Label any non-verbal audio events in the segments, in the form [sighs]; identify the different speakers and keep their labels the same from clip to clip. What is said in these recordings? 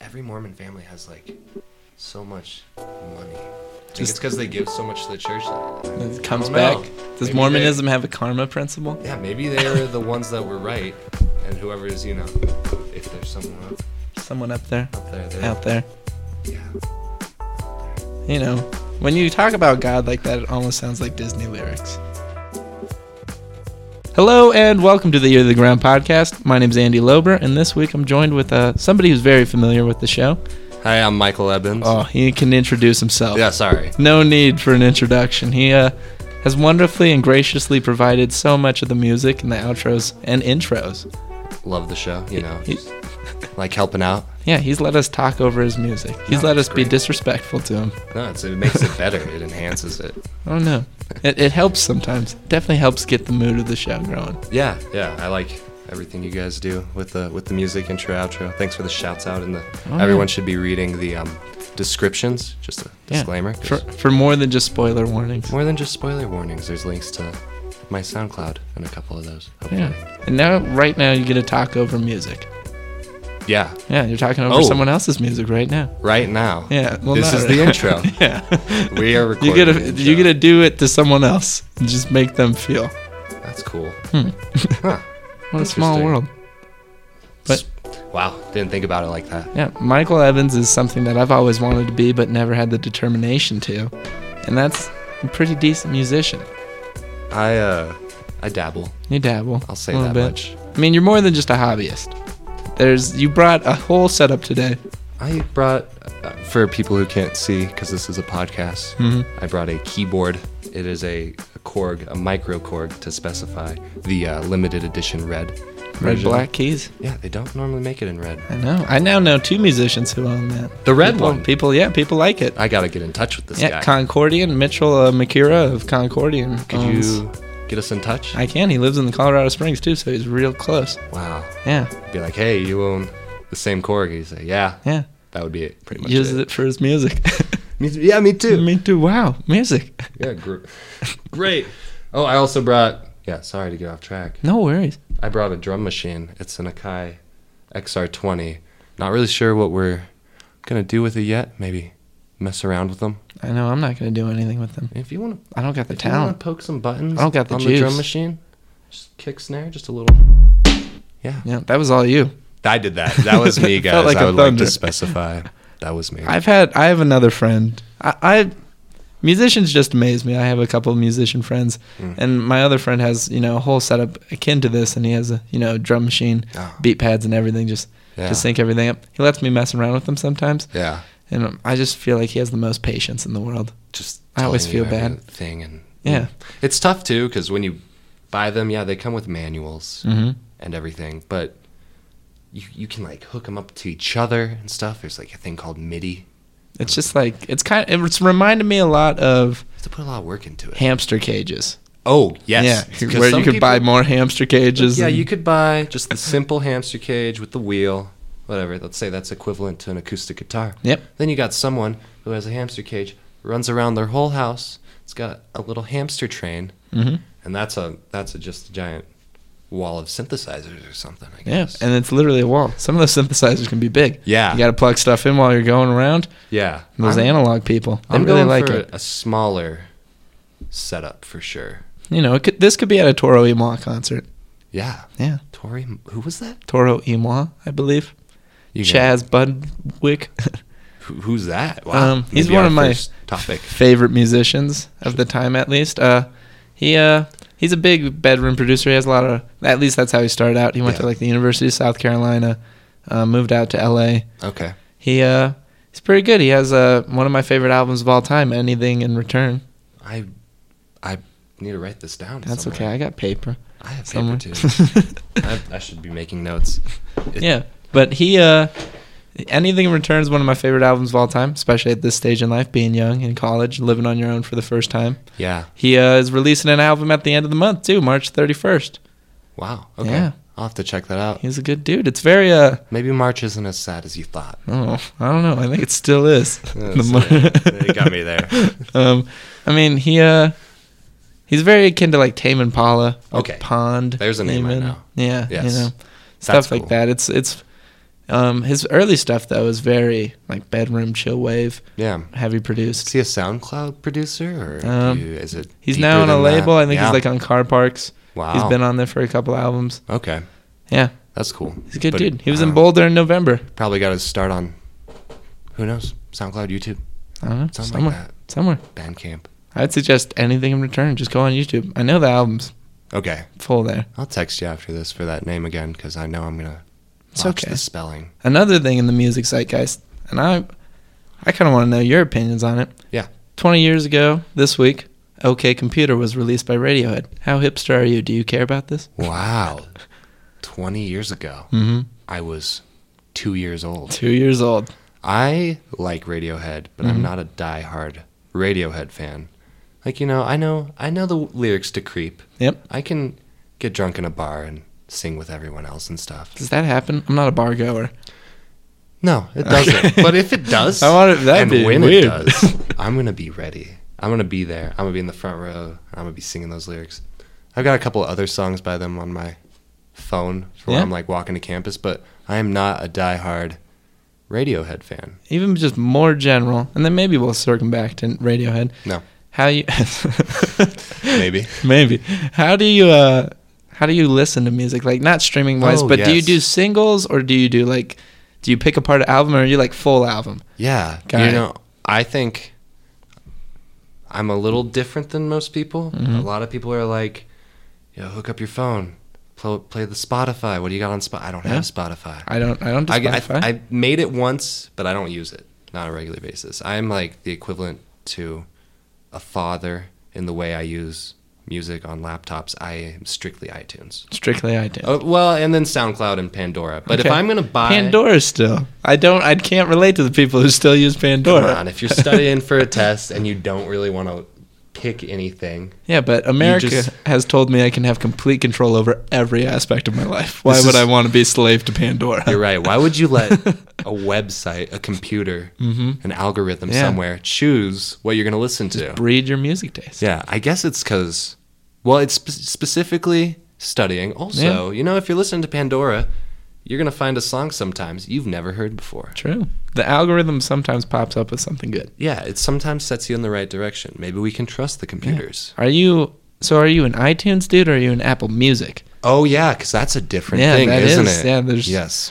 Speaker 1: every Mormon family has like so much money. I think it's because they give so much to the church. that-
Speaker 2: It comes
Speaker 1: I don't
Speaker 2: back.
Speaker 1: know.
Speaker 2: Does
Speaker 1: Maybe
Speaker 2: Mormonism have a karma principle?
Speaker 1: Yeah, maybe they're the ones that were right, and whoever is, you know, if there's someone up,
Speaker 2: Someone up there,
Speaker 1: up there, they're,
Speaker 2: out there.
Speaker 1: yeah,
Speaker 2: You know, when you talk about God like that, it almost sounds like Disney lyrics. Hello and welcome to the Year of the Ground podcast. My name's Andy Lober, and this week I'm joined with uh, somebody who's very familiar with the show.
Speaker 1: Hi, I'm Michael Evans.
Speaker 2: Oh, he can introduce himself.
Speaker 1: yeah, sorry.
Speaker 2: No need for an introduction. He uh, has wonderfully and graciously provided so much of the music and the outros and intros.
Speaker 1: Love the show, you know,
Speaker 2: He-
Speaker 1: just [laughs] like helping out.
Speaker 2: yeah, he's let us talk over his music. He's
Speaker 1: No,
Speaker 2: let us
Speaker 1: it's
Speaker 2: be
Speaker 1: Oh, great.
Speaker 2: disrespectful to him.
Speaker 1: No, it's, it makes it better. It enhances it.
Speaker 2: I don't know. It, it helps sometimes. Definitely helps get the mood of the show going.
Speaker 1: Yeah, yeah, I like everything you guys do with the with the music intro outro. Thanks for the shouts out and the
Speaker 2: Oh, yeah.
Speaker 1: everyone should be reading the um, descriptions. Just a
Speaker 2: Yeah.
Speaker 1: disclaimer.
Speaker 2: For, for more than just spoiler warnings.
Speaker 1: More than just spoiler warnings. There's links to my SoundCloud and a couple of those. Hopefully.
Speaker 2: Yeah. And now, right now, you get to talk over music.
Speaker 1: Yeah,
Speaker 2: Yeah, you're talking over
Speaker 1: Oh.
Speaker 2: someone else's music right now.
Speaker 1: Right now.
Speaker 2: Yeah. Well,
Speaker 1: this
Speaker 2: not
Speaker 1: is
Speaker 2: right-
Speaker 1: the intro.
Speaker 2: [laughs] yeah.
Speaker 1: We are recording.
Speaker 2: You get
Speaker 1: the
Speaker 2: to you
Speaker 1: intro.
Speaker 2: get to do it to someone else and just make them feel.
Speaker 1: That's cool.
Speaker 2: What a small
Speaker 1: Interesting.
Speaker 2: world. But-
Speaker 1: wow, didn't think about it like that.
Speaker 2: Yeah, Michael Evans is something that I've always wanted to be but never had the determination to. And that's a pretty decent musician.
Speaker 1: I uh, I dabble.
Speaker 2: You dabble.
Speaker 1: I'll say
Speaker 2: a little
Speaker 1: that
Speaker 2: bit.
Speaker 1: much.
Speaker 2: I mean, you're more than just a hobbyist. There's you brought a whole setup today.
Speaker 1: I brought uh, for people who can't see because this is a podcast.
Speaker 2: Mm-hmm.
Speaker 1: I brought a keyboard. It is a, a Korg, a micro Korg to specify the uh, limited edition red.
Speaker 2: Red
Speaker 1: version.
Speaker 2: Black Keys.
Speaker 1: Yeah, they don't normally make it in red.
Speaker 2: I know. I now know two musicians who own that.
Speaker 1: The red
Speaker 2: People-
Speaker 1: one.
Speaker 2: People, yeah, people like it.
Speaker 1: I gotta get in touch with this
Speaker 2: yeah,
Speaker 1: guy.
Speaker 2: Concordian Mitchell uh, Makura of Concordian.
Speaker 1: Could
Speaker 2: owns-
Speaker 1: you get us in touch?
Speaker 2: Um, I can. He lives in the Colorado Springs too, so he's real close.
Speaker 1: wow.
Speaker 2: Yeah,
Speaker 1: Be like, hey, you own the same Korg? He's like, yeah.
Speaker 2: yeah.
Speaker 1: That would be it, pretty much.
Speaker 2: Uses it for his music. [laughs]
Speaker 1: Me too. Yeah, me too.
Speaker 2: Me too. Wow, music. [laughs]
Speaker 1: yeah, gr- great. Oh, I also brought. Yeah, sorry to get off track.
Speaker 2: No worries.
Speaker 1: I brought a drum machine. It's an Akai XR20. Not really sure what we're gonna do with it yet. Maybe mess around with them.
Speaker 2: I know I'm not gonna do anything with them.
Speaker 1: If you want to,
Speaker 2: I don't got the
Speaker 1: if you want
Speaker 2: talent.
Speaker 1: to poke some buttons
Speaker 2: I don't got the
Speaker 1: on the drum
Speaker 2: juice.
Speaker 1: machine, just kick snare, just a little. Yeah,
Speaker 2: Yeah, that was all you.
Speaker 1: I did that. That was me,
Speaker 2: [laughs] Felt
Speaker 1: guys.
Speaker 2: like
Speaker 1: I
Speaker 2: a
Speaker 1: would like
Speaker 2: thunder.
Speaker 1: to specify that was me.
Speaker 2: I've had I have another friend. I, I musicians just amaze me. I have a couple of musician friends,
Speaker 1: Mm.
Speaker 2: and my other friend has you know a whole setup akin to this, and he has a you know drum machine,
Speaker 1: Oh.
Speaker 2: beat pads, and everything just
Speaker 1: Yeah.
Speaker 2: to sync everything up. He lets me mess around with them sometimes,
Speaker 1: yeah,
Speaker 2: and um, I just feel like he has the most patience in the world.
Speaker 1: just.
Speaker 2: I always
Speaker 1: telling you
Speaker 2: feel bad.
Speaker 1: everything and
Speaker 2: Yeah,
Speaker 1: It's tough too because when you buy them, yeah, they come with manuals
Speaker 2: Mhm.
Speaker 1: and everything, but you you can like hook them up to each other and stuff. There's like a thing called MIDI.
Speaker 2: it's just like it's kind. Of, it's reminded me a lot of
Speaker 1: You have to put a lot of work into it.
Speaker 2: hamster cages.
Speaker 1: Oh yes,
Speaker 2: yeah,
Speaker 1: 'Cause
Speaker 2: where
Speaker 1: some
Speaker 2: you could buy
Speaker 1: people-
Speaker 2: more hamster cages.
Speaker 1: Yeah,
Speaker 2: and-
Speaker 1: you could buy just the simple hamster cage with the wheel, whatever. Let's say that's equivalent to an acoustic guitar.
Speaker 2: Yep.
Speaker 1: Then you got someone who has a hamster cage, runs around their whole house. It's got a little hamster train,
Speaker 2: Mhm.
Speaker 1: and that's a that's a, just a giant wall of synthesizers or something. I
Speaker 2: Yeah,
Speaker 1: guess.
Speaker 2: and it's literally a wall. Some of those synthesizers can be big.
Speaker 1: Yeah.
Speaker 2: you got to plug stuff in while you're going around.
Speaker 1: Yeah,
Speaker 2: And those
Speaker 1: I'm-
Speaker 2: analog people, they
Speaker 1: I'm
Speaker 2: really
Speaker 1: going
Speaker 2: like
Speaker 1: for
Speaker 2: it.
Speaker 1: A smaller setup for sure.
Speaker 2: You know, it could, this could be at a Toro Imoa concert.
Speaker 1: Yeah,
Speaker 2: Yeah,
Speaker 1: Tori, who was that?
Speaker 2: Toro Imoa, I believe.
Speaker 1: You got-
Speaker 2: Chaz Budwick,
Speaker 1: Who, who's that? Wow,
Speaker 2: Um,
Speaker 1: Maybe
Speaker 2: he's one
Speaker 1: our
Speaker 2: of my-
Speaker 1: first [laughs] topic.
Speaker 2: [laughs] favorite musicians of the time, at least. Uh, he uh, he's a big bedroom producer. He has a lot of. At least that's how he started out. He went
Speaker 1: Yeah.
Speaker 2: to like the University of South Carolina, uh, moved out to L.A.
Speaker 1: Okay,
Speaker 2: He uh, he's pretty good. He has uh, one of my favorite albums of all time, Anything in Return.
Speaker 1: I I need to write this down.
Speaker 2: That's okay.
Speaker 1: somewhere.
Speaker 2: I got paper.
Speaker 1: I have
Speaker 2: somewhere.
Speaker 1: paper
Speaker 2: [laughs]
Speaker 1: too. I, I should be making notes. It-
Speaker 2: yeah but he uh anything in return is one of my favorite albums of all time especially at this stage in life being young in college living on your own for the first time
Speaker 1: Yeah.
Speaker 2: he uh, is releasing an album at the end of the month too march 31st
Speaker 1: Wow. Okay.
Speaker 2: Yeah.
Speaker 1: I'll have to check that out.
Speaker 2: he's a good dude it's very uh
Speaker 1: Maybe March isn't as sad as you thought.
Speaker 2: oh i don't know i think it still is
Speaker 1: Yeah,
Speaker 2: The
Speaker 1: so-
Speaker 2: mar-
Speaker 1: you got me there.
Speaker 2: [laughs] um i mean he uh he's very akin to like tame impala like
Speaker 1: Okay.
Speaker 2: pond
Speaker 1: There's a name I
Speaker 2: Neiman.
Speaker 1: know.
Speaker 2: yeah
Speaker 1: yes.
Speaker 2: you know
Speaker 1: That's
Speaker 2: stuff like
Speaker 1: cool.
Speaker 2: that it's it's Um, his early stuff though is very like bedroom chill wave,
Speaker 1: Yeah.
Speaker 2: heavy
Speaker 1: Is
Speaker 2: produced.
Speaker 1: he a SoundCloud producer, or do
Speaker 2: Um,
Speaker 1: you- is it?
Speaker 2: He's
Speaker 1: deeper
Speaker 2: now on a
Speaker 1: than that?
Speaker 2: label. I think
Speaker 1: Yeah.
Speaker 2: he's like on Car Parks.
Speaker 1: Wow.
Speaker 2: He's been on there for a couple albums.
Speaker 1: Okay,
Speaker 2: Yeah,
Speaker 1: that's cool.
Speaker 2: he's a good
Speaker 1: But,
Speaker 2: dude. He was
Speaker 1: uh,
Speaker 2: in Boulder in November.
Speaker 1: Probably got his start on. Who knows? SoundCloud, YouTube,
Speaker 2: I don't know,
Speaker 1: something
Speaker 2: somewhere,
Speaker 1: like that.
Speaker 2: somewhere.
Speaker 1: Bandcamp.
Speaker 2: I'd suggest anything in return. Just go on YouTube. I know the album's
Speaker 1: Okay,
Speaker 2: full there.
Speaker 1: I'll text you after this for that name again because I know I'm gonna
Speaker 2: It's
Speaker 1: watch
Speaker 2: okay.
Speaker 1: the spelling.
Speaker 2: Another thing in the music zeitgeist, and I, I kind of want to know your opinions on it.
Speaker 1: Yeah.
Speaker 2: Twenty years ago this week, OK Computer was released by Radiohead. How hipster are you? Do you care about this? [laughs]
Speaker 1: Wow, 20 years ago,
Speaker 2: Mm-hmm.
Speaker 1: I was two years old.
Speaker 2: Two years old.
Speaker 1: I like Radiohead, but
Speaker 2: Mm-hmm.
Speaker 1: I'm not a diehard Radiohead fan. Like you know, I know I know the lyrics to "Creep."
Speaker 2: Yep.
Speaker 1: I can get drunk in a bar and sing with everyone else and stuff.
Speaker 2: Does that happen? I'm not a bar goer.
Speaker 1: No, it
Speaker 2: [laughs]
Speaker 1: doesn't. but if it does,
Speaker 2: I want it- that'd
Speaker 1: and
Speaker 2: be
Speaker 1: when
Speaker 2: weird.
Speaker 1: it
Speaker 2: [laughs]
Speaker 1: does, I'm gonna be ready. I'm gonna be there. I'm gonna be in the front row. I'm gonna be singing those lyrics. I've got a couple other songs by them on my phone for when
Speaker 2: Yeah.
Speaker 1: I'm like walking to campus, but I am not a diehard Radiohead fan.
Speaker 2: Even just more general, and then maybe we'll circle back to Radiohead.
Speaker 1: No.
Speaker 2: How you? [laughs]
Speaker 1: Maybe.
Speaker 2: Maybe. How do you? uh How do you listen to music? Like not streaming wise,
Speaker 1: Oh,
Speaker 2: but do you
Speaker 1: yes.
Speaker 2: do singles or do you do like? Do you pick apart an album or are you like full album?
Speaker 1: Yeah,
Speaker 2: Got
Speaker 1: you
Speaker 2: it.
Speaker 1: know, I think I'm a little different than most people.
Speaker 2: Mm-hmm.
Speaker 1: A lot of people are like, you know, hook up your phone, play, play the Spotify. What do you got on Spotify? I don't
Speaker 2: Yeah.
Speaker 1: have Spotify.
Speaker 2: I don't. I don't. Do
Speaker 1: I, I,
Speaker 2: Spotify.
Speaker 1: I made it once, but I don't use it, not on a regular basis. I'm like the equivalent to a father in the way I use music on laptops. I am strictly iTunes.
Speaker 2: Strictly iTunes.
Speaker 1: Oh, well, and then SoundCloud and Pandora. But if
Speaker 2: Okay.
Speaker 1: I'm going to buy.
Speaker 2: Pandora still. I don't. I can't relate to the people who still use Pandora.
Speaker 1: Come on, if you're studying for [laughs] a test and you don't really want to pick anything,
Speaker 2: yeah, but America
Speaker 1: just-
Speaker 2: has told me I can have complete control over every aspect of my life. Why
Speaker 1: This
Speaker 2: would
Speaker 1: is-
Speaker 2: I want to be slave to Pandora? [laughs]
Speaker 1: you're right. Why would you [laughs] let a website, a computer, an algorithm
Speaker 2: Yeah.
Speaker 1: somewhere choose what you're going to listen to?
Speaker 2: Breed your music taste.
Speaker 1: Yeah, I guess it's because, well, it's spe- specifically studying. Also, you know, if you're listening to Pandora, you're going to find a song sometimes you've never heard before.
Speaker 2: True. The algorithm sometimes pops up with something good.
Speaker 1: Yeah, it sometimes sets you in the right direction. Maybe we can trust the computers.
Speaker 2: Are you? So are you an iTunes dude or are you an Apple Music?
Speaker 1: Oh, yeah, because that's a different
Speaker 2: Yeah,
Speaker 1: thing,
Speaker 2: that
Speaker 1: isn't
Speaker 2: is.
Speaker 1: it?
Speaker 2: Yeah, there's-
Speaker 1: Yes.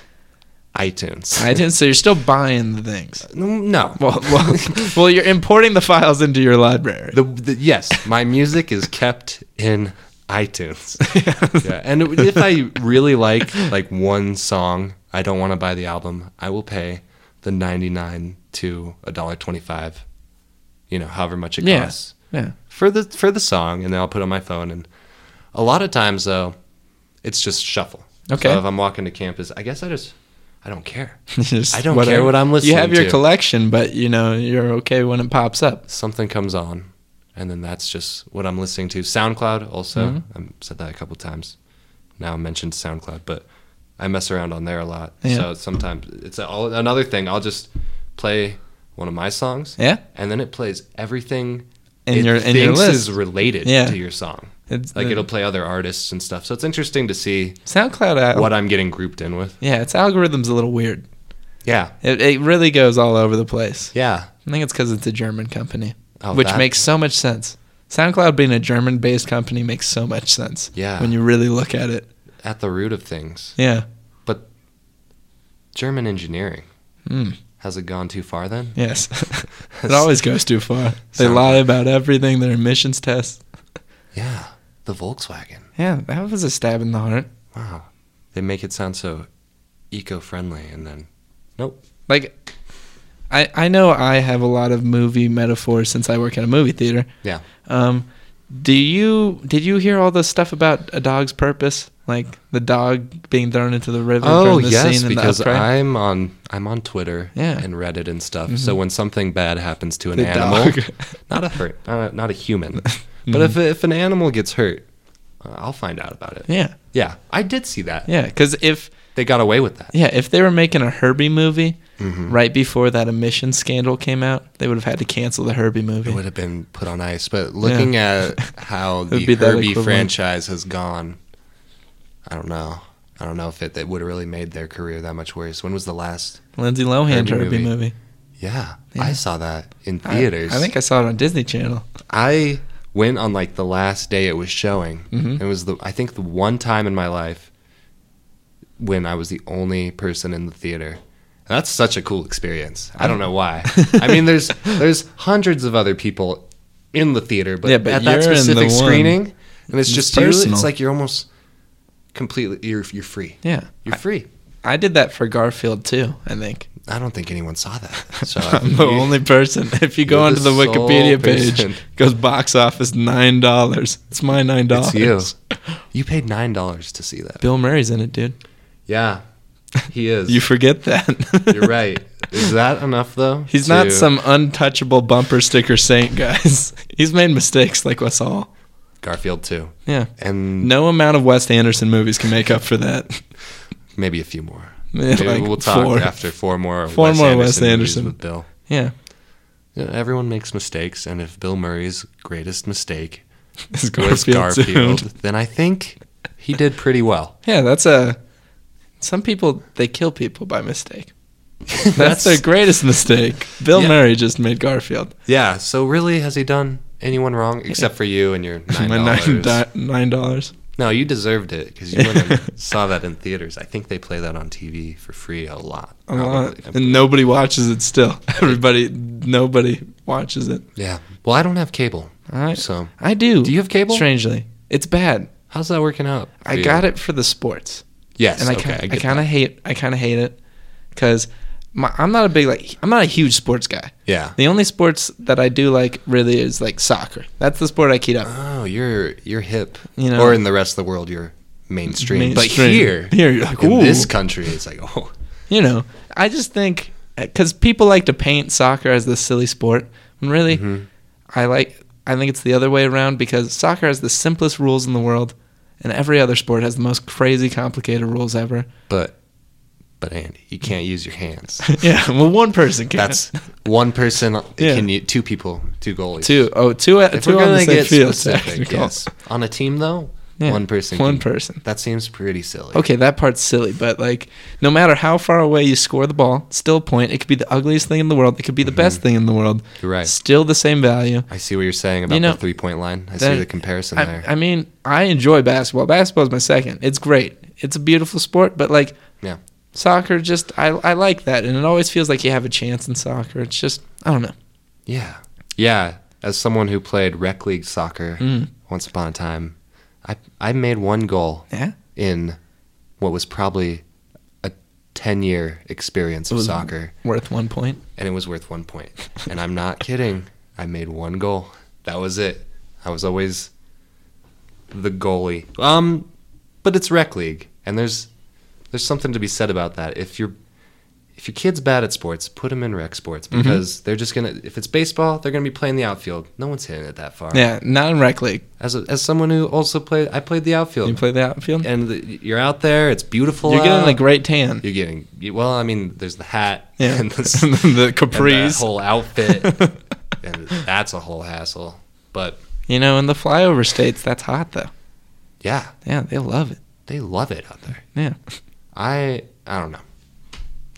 Speaker 1: iTunes.
Speaker 2: iTunes. So you're still buying the things.
Speaker 1: [laughs] No.
Speaker 2: Well, well, [laughs] well, you're importing the files into your library.
Speaker 1: the, the yes, my music is kept in iTunes. yeah, and if I really like like one song, I don't want to buy the album. I will pay the ninety nine to a dollar twenty five. You know, however much it
Speaker 2: Yeah.
Speaker 1: costs
Speaker 2: yeah.
Speaker 1: for the for the song, and then I'll put it on my phone. And a lot of times though, it's just shuffle.
Speaker 2: Okay.
Speaker 1: So if I'm walking to campus, I guess I just I don't care.
Speaker 2: [laughs] Just
Speaker 1: I don't care what I'm
Speaker 2: You have
Speaker 1: listening
Speaker 2: your
Speaker 1: to.
Speaker 2: collection, but you know you're okay when it pops up.
Speaker 1: something comes on, and then that's just what I'm listening to. SoundCloud also.
Speaker 2: Mm-hmm.
Speaker 1: I've said that a couple times. Now I mentioned SoundCloud, but I mess around on there a lot.
Speaker 2: Yeah.
Speaker 1: So sometimes it's all, another thing. I'll just play one of my songs,
Speaker 2: Yeah.
Speaker 1: and then it plays everything
Speaker 2: In
Speaker 1: it
Speaker 2: your- in your
Speaker 1: thinks
Speaker 2: list.
Speaker 1: is related
Speaker 2: Yeah.
Speaker 1: to your song.
Speaker 2: It's
Speaker 1: Like
Speaker 2: the-
Speaker 1: it'll play other artists and stuff. So it's interesting to see
Speaker 2: SoundCloud. Al-
Speaker 1: what I'm getting grouped in with.
Speaker 2: Yeah, its algorithm's a little weird.
Speaker 1: Yeah,
Speaker 2: It, it really goes all over the place.
Speaker 1: yeah.
Speaker 2: I think it's because it's a German company,
Speaker 1: Oh,
Speaker 2: which
Speaker 1: that-
Speaker 2: makes so much sense. SoundCloud being a German-based company makes so much sense.
Speaker 1: Yeah.
Speaker 2: When you really look at it.
Speaker 1: at the root of things.
Speaker 2: Yeah.
Speaker 1: German engineering
Speaker 2: Mm.
Speaker 1: has it gone too far then?
Speaker 2: Yes. [laughs] it always goes too far. They
Speaker 1: Sound-
Speaker 2: lie about everything. Their emissions tests.
Speaker 1: Yeah, the Volkswagen.
Speaker 2: Yeah, that was a stab in the heart.
Speaker 1: Wow. They make it sound so eco friendly and then
Speaker 2: like I I know I have a lot of movie metaphors since I work at a movie theater.
Speaker 1: Yeah.
Speaker 2: Um do you did you hear all the stuff about a dog's purpose? Like the dog being thrown into the river
Speaker 1: Oh
Speaker 2: during the
Speaker 1: yes,
Speaker 2: scene in
Speaker 1: because
Speaker 2: the upgrade?
Speaker 1: I'm on I'm on Twitter
Speaker 2: Yeah. Mm-hmm.
Speaker 1: and Reddit and stuff. So when something bad happens to an
Speaker 2: The
Speaker 1: animal, [laughs]
Speaker 2: dog. Mm-hmm.
Speaker 1: not a hurt, not a, not a human, but if if an animal gets hurt, uh, I'll find out about it.
Speaker 2: [laughs] Yeah.
Speaker 1: Yeah, I did see that.
Speaker 2: Yeah, cuz if
Speaker 1: They got away with that.
Speaker 2: yeah, if they were making a Herbie movie
Speaker 1: Mm-hmm.
Speaker 2: right before that emissions scandal came out, they would have had to cancel the Herbie movie.
Speaker 1: It would have been put on ice. But looking at how
Speaker 2: would [laughs]
Speaker 1: the
Speaker 2: be that
Speaker 1: Herbie
Speaker 2: equivalent.
Speaker 1: franchise has gone, I don't know. I don't know if it that would have really made their career that much worse. When was the last?
Speaker 2: Lindsay Lohan
Speaker 1: Herbie
Speaker 2: Herbie
Speaker 1: movie.
Speaker 2: movie.
Speaker 1: Yeah,
Speaker 2: Yeah.
Speaker 1: I saw that in
Speaker 2: I-
Speaker 1: theaters.
Speaker 2: I, think I saw it on Disney Channel.
Speaker 1: I went on like the last day it was showing.
Speaker 2: Mhm.
Speaker 1: It was the I think the one time in my life when I was the only person in the theater. And that's such a cool experience. I don't know why. I mean,
Speaker 2: [laughs]
Speaker 1: there's there's hundreds of other people in the theater, but,
Speaker 2: Yeah, but
Speaker 1: at that
Speaker 2: you're in the
Speaker 1: specific
Speaker 2: one.
Speaker 1: screening, and it's
Speaker 2: It's
Speaker 1: just you.
Speaker 2: personal.
Speaker 1: It's like you're almost completely you're you're free.
Speaker 2: Yeah.
Speaker 1: You're free.
Speaker 2: I did that for Garfield too, I think.
Speaker 1: I don't think anyone saw
Speaker 2: [laughs]
Speaker 1: that. So I
Speaker 2: I'm the
Speaker 1: you-
Speaker 2: only person. [laughs] If you go
Speaker 1: You're
Speaker 2: onto
Speaker 1: the
Speaker 2: the,
Speaker 1: sole
Speaker 2: Wikipedia page,
Speaker 1: person.
Speaker 2: it goes box office nine dollars. It's my nine dollars.
Speaker 1: it's you. You paid nine dollars to see that.
Speaker 2: Bill Murray's in it, dude.
Speaker 1: Yeah,
Speaker 2: [laughs]
Speaker 1: he is.
Speaker 2: You forget that.
Speaker 1: [laughs] You're right. Is that enough though?
Speaker 2: [laughs] He's not
Speaker 1: to-
Speaker 2: some untouchable bumper sticker saint, guys. [laughs] He's made mistakes like us all.
Speaker 1: Garfield too,
Speaker 2: Yeah.
Speaker 1: and
Speaker 2: No amount of Wes Anderson movies can make up for that. [laughs]
Speaker 1: maybe a few more.
Speaker 2: Yeah,
Speaker 1: Maybe
Speaker 2: like
Speaker 1: we'll talk
Speaker 2: four.
Speaker 1: after four more.
Speaker 2: Four
Speaker 1: Wes
Speaker 2: more
Speaker 1: Anderson
Speaker 2: Wes
Speaker 1: movies
Speaker 2: Anderson.
Speaker 1: with Bill.
Speaker 2: Yeah. [laughs]
Speaker 1: Yeah, everyone makes mistakes, and if Bill Murray's greatest mistake
Speaker 2: It's
Speaker 1: was
Speaker 2: Garfield, dude.
Speaker 1: Garfield, then I think he did pretty well.
Speaker 2: [laughs] Yeah, that's a. Some people they kill people by mistake. [laughs] That's, their greatest mistake. Bill
Speaker 1: Yeah.
Speaker 2: Murray just made Garfield.
Speaker 1: [laughs] yeah. So really, has he done anyone wrong except for you and your nine
Speaker 2: [laughs] My nine
Speaker 1: dollars?
Speaker 2: di- nine dollars.
Speaker 1: No, you deserved it because you went
Speaker 2: [laughs]
Speaker 1: and saw that in theaters. I think they play that on TV for free a lot.
Speaker 2: A lot.
Speaker 1: probably.
Speaker 2: And nobody watches it [laughs] still. Everybody, nobody watches it.
Speaker 1: Yeah. Well, I don't have cable,
Speaker 2: I,
Speaker 1: so
Speaker 2: I do.
Speaker 1: Do you have cable?
Speaker 2: Strangely, it's bad.
Speaker 1: how's that working out?
Speaker 2: I got it for the sports.
Speaker 1: Yes.
Speaker 2: and I
Speaker 1: okay.
Speaker 2: kind I, kind of hate I kind of hate it because I'm not a big like I'm not a huge sports guy.
Speaker 1: Yeah.
Speaker 2: The only sports that I do like really is like soccer. That's the sport I keep up.
Speaker 1: Oh, you're you're hip.
Speaker 2: You know-
Speaker 1: or in the rest of the world, you're mainstream. But
Speaker 2: Mainstream.
Speaker 1: here,
Speaker 2: [laughs] Here, you're like,
Speaker 1: in
Speaker 2: "Ooh."
Speaker 1: this country, it's like, oh,
Speaker 2: You know, I just think because people like to paint soccer as this silly sport, and really,
Speaker 1: Mm-hmm.
Speaker 2: I like I think it's the other way around because soccer has the simplest rules in the world, and every other sport has the most crazy complicated rules ever. [laughs]
Speaker 1: but but Andy, you can't use your hands.
Speaker 2: yeah, well, one person can.
Speaker 1: That's one person.
Speaker 2: Yeah.
Speaker 1: Can you two people, two goalies?
Speaker 2: [laughs] two. Oh, two.
Speaker 1: If
Speaker 2: two
Speaker 1: we're
Speaker 2: on
Speaker 1: gonna
Speaker 2: the same
Speaker 1: get
Speaker 2: field. [laughs]
Speaker 1: specific,
Speaker 2: technical.
Speaker 1: yes. On a team though,
Speaker 2: Yeah,
Speaker 1: one person.
Speaker 2: One
Speaker 1: can-
Speaker 2: person.
Speaker 1: That seems pretty silly.
Speaker 2: Okay, that part's silly, but like, no matter how far away you score the ball, still a point. It could be the ugliest thing in the world. It could be the best thing in the world.
Speaker 1: You're Mm-hmm. right.
Speaker 2: Still the same value.
Speaker 1: I see what you're saying about
Speaker 2: You know,
Speaker 1: the three point line. I see
Speaker 2: that-
Speaker 1: the comparison
Speaker 2: I,
Speaker 1: there.
Speaker 2: I mean, I enjoy basketball. Basketball is my second. It's great. It's a beautiful sport, but like,
Speaker 1: Yeah.
Speaker 2: soccer just I I like that, and it always feels like you have a chance in soccer. It's just I don't know.
Speaker 1: Yeah. Yeah. As someone who played rec league soccer
Speaker 2: Mm.
Speaker 1: once upon a time, I I made one goal
Speaker 2: Yeah.
Speaker 1: in what was probably a ten year experience
Speaker 2: It
Speaker 1: of
Speaker 2: was-
Speaker 1: soccer,
Speaker 2: Worth one point.
Speaker 1: and it was worth one point.
Speaker 2: [laughs]
Speaker 1: and I'm not kidding. I made one goal. That was it. I was always the goalie. Um, but it's rec league, and there's there's something to be said about that. If you're if your kid's bad at sports, put them in rec sports
Speaker 2: Mm-hmm.
Speaker 1: because they're just gonna. If it's baseball, they're gonna be playing the outfield. No one's hitting it that far.
Speaker 2: Yeah, not in rec league.
Speaker 1: As a, as someone who also played, I played the outfield,
Speaker 2: You play the outfield.
Speaker 1: and the, you're out there. It's beautiful.
Speaker 2: You're
Speaker 1: out.
Speaker 2: getting a great tan.
Speaker 1: You're getting you- well. I mean, there's the hat
Speaker 2: [laughs] Yeah,
Speaker 1: and the, s- and
Speaker 2: the
Speaker 1: the
Speaker 2: capris.
Speaker 1: whole
Speaker 2: [laughs]
Speaker 1: outfit, and that's a whole hassle. But
Speaker 2: You know, in the flyover states, that's hot though.
Speaker 1: yeah,
Speaker 2: Yeah, they love it.
Speaker 1: they love it out there.
Speaker 2: Yeah,
Speaker 1: I I don't know.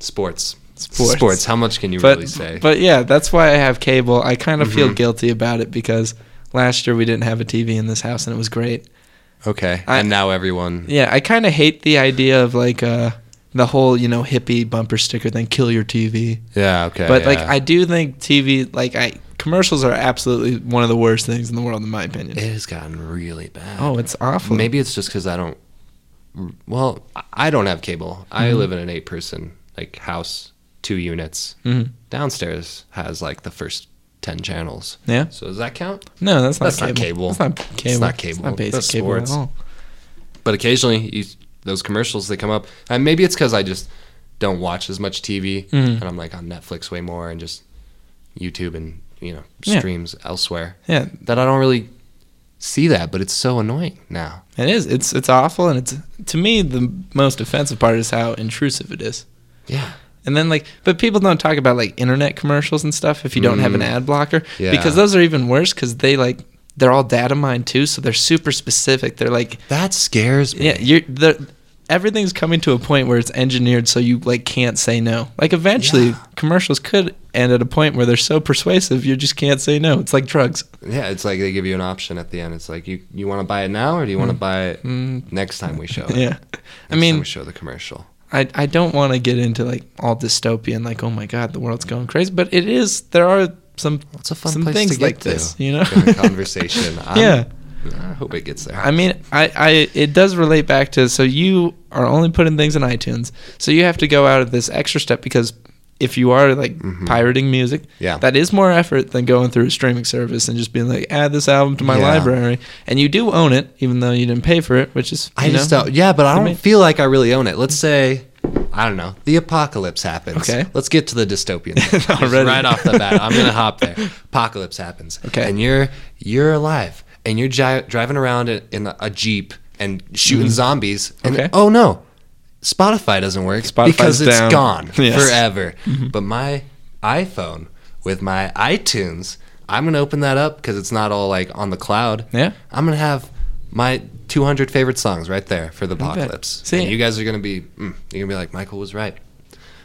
Speaker 1: Sports.
Speaker 2: Sports.
Speaker 1: How much can you
Speaker 2: but
Speaker 1: really say? Mm-hmm.
Speaker 2: but yeah, that's why I have cable. I kind of feel guilty about it because last year we didn't have a TV in this house and it was great.
Speaker 1: okay.
Speaker 2: I-
Speaker 1: and now everyone.
Speaker 2: Yeah, I kind of hate the idea of like uh, the whole you know hippie bumper sticker thing, kill your TV.
Speaker 1: Yeah. Okay.
Speaker 2: But like
Speaker 1: yeah.
Speaker 2: I do think TV like I commercials are absolutely one of the worst things in the world in my opinion.
Speaker 1: it has gotten really bad.
Speaker 2: oh, it's awful.
Speaker 1: Maybe it's just because I don't. Well, I- I don't have cable. I live in an eight-person like house, two units.
Speaker 2: Mhm.
Speaker 1: Downstairs has like the first ten channels.
Speaker 2: Yeah.
Speaker 1: So does that count?
Speaker 2: No, that's not
Speaker 1: That's not
Speaker 2: cable.
Speaker 1: cable.
Speaker 2: That's not cable.
Speaker 1: not
Speaker 2: It's
Speaker 1: cable.
Speaker 2: not basic
Speaker 1: That's
Speaker 2: cable
Speaker 1: sports.
Speaker 2: at all.
Speaker 1: But occasionally, you, those commercials that come up, and maybe it's because I just don't watch as much TV,
Speaker 2: Mhm.
Speaker 1: and I'm like on Netflix way more, and just YouTube and you know
Speaker 2: Yeah.
Speaker 1: streams elsewhere
Speaker 2: Yeah,
Speaker 1: that I don't really see that. But it's so annoying now.
Speaker 2: It is. It's it's awful, and it's to me the most offensive part is how intrusive it is.
Speaker 1: Yeah.
Speaker 2: And then like, but people don't talk about like internet commercials and stuff if you don't have an ad blocker,
Speaker 1: Mm. Yeah.
Speaker 2: because those are even worse because they like they're all data mined too, so they're super specific. They're like,
Speaker 1: That scares me.
Speaker 2: yeah, you're the everything's coming to a point where it's engineered so you like can't say no. Like eventually
Speaker 1: Yeah.
Speaker 2: commercials could end at a point where they're so persuasive you just can't say no. It's like drugs.
Speaker 1: Yeah, it's like they give you an option at the end. It's like you you want to buy it now or do you want to buy it next time we show it?
Speaker 2: Mm. [laughs] Yeah. I
Speaker 1: Next time
Speaker 2: mean,
Speaker 1: we show the commercial.
Speaker 2: I I don't want to get into like all dystopian like oh my god, the world's going crazy, but it is there are some
Speaker 1: It's a fun
Speaker 2: some
Speaker 1: place
Speaker 2: things
Speaker 1: to get
Speaker 2: like
Speaker 1: to
Speaker 2: this, you know.
Speaker 1: in a
Speaker 2: [laughs]
Speaker 1: conversation. I'm-
Speaker 2: Yeah.
Speaker 1: I hope it gets there.
Speaker 2: I mean, I, I it does relate back to so you are only putting things in iTunes, so you have to go out of this extra step because if you are like pirating music,
Speaker 1: Mm-hmm. Yeah.
Speaker 2: that is more effort than going through a streaming service and just being like, add this album to my
Speaker 1: Yeah.
Speaker 2: library, and you do own it even though you didn't pay for it, which is
Speaker 1: I
Speaker 2: you
Speaker 1: just
Speaker 2: know,
Speaker 1: don't. Yeah, but I
Speaker 2: I
Speaker 1: don't
Speaker 2: mean-
Speaker 1: feel like I really own it. Let's say, I don't know, the apocalypse happens.
Speaker 2: Okay.
Speaker 1: Let's get to the
Speaker 2: [laughs]
Speaker 1: dystopian. thing. Just
Speaker 2: Already.
Speaker 1: Right off the bat, I'm gonna hop
Speaker 2: [laughs]
Speaker 1: there. Apocalypse happens.
Speaker 2: Okay.
Speaker 1: And you're you're alive, and you're gi- driving around in, in a jeep and shooting zombies. And
Speaker 2: Mm-hmm. Okay.
Speaker 1: oh no, Spotify doesn't work
Speaker 2: Spotify's
Speaker 1: because it's
Speaker 2: down.
Speaker 1: gone
Speaker 2: [laughs] Yes.
Speaker 1: forever.
Speaker 2: Mm-hmm.
Speaker 1: But my iPhone with my iTunes, I'm gonna open that up because it's not all like on the cloud.
Speaker 2: Yeah.
Speaker 1: I'm gonna have my 200 favorite songs right there for the
Speaker 2: bet.
Speaker 1: apocalypse.
Speaker 2: See-
Speaker 1: and you guys are gonna be, mm, you're gonna be like, Michael was right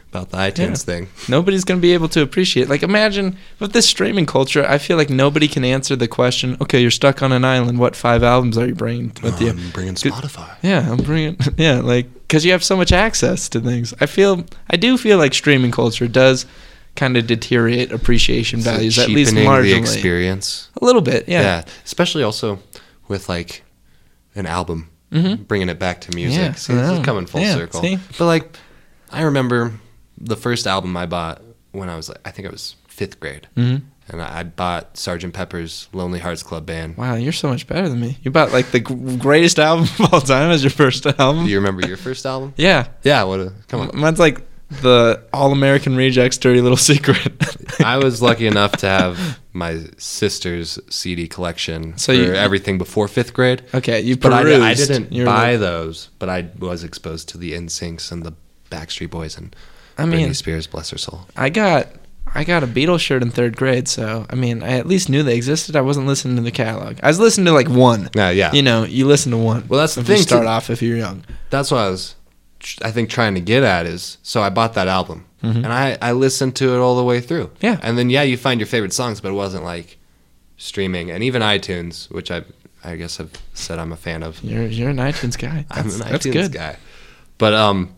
Speaker 1: about the iTunes thing.
Speaker 2: nobody's going to be able to appreciate. Like, imagine with this streaming culture, I feel like nobody can answer the question. Okay, you're stuck on an island. What five albums are you bringing with you?
Speaker 1: I'm bringing
Speaker 2: Good-
Speaker 1: Spotify.
Speaker 2: Yeah, I'm bringing. [laughs] Yeah, like because you have so much access to things. I feel I do feel like streaming culture does kind of deteriorate appreciation
Speaker 1: It's like
Speaker 2: values at least
Speaker 1: cheapening the
Speaker 2: marginally.
Speaker 1: experience.
Speaker 2: A little bit, yeah.
Speaker 1: Yeah. especially also with like an album, bringing it back to music.
Speaker 2: Mm-hmm. Yeah,
Speaker 1: See,
Speaker 2: an
Speaker 1: this is
Speaker 2: album.
Speaker 1: coming full
Speaker 2: Yeah,
Speaker 1: circle.
Speaker 2: see?
Speaker 1: But like, I remember the first album I bought when I was like, I think I was fifth grade,
Speaker 2: Mm.
Speaker 1: mm-hmm. and I I bought Sgt. Pepper's Lonely Hearts Club Band.
Speaker 2: Wow, you're so much better than me. You bought like the g- greatest album of all time as your first [laughs] album.
Speaker 1: Do you remember your first album?
Speaker 2: [laughs] yeah,
Speaker 1: Yeah, what a come on.
Speaker 2: mine's like the All American Rejects "Dirty Little Secret."
Speaker 1: I was lucky enough to have my sister's CD collection
Speaker 2: So
Speaker 1: for
Speaker 2: you-
Speaker 1: everything before fifth grade.
Speaker 2: [laughs] okay, you
Speaker 1: But I,
Speaker 2: perused.
Speaker 1: I didn't
Speaker 2: You're
Speaker 1: buy
Speaker 2: like-
Speaker 1: those, but I was exposed to the NSYNCs and the Backstreet Boys and
Speaker 2: I mean-
Speaker 1: Britney Spears, bless her soul.
Speaker 2: I got I got a Beatles shirt in third grade, so I mean I at least knew they existed. I wasn't listening to the catalog. I was listening to like one.
Speaker 1: Yeah, yeah.
Speaker 2: You know, you listen to one.
Speaker 1: Well, that's the
Speaker 2: if
Speaker 1: thing,
Speaker 2: You start
Speaker 1: too.
Speaker 2: off if you're young.
Speaker 1: That's what I was, tr- I think, trying to get at is so I bought that album and I, I listened to it all the way through.
Speaker 2: Mm-hmm. Yeah.
Speaker 1: And then, yeah, you find your favorite songs, but it wasn't like streaming and even iTunes, which I, I guess I've said I'm a fan of.
Speaker 2: You're you're an iTunes guy.
Speaker 1: I'm
Speaker 2: That's,
Speaker 1: an
Speaker 2: that's
Speaker 1: iTunes
Speaker 2: good.
Speaker 1: guy. But um,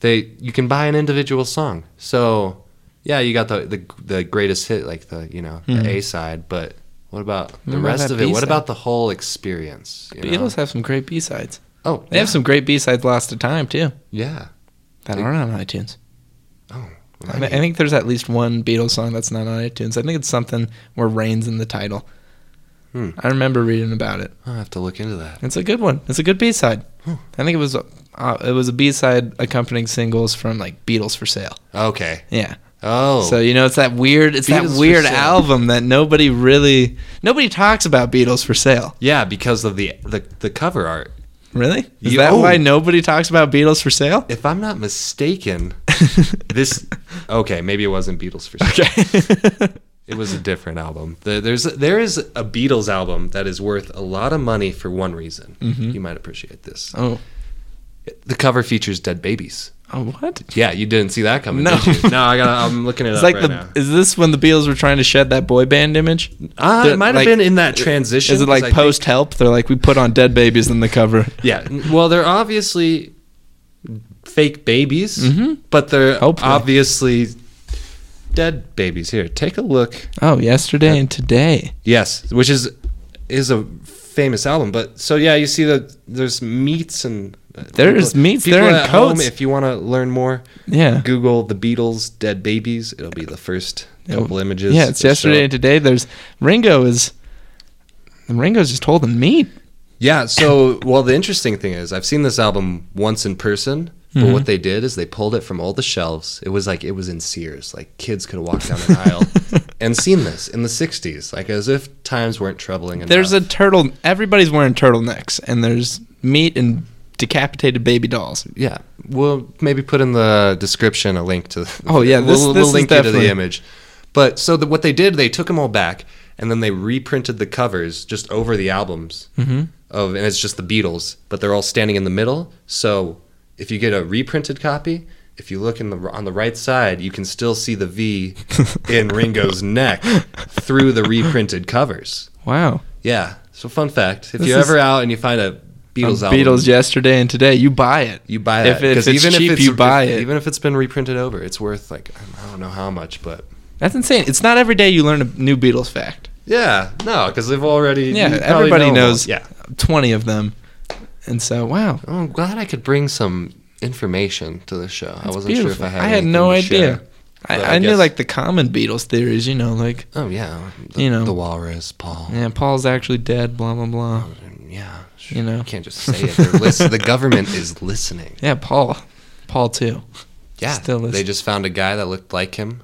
Speaker 1: they you can buy an individual song. So yeah, you got the the, the greatest hit, like the you know the A side. But what about the
Speaker 2: Mm-hmm. What about
Speaker 1: rest
Speaker 2: that
Speaker 1: of it? What
Speaker 2: B-side?
Speaker 1: about the whole experience? you know?
Speaker 2: Beatles have some great B sides.
Speaker 1: Oh,
Speaker 2: They have some great B sides lost to time too
Speaker 1: yeah.
Speaker 2: that
Speaker 1: They-
Speaker 2: aren't on iTunes.
Speaker 1: Oh,
Speaker 2: I, I think there's at least one Beatles song that's not on iTunes. I think it's something where rain's in the title.
Speaker 1: Hmm.
Speaker 2: I remember reading about it.
Speaker 1: I'll have to look into that.
Speaker 2: It's a good one. It's a good B side. I think it was uh, it was a B side accompanying singles from like Beatles for Sale.
Speaker 1: Okay.
Speaker 2: Yeah.
Speaker 1: Oh,
Speaker 2: So you know it's that weird it's
Speaker 1: Beatles
Speaker 2: that
Speaker 1: for
Speaker 2: weird
Speaker 1: Sale.
Speaker 2: album that nobody really nobody talks about Beatles for Sale.
Speaker 1: yeah, because of the the the cover art.
Speaker 2: Really? Is
Speaker 1: You-
Speaker 2: that
Speaker 1: oh.
Speaker 2: why nobody talks about Beatles for
Speaker 1: [laughs]
Speaker 2: Sale?
Speaker 1: If I'm not mistaken,
Speaker 2: [laughs]
Speaker 1: this okay, maybe it wasn't Beatles for sure. [laughs]
Speaker 2: Okay.
Speaker 1: It was a different album. There- There's there is a Beatles album that is worth a lot of money for one reason.
Speaker 2: Mm-hmm.
Speaker 1: You might appreciate this.
Speaker 2: oh.
Speaker 1: The cover features dead babies.
Speaker 2: Oh what?
Speaker 1: Yeah, you didn't see that coming.
Speaker 2: No.
Speaker 1: did you? no, I got. I'm looking it
Speaker 2: It's
Speaker 1: up
Speaker 2: like
Speaker 1: right
Speaker 2: the
Speaker 1: now.
Speaker 2: is this when the Beatles were trying to shed that boy band image?
Speaker 1: Ah,
Speaker 2: the-
Speaker 1: it might have
Speaker 2: like-
Speaker 1: been in that transition.
Speaker 2: Is it
Speaker 1: 'cause I
Speaker 2: like
Speaker 1: think-
Speaker 2: post help? They're like we put on dead babies in the cover.
Speaker 1: yeah. n- Well, they're obviously fake babies, but they're
Speaker 2: Mm-hmm. Hopefully.
Speaker 1: obviously dead babies. Here, take a look.
Speaker 2: Oh, yesterday and today.
Speaker 1: Yes, which is is a famous album. But so yeah, you see that there's meats and uh,
Speaker 2: There's meats,
Speaker 1: people
Speaker 2: they're in
Speaker 1: at home,
Speaker 2: coats.
Speaker 1: if you want to learn more,
Speaker 2: Yeah.
Speaker 1: Google the Beatles dead babies. It'll be the first couple images.
Speaker 2: Yeah,
Speaker 1: that
Speaker 2: it's
Speaker 1: show
Speaker 2: yesterday
Speaker 1: up.
Speaker 2: and today. There's Ringo is Ringo's just holding meat.
Speaker 1: Yeah. So well, the interesting thing is, I've seen this album once in person. But what they did is they pulled it from all the shelves. It was like it was in Sears. Like kids could have walked down an aisle and seen this in the '60s, like as if times weren't troubling enough.
Speaker 2: There's a turtle. Everybody's wearing turtlenecks, and there's meat and decapitated baby dolls.
Speaker 1: Yeah, we'll maybe put in the description a link to.
Speaker 2: [laughs] Oh, yeah, this-
Speaker 1: we'll,
Speaker 2: this
Speaker 1: we'll
Speaker 2: is
Speaker 1: link you to
Speaker 2: definitely-
Speaker 1: the image. But so the, what they did, they took them all back and then they reprinted the covers just
Speaker 2: Mm-hmm.
Speaker 1: over the albums of, and it's just the Beatles, but they're all standing in the middle. So If you get a reprinted copy, if you look in the on the right side, you can still see the V
Speaker 2: [laughs]
Speaker 1: in Ringo's neck through the reprinted covers.
Speaker 2: Wow.
Speaker 1: Yeah. So fun fact: if
Speaker 2: This
Speaker 1: you're
Speaker 2: is-
Speaker 1: ever out and you find a Beatles
Speaker 2: Beatles,
Speaker 1: album,
Speaker 2: yesterday and today. You buy it.
Speaker 1: you buy
Speaker 2: If
Speaker 1: that
Speaker 2: it- if
Speaker 1: 'Cause
Speaker 2: it's cheap, you buy it.
Speaker 1: Even if it's been reprinted over, it's worth like I don't know how much, but
Speaker 2: That's insane. It's not every day you learn a new Beatles fact.
Speaker 1: yeah, no, because they've already
Speaker 2: Yeah,
Speaker 1: you probably
Speaker 2: everybody
Speaker 1: know-
Speaker 2: knows
Speaker 1: Yeah.
Speaker 2: 20 of them. And so, wow.
Speaker 1: Oh, I'm glad I could bring some information to the show. I
Speaker 2: That's
Speaker 1: wasn't
Speaker 2: beautiful.
Speaker 1: sure if I had.
Speaker 2: I had
Speaker 1: anything
Speaker 2: no
Speaker 1: to
Speaker 2: idea.
Speaker 1: share.
Speaker 2: I,
Speaker 1: but
Speaker 2: I,
Speaker 1: I
Speaker 2: knew
Speaker 1: guess-
Speaker 2: like the common Beatles theories, you know, like
Speaker 1: Oh yeah, the,
Speaker 2: You know.
Speaker 1: the walrus, Paul.
Speaker 2: yeah, Paul's actually dead, blah blah blah.
Speaker 1: Mm. Yeah,
Speaker 2: You know.
Speaker 1: can't just say it. They're
Speaker 2: [laughs]
Speaker 1: listen- the government is listening.
Speaker 2: Yeah, Paul, Paul too.
Speaker 1: Yeah,
Speaker 2: Still
Speaker 1: they
Speaker 2: listen.
Speaker 1: just found a guy that looked like him,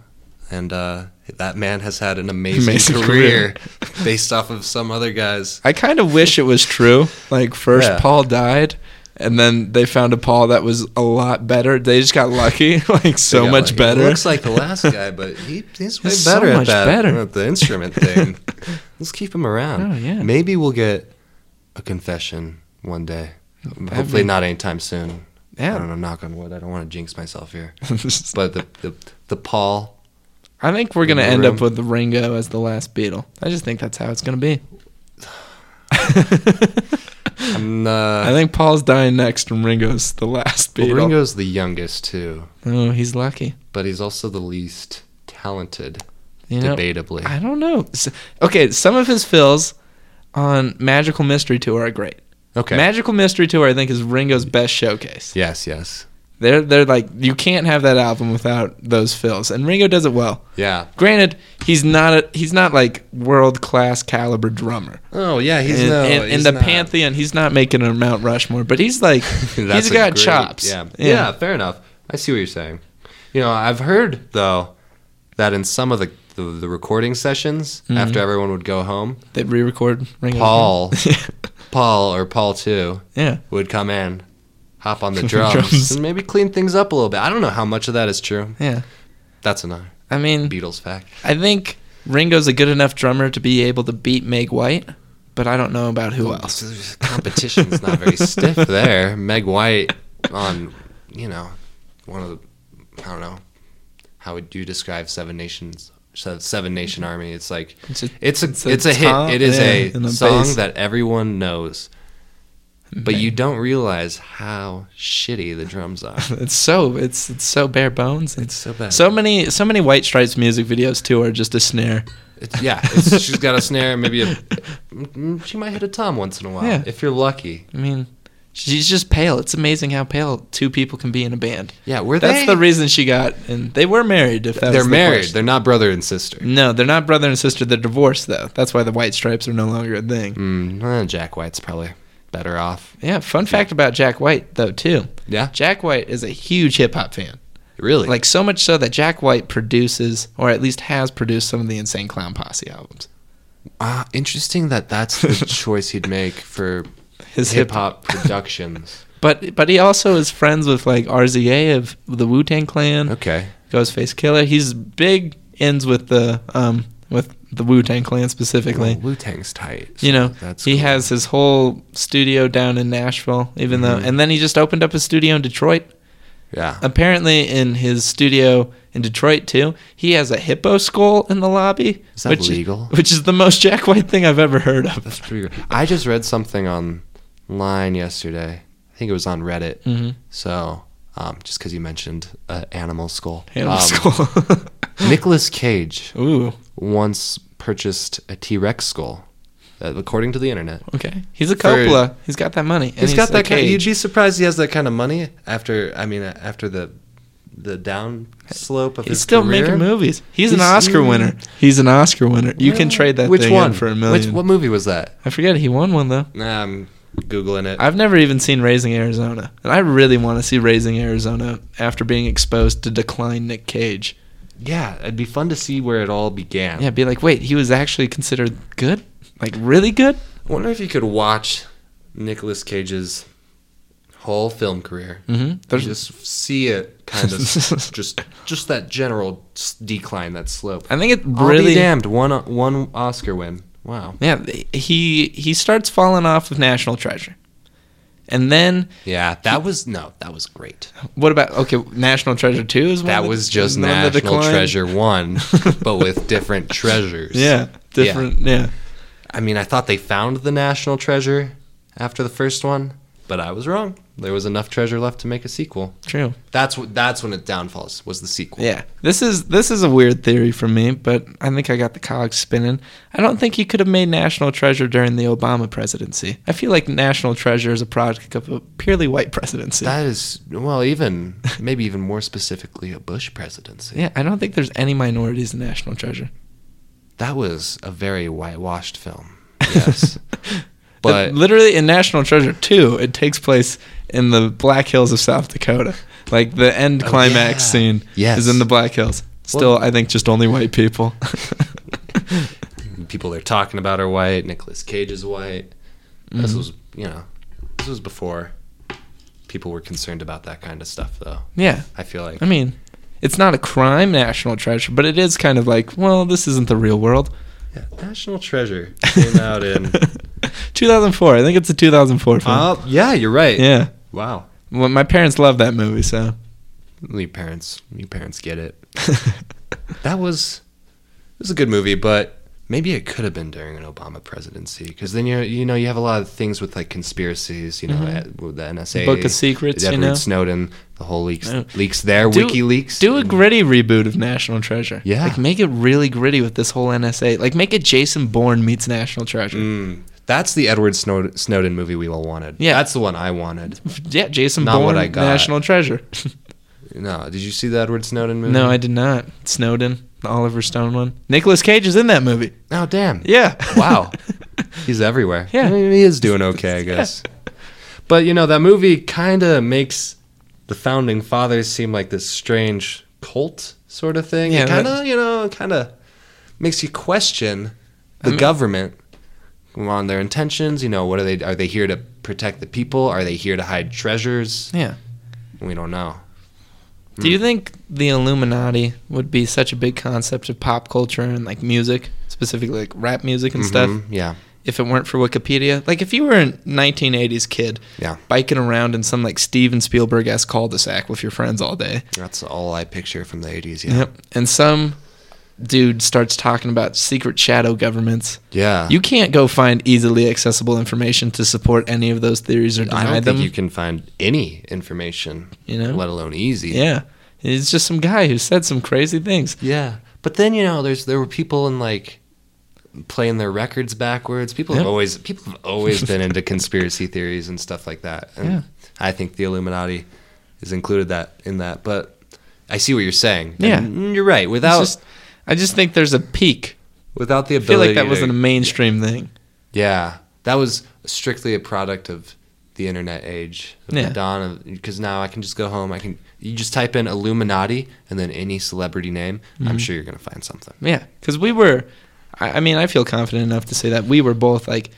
Speaker 1: and uh, that man has had an amazing,
Speaker 2: Amazing
Speaker 1: career, based off of some other guys.
Speaker 2: I kind of wish it was true. Like first
Speaker 1: Yeah.
Speaker 2: Paul died, and then they found a Paul that was a lot better. They just got lucky, [laughs] like so
Speaker 1: They got,
Speaker 2: much
Speaker 1: like,
Speaker 2: better.
Speaker 1: Looks like the last guy, but he, he's way
Speaker 2: He's so
Speaker 1: better at
Speaker 2: much
Speaker 1: that.
Speaker 2: better.
Speaker 1: At the instrument
Speaker 2: [laughs]
Speaker 1: thing. Let's keep him around.
Speaker 2: Oh, yeah.
Speaker 1: Maybe we'll get a confession one day. Hopefully
Speaker 2: be-
Speaker 1: not anytime soon. I don't
Speaker 2: [laughs] yeah.
Speaker 1: know. Knock on wood. I don't want to jinx myself here.
Speaker 2: [laughs] I
Speaker 1: But the the, the Paul.
Speaker 2: think we're gonna
Speaker 1: In the
Speaker 2: end
Speaker 1: room.
Speaker 2: up with Ringo as the last Beatle. I just think that's how it's gonna be.
Speaker 1: I'm, uh,
Speaker 2: [laughs] I think Paul's dying next, and Ringo's the last
Speaker 1: well,
Speaker 2: Beatle.
Speaker 1: Ringo's the youngest too,
Speaker 2: oh, he's lucky.
Speaker 1: but he's also the least talented,
Speaker 2: You know,
Speaker 1: debatably.
Speaker 2: I don't know. S- Okay, some of his fills on Magical Mystery Tour are great.
Speaker 1: okay.
Speaker 2: Magical Mystery Tour, I think, is Ringo's best showcase.
Speaker 1: yes. Yes.
Speaker 2: They're they're like you can't have that album without those fills, and Ringo does it well.
Speaker 1: Yeah.
Speaker 2: Granted, he's not a, he's not like world class caliber drummer.
Speaker 1: Oh yeah. He's
Speaker 2: in,
Speaker 1: no,
Speaker 2: in, in
Speaker 1: he's
Speaker 2: the
Speaker 1: not.
Speaker 2: pantheon, he's not making a Mount Rushmore, but he's
Speaker 1: [laughs]
Speaker 2: like
Speaker 1: That's
Speaker 2: he's
Speaker 1: a
Speaker 2: got
Speaker 1: great-
Speaker 2: chops.
Speaker 1: Yeah. yeah, fair enough. I see what you're saying. You know, I've heard though that in some of the the, the recording sessions
Speaker 2: Mm-hmm.
Speaker 1: after everyone would go home,
Speaker 2: they re-record Ringo.
Speaker 1: Paul, Paul or Paul too
Speaker 2: [laughs] yeah,
Speaker 1: would come in, hop
Speaker 2: [laughs]
Speaker 1: on the drums,
Speaker 2: Drums.
Speaker 1: and maybe clean things up a little bit. I don't know how much of that is true.
Speaker 2: yeah.
Speaker 1: That's another
Speaker 2: I mean,
Speaker 1: Beatles fact.
Speaker 2: I think Ringo's a good enough drummer to be able to beat Meg White, but I don't know about who else.
Speaker 1: Competition's not very
Speaker 2: [laughs]
Speaker 1: stiff there. Meg White on, you know, one of the, I don't know, how would you describe Seven Nations? Se- Seven Nation
Speaker 2: Mm-hmm.
Speaker 1: Army. It's like
Speaker 2: It's a-
Speaker 1: it's a
Speaker 2: it's
Speaker 1: it's
Speaker 2: a
Speaker 1: a, hit.
Speaker 2: tom-
Speaker 1: it is
Speaker 2: yeah, and
Speaker 1: a
Speaker 2: a
Speaker 1: song
Speaker 2: bass.
Speaker 1: that everyone knows, but
Speaker 2: Man.
Speaker 1: you don't realize how shitty the drums are.
Speaker 2: [laughs] It's so it's it's so bare bones. and
Speaker 1: It's so bad.
Speaker 2: So many so many White Stripes music videos too are just a snare.
Speaker 1: It's, yeah, it's, she's got a snare. Maybe a mm, she might hit a tom once in a while
Speaker 2: Yeah.
Speaker 1: if you're lucky.
Speaker 2: I mean, she's just pale. It's amazing how pale two people can be in a band.
Speaker 1: Yeah, were
Speaker 2: That's
Speaker 1: they?
Speaker 2: the reason she got and they were married. If that
Speaker 1: they're
Speaker 2: was the
Speaker 1: married.
Speaker 2: question.
Speaker 1: They're not brother and sister.
Speaker 2: no, they're not brother and sister. They're divorced though. That's why the White Stripes are no longer a thing.
Speaker 1: Mm, eh, Jack White's probably better off.
Speaker 2: Yeah. Fun fact about Jack White though too.
Speaker 1: Yeah,
Speaker 2: Jack White is a huge hip hop fan.
Speaker 1: really.
Speaker 2: Like so much so that Jack White produces, or at least has produced, some of the Insane Clown Posse albums.
Speaker 1: Ah, interesting that that's the
Speaker 2: [laughs]
Speaker 1: choice he'd make for
Speaker 2: His
Speaker 1: hip hop
Speaker 2: [laughs]
Speaker 1: productions.
Speaker 2: But but he also is friends with like RZA of the Wu Tang Clan,
Speaker 1: Okay,
Speaker 2: Ghostface Killer. He's big ends with the um with the Wu Tang Clan specifically.
Speaker 1: Wu Tang's tight. so
Speaker 2: you know,
Speaker 1: that's
Speaker 2: he
Speaker 1: cool.
Speaker 2: has his whole studio down in Nashville, even
Speaker 1: Mm-hmm.
Speaker 2: though, and then he just opened up a studio in Detroit.
Speaker 1: yeah.
Speaker 2: uh, Apparently, in his studio in Detroit too, he has a hippo skull in the lobby,
Speaker 1: Is that legal?
Speaker 2: which is the most Jack White thing I've ever heard of. [laughs]
Speaker 1: That's pretty good. I just read something online yesterday. I think it was on Reddit.
Speaker 2: Mhm.
Speaker 1: So, um, just because you mentioned uh, Animal Skull,
Speaker 2: Animal
Speaker 1: um,
Speaker 2: skull. [laughs]
Speaker 1: Nicholas Cage
Speaker 2: Ooh,
Speaker 1: once purchased a T Rex skull, uh, according to the internet.
Speaker 2: okay. He's a
Speaker 1: For-
Speaker 2: Coppola. He's got that money. and
Speaker 1: he's got
Speaker 2: a
Speaker 1: that kind.
Speaker 2: cage.
Speaker 1: You'd be surprised he has that kind of money after. I mean, uh, after the the down slope of
Speaker 2: He's
Speaker 1: his
Speaker 2: still
Speaker 1: career.
Speaker 2: making movies. He's, an
Speaker 1: He's-
Speaker 2: Oscar
Speaker 1: mm.
Speaker 2: winner. He's an Oscar winner. You can
Speaker 1: Well,
Speaker 2: trade that
Speaker 1: Which
Speaker 2: thing in
Speaker 1: one
Speaker 2: for a million.
Speaker 1: Which, what movie was that?
Speaker 2: I forget he won one though.
Speaker 1: Nah, I'm googling it.
Speaker 2: I've never even seen Raising Arizona, and I really want to see Raising Arizona after being exposed to decline Nick Cage.
Speaker 1: yeah, it'd be fun to see where it all began.
Speaker 2: Yeah, be like, wait, he was actually considered good, like really good.
Speaker 1: I wonder if you could watch Nicolas Cage's whole film career.
Speaker 2: Mm-hmm. There's
Speaker 1: You just see it kind [laughs] of just just that general s- decline, that slope.
Speaker 2: I think it
Speaker 1: I'll be
Speaker 2: really.
Speaker 1: damned, one o- one Oscar win. Wow.
Speaker 2: Yeah, he he starts falling off of National Treasure, And then
Speaker 1: Yeah, that was no, that was great.
Speaker 2: what about okay? National Treasure Two is one
Speaker 1: That
Speaker 2: that-
Speaker 1: was just
Speaker 2: is one that
Speaker 1: National
Speaker 2: declined?
Speaker 1: Treasure [laughs] One, but with different treasures.
Speaker 2: Yeah, different. Yeah.
Speaker 1: I mean, I thought they found the national treasure after the first one, but I was wrong. There was enough treasure left to make a sequel.
Speaker 2: true.
Speaker 1: That's what. That's when it downfalls was the sequel.
Speaker 2: Yeah, this is this is a weird theory for me, but I think I got the cogs spinning. I don't think he could have made National Treasure during the Obama presidency. I feel like National Treasure is a product of a purely white presidency.
Speaker 1: That is well, even maybe even more specifically, a Bush presidency.
Speaker 2: yeah, I don't think there's any minorities in National Treasure.
Speaker 1: That was a very whitewashed [laughs] film. Yes,
Speaker 2: But
Speaker 1: but
Speaker 2: literally in National Treasure 2, it takes place in the Black Hills of South Dakota. Like the end
Speaker 1: Oh,
Speaker 2: climax
Speaker 1: yeah.
Speaker 2: scene
Speaker 1: Yes.
Speaker 2: is in the Black Hills. Still, I think just only white
Speaker 1: [laughs]
Speaker 2: people.
Speaker 1: people they're talking about are white. Nicolas Cage is white. This was, you know, this was before people were concerned about that kind of stuff, though.
Speaker 2: yeah.
Speaker 1: I feel like
Speaker 2: I mean, it's not a crime, National Treasure, but it is kind of like, well, this isn't the real world.
Speaker 1: yeah, National [laughs] Treasure came out
Speaker 2: [laughs]
Speaker 1: in.
Speaker 2: 2004. I think it's a 2004 film.
Speaker 1: Oh, yeah, you're right.
Speaker 2: yeah.
Speaker 1: Wow.
Speaker 2: Well, my parents love that
Speaker 1: [laughs]
Speaker 2: movie, so.
Speaker 1: You parents, you parents get it. That was, it was a good movie, but maybe it could have been during an Obama presidency because then you you know you have a lot of things with like conspiracies, you know, at- with the NSA,
Speaker 2: Mm-hmm. Book of Secrets, you
Speaker 1: Edward
Speaker 2: know?
Speaker 1: Snowden, the whole leaks
Speaker 2: Yeah.
Speaker 1: leaks there,
Speaker 2: Do-
Speaker 1: WikiLeaks.
Speaker 2: Do a gritty reboot of National Treasure.
Speaker 1: Yeah.
Speaker 2: Like make it really gritty with this whole NSA. Like make it Jason Bourne meets National Treasure.
Speaker 1: Mm, that's the Edward Snowden, Snowden movie we all wanted.
Speaker 2: Yeah.
Speaker 1: that's the one I wanted.
Speaker 2: Yeah, Jason
Speaker 1: Mm. Not
Speaker 2: Bourne
Speaker 1: what I got. [laughs]
Speaker 2: National Treasure. [laughs]
Speaker 1: No, did you see the Edward Snowden movie?
Speaker 2: no, I did not. Snowden, the Oliver Stone one. Nicolas Cage is in that movie.
Speaker 1: Oh, damn.
Speaker 2: Yeah.
Speaker 1: Wow.
Speaker 2: [laughs]
Speaker 1: He's everywhere.
Speaker 2: Yeah.
Speaker 1: I mean, he is doing
Speaker 2: [laughs]
Speaker 1: okay, I guess. But you know that movie kind of makes the founding fathers seem like this strange cult sort of thing.
Speaker 2: Yeah,
Speaker 1: it
Speaker 2: that-
Speaker 1: kind of you know kind of makes you question the
Speaker 2: Mm-hmm.
Speaker 1: government on their intentions. You know, what are they? Are they here to protect the people? Are they here to hide treasures?
Speaker 2: yeah. Mm-hmm.
Speaker 1: We don't know.
Speaker 2: Do you think the Illuminati would be such a big concept of pop culture and like music, specifically like rap music and stuff,
Speaker 1: Mhm, Yeah.
Speaker 2: if it weren't for Wikipedia? Like if you were a 1980s kid
Speaker 1: Yeah.
Speaker 2: biking around in some like Steven Spielberg esque cul de sac with your friends all day.
Speaker 1: That's all I picture from the 80s. Yeah.
Speaker 2: Yep. And some dude starts talking about secret shadow governments.
Speaker 1: Yeah.
Speaker 2: You can't go find easily accessible information to support any of those theories or
Speaker 1: I
Speaker 2: deny
Speaker 1: don't
Speaker 2: them.
Speaker 1: think you can find any information,
Speaker 2: You know?
Speaker 1: let alone easy.
Speaker 2: yeah. It's just some guy who said some crazy things.
Speaker 1: Yeah. But then, you know, there's there were people in like playing their records backwards. People have
Speaker 2: Yep.
Speaker 1: always people have always been into conspiracy theories and stuff like that. And
Speaker 2: Yeah.
Speaker 1: I think the Illuminati is included that in that, but I see what you're saying.
Speaker 2: Yeah.
Speaker 1: And you're right.
Speaker 2: It's
Speaker 1: Without
Speaker 2: just- I just think there's a peak.
Speaker 1: without the
Speaker 2: I feel
Speaker 1: ability
Speaker 2: like that wasn't a
Speaker 1: to,
Speaker 2: mainstream thing.
Speaker 1: Yeah. That was strictly a product of the internet age, of
Speaker 2: Yeah.
Speaker 1: the dawn of because now I can just go home. I can you just type in Illuminati and then any celebrity name.
Speaker 2: Mm-hmm.
Speaker 1: I'm sure you're gonna find something.
Speaker 2: Yeah, because we were. I, I mean, I feel confident enough to say that we were both like,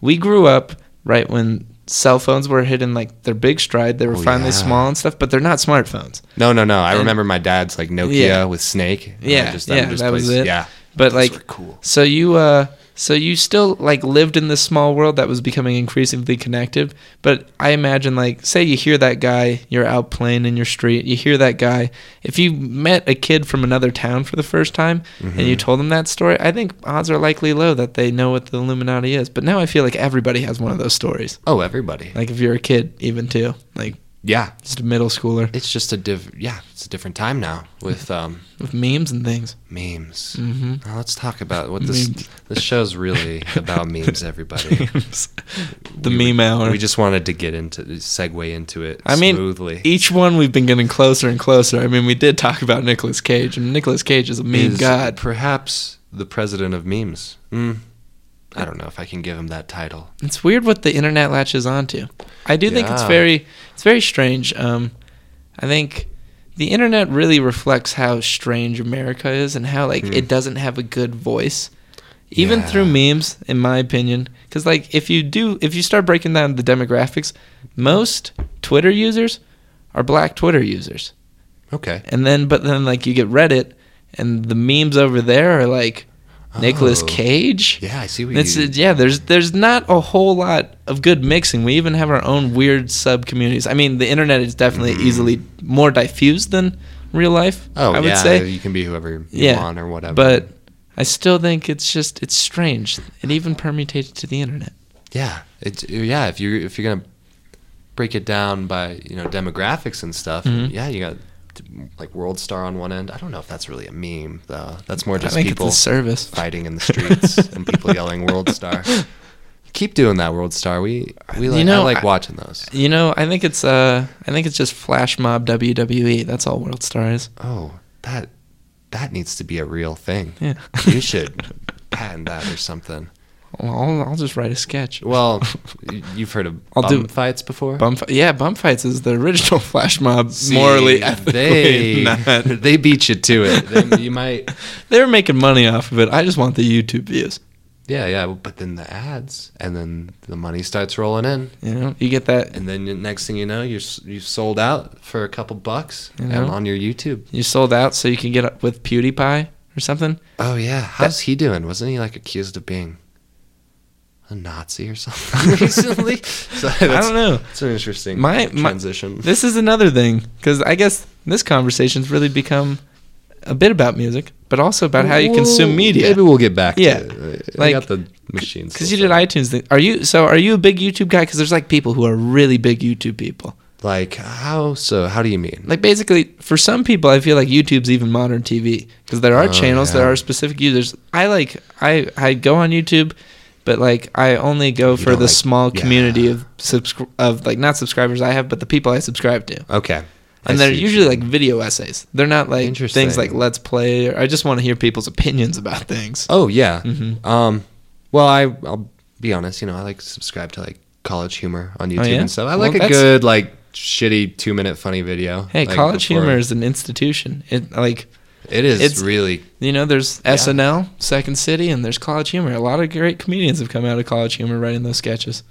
Speaker 2: we grew up right when cell phones were hitting like their big stride. They were
Speaker 1: Oh,
Speaker 2: finally
Speaker 1: yeah.
Speaker 2: small and stuff, but they're not smartphones.
Speaker 1: No, no, no. I
Speaker 2: And-
Speaker 1: remember my dad's like Nokia
Speaker 2: Yeah.
Speaker 1: with Snake. and I
Speaker 2: Yeah,
Speaker 1: I
Speaker 2: yeah, that was it.
Speaker 1: Yeah,
Speaker 2: But
Speaker 1: Those
Speaker 2: like,
Speaker 1: were cool.
Speaker 2: so you, uh, so you still like lived in this small world that was becoming increasingly connected. But I imagine like, say you hear that guy, you're out playing in your street, you hear that guy. If you met a kid from another town for the first time and you told them that story, I think odds are likely low that they know what the Illuminati is. But now I feel like everybody has one of those stories.
Speaker 1: Oh, everybody.
Speaker 2: Like if you're a kid, even too, like
Speaker 1: Yeah,
Speaker 2: just a middle schooler
Speaker 1: it's just a div. Yeah, it's a different time now
Speaker 2: [laughs]
Speaker 1: with um,
Speaker 2: with memes and things.
Speaker 1: memes.
Speaker 2: Mm-hmm.
Speaker 1: [laughs]
Speaker 2: [laughs]
Speaker 1: Now let's talk about what this
Speaker 2: Memes.
Speaker 1: this show's
Speaker 2: [laughs]
Speaker 1: really about. memes, everybody.
Speaker 2: the
Speaker 1: We-
Speaker 2: meme hour.
Speaker 1: We just wanted to get into segue into it.
Speaker 2: I mean, e,
Speaker 1: smoothly.
Speaker 2: each one we've been getting closer and closer. I mean, we did talk about Nicolas Cage, and Nicolas Cage is a meme
Speaker 1: Is
Speaker 2: god.
Speaker 1: perhaps the president of memes. Mm. I don't know if I can give him that title.
Speaker 2: It's weird what the internet latches onto. I do think it's
Speaker 1: Yeah.
Speaker 2: very, it's very strange. Um, I think the internet really reflects how strange America is and how like it doesn't have a good voice, even
Speaker 1: Hmm. Yeah.
Speaker 2: through memes, in my opinion. Because like if you do, if you start breaking down the demographics, most Twitter users are Black Twitter users.
Speaker 1: Okay.
Speaker 2: And then, but then, like, you get Reddit, and the memes over there are like Nicolas
Speaker 1: Oh.
Speaker 2: Cage.
Speaker 1: Yeah, I see what
Speaker 2: It's
Speaker 1: you.
Speaker 2: yeah. There's there's not a whole lot of good mixing. We even have our own weird sub communities. I mean, the internet is definitely easily more diffused than real life.
Speaker 1: Mm. oh,
Speaker 2: I would
Speaker 1: yeah,
Speaker 2: say,
Speaker 1: you can be whoever you
Speaker 2: Yeah,
Speaker 1: want or whatever.
Speaker 2: but I still think it's just it's strange and even permutated to the internet.
Speaker 1: yeah, it's yeah. If you if you're gonna break it down by you know demographics and stuff,
Speaker 2: Mhm.
Speaker 1: yeah, you got like World Star on one end. I don't know if that's really a meme though. That's more
Speaker 2: I
Speaker 1: just
Speaker 2: think
Speaker 1: people
Speaker 2: it's a service.
Speaker 1: fighting in the
Speaker 2: [laughs]
Speaker 1: streets and people yelling "World Star." Keep doing that, World Star. We we
Speaker 2: You
Speaker 1: like,
Speaker 2: know,
Speaker 1: I like
Speaker 2: I-
Speaker 1: watching those.
Speaker 2: You know, I think it's uh, I think it's just flash mob WWE. That's all World Star is.
Speaker 1: Oh, that that needs to be a real
Speaker 2: [laughs]
Speaker 1: thing.
Speaker 2: Yeah,
Speaker 1: You should patent that or something.
Speaker 2: I'll, I'll just write a sketch.
Speaker 1: Well, y- you've heard of
Speaker 2: I'll
Speaker 1: bum
Speaker 2: do-
Speaker 1: fights before.
Speaker 2: Bum, fi- yeah, bump fights is the original [laughs] flash mob.
Speaker 1: See,
Speaker 2: morally, ethically, [laughs]
Speaker 1: they
Speaker 2: not.
Speaker 1: [laughs] they beat you to it. Then you might,
Speaker 2: They're making money off of it. I just want the YouTube views.
Speaker 1: yeah, yeah. But then the ads, and then the money starts rolling in,
Speaker 2: You know, you get that.
Speaker 1: and then the next thing you know, you're s- you sold out for a couple bucks
Speaker 2: You
Speaker 1: and
Speaker 2: know?
Speaker 1: on your YouTube.
Speaker 2: You sold out, so you can get up with PewDiePie or something.
Speaker 1: Oh yeah, how's he doing? Wasn't he like accused of being a Nazi or something
Speaker 2: [laughs]
Speaker 1: recently? So
Speaker 2: I
Speaker 1: that's-
Speaker 2: don't know.
Speaker 1: It's an interesting
Speaker 2: My- my-
Speaker 1: transition.
Speaker 2: This is another thing because I guess this conversation's really become a bit about music, but also about how you consume
Speaker 1: We'll-
Speaker 2: media.
Speaker 1: Maybe we'll get back.
Speaker 2: Yeah.
Speaker 1: to it.
Speaker 2: Like,
Speaker 1: I got the machines.
Speaker 2: Because you did iTunes thing. Are you so? Are you a big YouTube guy? Because there's like people who are really big YouTube people.
Speaker 1: like how so? How do you mean?
Speaker 2: Like basically, for some people, I feel like YouTube's even modern TV because there are
Speaker 1: Oh,
Speaker 2: channels,
Speaker 1: yeah.
Speaker 2: there are specific users. I like I I go on YouTube, but like I only go for
Speaker 1: don't
Speaker 2: the
Speaker 1: like-
Speaker 2: small
Speaker 1: yeah.
Speaker 2: community of subscri- of like not subscribers I have, but the people I subscribe to.
Speaker 1: Okay, I
Speaker 2: And they're
Speaker 1: see what you
Speaker 2: usually
Speaker 1: mean.
Speaker 2: like video essays. They're not like things like
Speaker 1: Interesting.
Speaker 2: Let's Play. Or I just want to hear people's opinions about things.
Speaker 1: Oh yeah.
Speaker 2: Mhm.
Speaker 1: Um, well, I I'll be honest. You know, I like to subscribe to like College Humor on YouTube
Speaker 2: Oh, yeah?
Speaker 1: and stuff. I
Speaker 2: Well,
Speaker 1: like a
Speaker 2: that's-
Speaker 1: good like shitty two minute funny video.
Speaker 2: Hey,
Speaker 1: like,
Speaker 2: College
Speaker 1: before-
Speaker 2: Humor is an institution. It like
Speaker 1: It is
Speaker 2: it's-
Speaker 1: really
Speaker 2: You know, there's SNL, Second City, and there's College Humor. A lot of great comedians have come out of College Humor writing those sketches.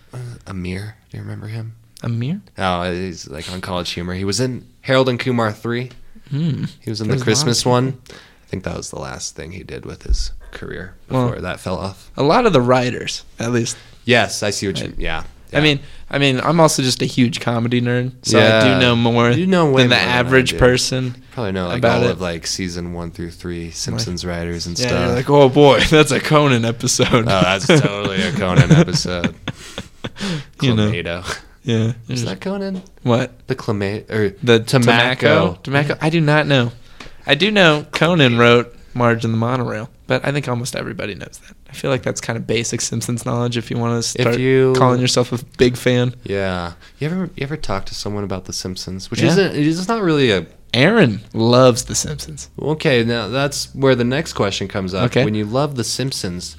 Speaker 1: Amir. Do you remember him?
Speaker 2: Amir?
Speaker 1: Oh, he's like on College Humor. He was in Harold and Kumar three.
Speaker 2: Hmm.
Speaker 1: He was in
Speaker 2: There's a
Speaker 1: the
Speaker 2: lot of
Speaker 1: Christmas one. I think that was the last thing he did with his career
Speaker 2: Well-
Speaker 1: before that fell off.
Speaker 2: A lot of the writers, at least.
Speaker 1: Yes, I see what you.
Speaker 2: Right.
Speaker 1: Yeah,
Speaker 2: I
Speaker 1: yeah.
Speaker 2: mean, I mean, I'm also just a huge comedy nerd, so I
Speaker 1: Yeah.
Speaker 2: do know more
Speaker 1: You know way
Speaker 2: than the
Speaker 1: more than I
Speaker 2: average
Speaker 1: do.
Speaker 2: person.
Speaker 1: probably know like
Speaker 2: about
Speaker 1: all
Speaker 2: it.
Speaker 1: of like season one through three Simpsons writers and
Speaker 2: Yeah,
Speaker 1: stuff.
Speaker 2: you're like, oh boy, [laughs] that's a Conan episode.
Speaker 1: oh, that's totally a
Speaker 2: [laughs]
Speaker 1: Conan episode.
Speaker 2: you know,
Speaker 1: Clamato.
Speaker 2: yeah.
Speaker 1: Is that Conan?
Speaker 2: what
Speaker 1: The Clamato or
Speaker 2: the
Speaker 1: Tamako.
Speaker 2: Tamako? Tamako? I do not know. I do know Conan wrote Marge and the Monorail, but I think almost everybody knows that. I feel like that's kind of basic Simpsons knowledge. If you want to
Speaker 1: If
Speaker 2: start
Speaker 1: you-
Speaker 2: calling yourself a big fan,
Speaker 1: Yeah. You ever you ever talk to someone about The Simpsons, which
Speaker 2: Yeah.
Speaker 1: isn't it's not really a
Speaker 2: Aaron loves The Simpsons.
Speaker 1: okay. Now that's where the next question comes up.
Speaker 2: Okay.
Speaker 1: When you love The Simpsons,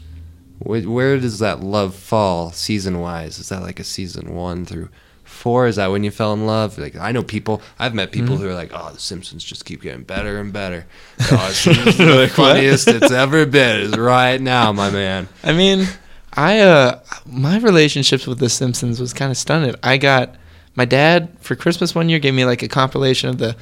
Speaker 1: wh- where does that love fall season wise? Is that like a season one through? Four is that when you fell in love? Like I know people, I've met people
Speaker 2: Mm-hmm.
Speaker 1: who are like, "Oh, The Simpsons just keep getting better and
Speaker 2: [laughs]
Speaker 1: better." Oh, it's the
Speaker 2: Like, what?
Speaker 1: funniest it's ever been is right now, my man.
Speaker 2: I mean, I uh, my relationships with The Simpsons was kind of stunted. I got my dad for Christmas one year gave me like a compilation of the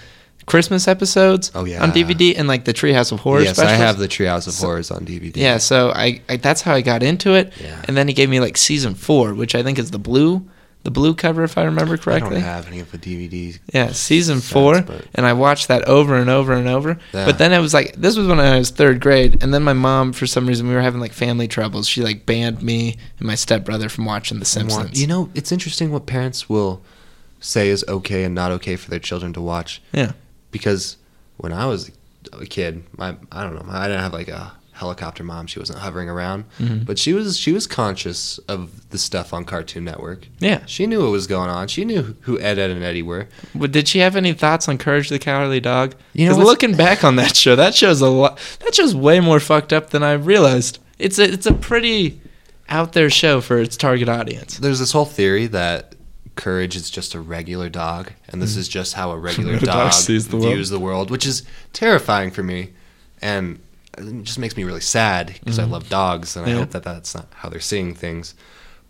Speaker 2: Christmas episodes
Speaker 1: Oh, yeah.
Speaker 2: on DVD and like the Treehouse of Horror.
Speaker 1: yes, I
Speaker 2: specials.
Speaker 1: have the Treehouse of Horrors on DVD.
Speaker 2: Yeah, so I, I that's how I got into it.
Speaker 1: Yeah.
Speaker 2: And then he gave me like season four, which I think is the blue, the blue cover if I remember
Speaker 1: I
Speaker 2: correctly.
Speaker 1: don't have any of the DVDs.
Speaker 2: yeah, season
Speaker 1: Sucks,
Speaker 2: four,
Speaker 1: but-
Speaker 2: and I watched that over and over and over.
Speaker 1: Yeah.
Speaker 2: But then it was like this was when I was third grade, and then my mom for some reason we were having like family troubles. She like banned me and my stepbrother from watching The Simpsons.
Speaker 1: You know, it's interesting what parents will say is okay and not okay for their children to watch.
Speaker 2: Yeah.
Speaker 1: Because when I was a kid, my I don't know, I didn't have like a helicopter mom. She wasn't hovering around, but she was she was conscious of the stuff on Cartoon Network.
Speaker 2: yeah.
Speaker 1: She knew what was going on. She knew who Ed, Ed, and Eddie were.
Speaker 2: Well, did she have any thoughts on Courage the Cowardly Dog?
Speaker 1: You
Speaker 2: You
Speaker 1: know
Speaker 2: know,
Speaker 1: what's-
Speaker 2: looking back on that show, that show's a lot. That show's way more fucked up than I realized. It's a it's a pretty out there show for its target audience.
Speaker 1: There's this whole theory that Courage is just a regular dog, and
Speaker 2: Hmm.
Speaker 1: this is just
Speaker 2: [laughs]
Speaker 1: how a regular
Speaker 2: Regular
Speaker 1: dog,
Speaker 2: dog sees the world.
Speaker 1: views the world, which is terrifying for me, and it just makes me really sad because I love dogs, and
Speaker 2: Hmm. Yeah.
Speaker 1: I hope that that's not how they're seeing things.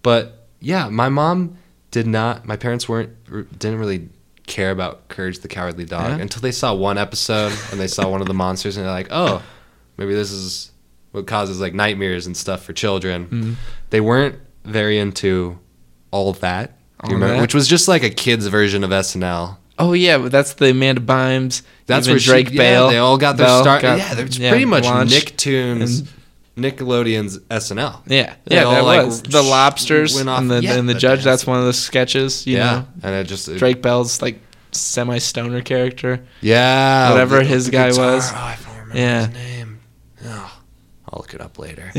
Speaker 1: But yeah, my mom did not. My parents weren't r- didn't really care about Courage the Cowardly Dog
Speaker 2: Yeah.
Speaker 1: until they saw one episode and they saw one of the monsters, and they're like, oh, maybe this is. what causes like nightmares and stuff for children.
Speaker 2: Mm-hmm.
Speaker 1: They weren't very into all that, Do you
Speaker 2: All
Speaker 1: remember?
Speaker 2: That?
Speaker 1: which was just like a kid's version of SNL.
Speaker 2: Oh yeah, but that's the Amanda Bynes.
Speaker 1: That's
Speaker 2: even
Speaker 1: where she-
Speaker 2: Drake
Speaker 1: yeah,
Speaker 2: Bale.
Speaker 1: they all got their
Speaker 2: Bell
Speaker 1: start.
Speaker 2: got-
Speaker 1: yeah, there's pretty much
Speaker 2: launched.
Speaker 1: Nicktoons, Nickelodeon's SNL.
Speaker 2: Yeah,
Speaker 1: They
Speaker 2: yeah,
Speaker 1: all,
Speaker 2: that
Speaker 1: like,
Speaker 2: was the
Speaker 1: sh-
Speaker 2: lobsters
Speaker 1: went off-
Speaker 2: and the
Speaker 1: yeah,
Speaker 2: and the
Speaker 1: that
Speaker 2: judge.
Speaker 1: dance.
Speaker 2: That's one of those sketches. You
Speaker 1: yeah,
Speaker 2: know,
Speaker 1: and it just it-
Speaker 2: Drake Bell's like semi stoner [laughs] character.
Speaker 1: Yeah,
Speaker 2: Whatever
Speaker 1: the-
Speaker 2: his
Speaker 1: the
Speaker 2: guy
Speaker 1: guitar-
Speaker 2: was.
Speaker 1: Oh, I don't remember
Speaker 2: Yeah.
Speaker 1: his name. Oh, I'll look it up later.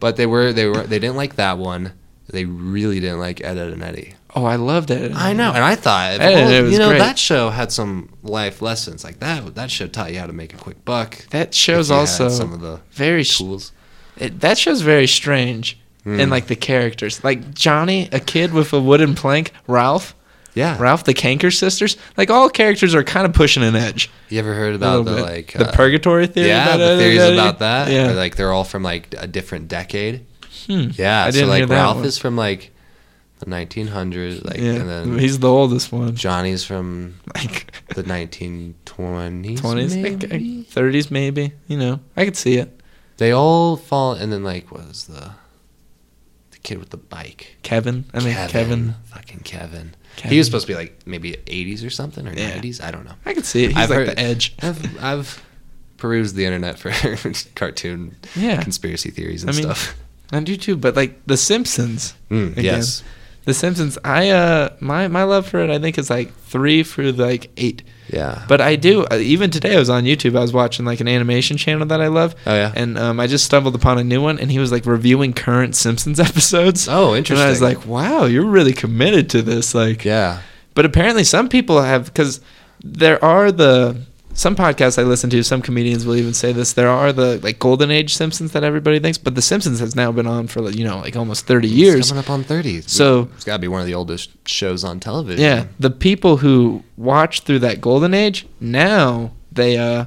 Speaker 1: But they were they were they didn't like that one. They really didn't like Ed, Ed and Eddie.
Speaker 2: oh, I loved it.
Speaker 1: I know, and I thought,
Speaker 2: Ed, Ed,
Speaker 1: well,
Speaker 2: Ed was
Speaker 1: you know,
Speaker 2: great.
Speaker 1: that show had some life lessons like that. That show taught you how to make a quick buck.
Speaker 2: That
Speaker 1: If
Speaker 2: show's
Speaker 1: you had
Speaker 2: also
Speaker 1: some of the
Speaker 2: very sh-
Speaker 1: tools.
Speaker 2: it, that show's very strange
Speaker 1: Hmm.
Speaker 2: in like the characters. Like Johnny, a kid with a wooden plank. Ralph,
Speaker 1: Yeah,
Speaker 2: Ralph the Kanker sisters. Like all characters are kind of pushing an edge.
Speaker 1: you ever heard
Speaker 2: a
Speaker 1: about
Speaker 2: little
Speaker 1: the
Speaker 2: bit.
Speaker 1: like
Speaker 2: the
Speaker 1: uh,
Speaker 2: purgatory theory.
Speaker 1: Yeah,
Speaker 2: about
Speaker 1: the
Speaker 2: Ed,
Speaker 1: theories
Speaker 2: Ed, Ed,
Speaker 1: about that.
Speaker 2: Yeah.
Speaker 1: Or like they're all from like a different decade.
Speaker 2: Hmm.
Speaker 1: Yeah.
Speaker 2: I
Speaker 1: so
Speaker 2: didn't
Speaker 1: like
Speaker 2: hear that
Speaker 1: Ralph
Speaker 2: one.
Speaker 1: is from like the 1900s, like
Speaker 2: yeah.
Speaker 1: and then
Speaker 2: he's the oldest one. [laughs]
Speaker 1: Johnny's from
Speaker 2: Like
Speaker 1: the 1920s.
Speaker 2: twenties,
Speaker 1: maybe?
Speaker 2: thirties, maybe. You know, I could see it.
Speaker 1: They all fall, and then like what was the the kid with the bike?
Speaker 2: Kevin. I mean, Kevin.
Speaker 1: fucking Kevin. He
Speaker 2: Kevin.
Speaker 1: was supposed to be like maybe 80s or something or
Speaker 2: Yeah.
Speaker 1: 90s. I don't know.
Speaker 2: I could see it. He's
Speaker 1: I've
Speaker 2: like
Speaker 1: heard-
Speaker 2: the edge.
Speaker 1: I've I've perused the internet for [laughs] cartoon
Speaker 2: Yeah,
Speaker 1: conspiracy theories
Speaker 2: I
Speaker 1: and
Speaker 2: mean,
Speaker 1: stuff. [laughs]
Speaker 2: I do too. But like The Simpsons,
Speaker 1: Mm,
Speaker 2: again.
Speaker 1: yes.
Speaker 2: The Simpsons. I uh, my my love for it, I think, is like three through like eight.
Speaker 1: Yeah.
Speaker 2: But I do. uh, Even today, I was on YouTube. I was watching like an animation channel that I love.
Speaker 1: Oh, yeah?
Speaker 2: And um, I just stumbled upon a new one, and he was like reviewing current Simpsons [laughs] episodes.
Speaker 1: oh, interesting.
Speaker 2: And I was like, wow, you're really committed to this. Like,
Speaker 1: yeah.
Speaker 2: But apparently, some people have because there are the some podcasts I listen to. Some comedians will even say this. There are the like golden age Simpsons that everybody thinks, but the Simpsons has now been on for like, you know like almost thirty
Speaker 1: It's
Speaker 2: years.
Speaker 1: coming up on 30.
Speaker 2: So-
Speaker 1: it's got to be one of the oldest shows on television.
Speaker 2: Yeah, the people who watched through that golden age now they uh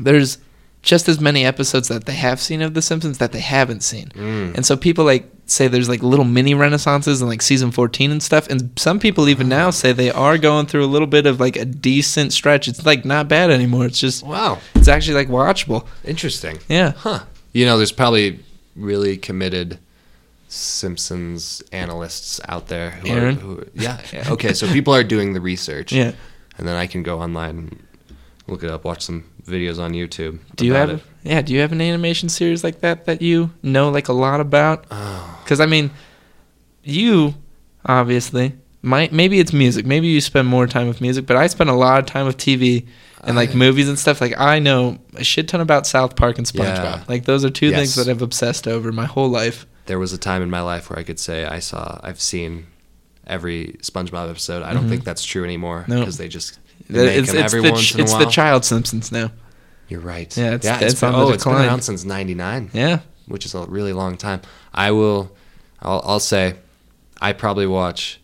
Speaker 2: there's just as many episodes that they have seen of the Simpsons that they haven't seen.
Speaker 1: Mm.
Speaker 2: Mm-hmm. And so people like say there's like little mini renaissances and like season 14 and stuff. And some people even now say they are going through a little bit of like a decent stretch. It's like not bad anymore. It's just,
Speaker 1: Wow.
Speaker 2: it's actually like watchable.
Speaker 1: Interesting.
Speaker 2: Yeah.
Speaker 1: Huh. You know, there's probably really committed Simpsons analysts out there. Who
Speaker 2: Aaron?
Speaker 1: Are, who are, yeah. Okay. So people are doing the research.
Speaker 2: [laughs] Yeah.
Speaker 1: And then I can go online and look it up, watch some videos on YouTube.
Speaker 2: Do you
Speaker 1: about
Speaker 2: have,
Speaker 1: it.
Speaker 2: yeah, do you have an animation series like that that you know like a lot about?
Speaker 1: Oh.
Speaker 2: Because I mean, you obviously might maybe it's music. Maybe you spend more time with music, but I spend a lot of time with TV and like
Speaker 1: I-
Speaker 2: movies and stuff. Like I know a shit ton about South Park and SpongeBob.
Speaker 1: Yeah.
Speaker 2: Like those are two things
Speaker 1: Yes.
Speaker 2: that I've obsessed over my whole life.
Speaker 1: There was a time in my life where I could say I saw, I've seen every SpongeBob episode. I don't think that's true anymore
Speaker 2: Mm-hmm. No.
Speaker 1: because they just they make
Speaker 2: it's
Speaker 1: them
Speaker 2: it's,
Speaker 1: every
Speaker 2: the,
Speaker 1: once
Speaker 2: ch-
Speaker 1: in a
Speaker 2: it's the
Speaker 1: while.
Speaker 2: child Simpsons now.
Speaker 1: You're right.
Speaker 2: Yeah, it's- it's
Speaker 1: been,
Speaker 2: on the
Speaker 1: oh, it's been
Speaker 2: decline.
Speaker 1: around since '99,
Speaker 2: Yeah,
Speaker 1: which is a really long time. I will, I'll, I'll say, I probably watch.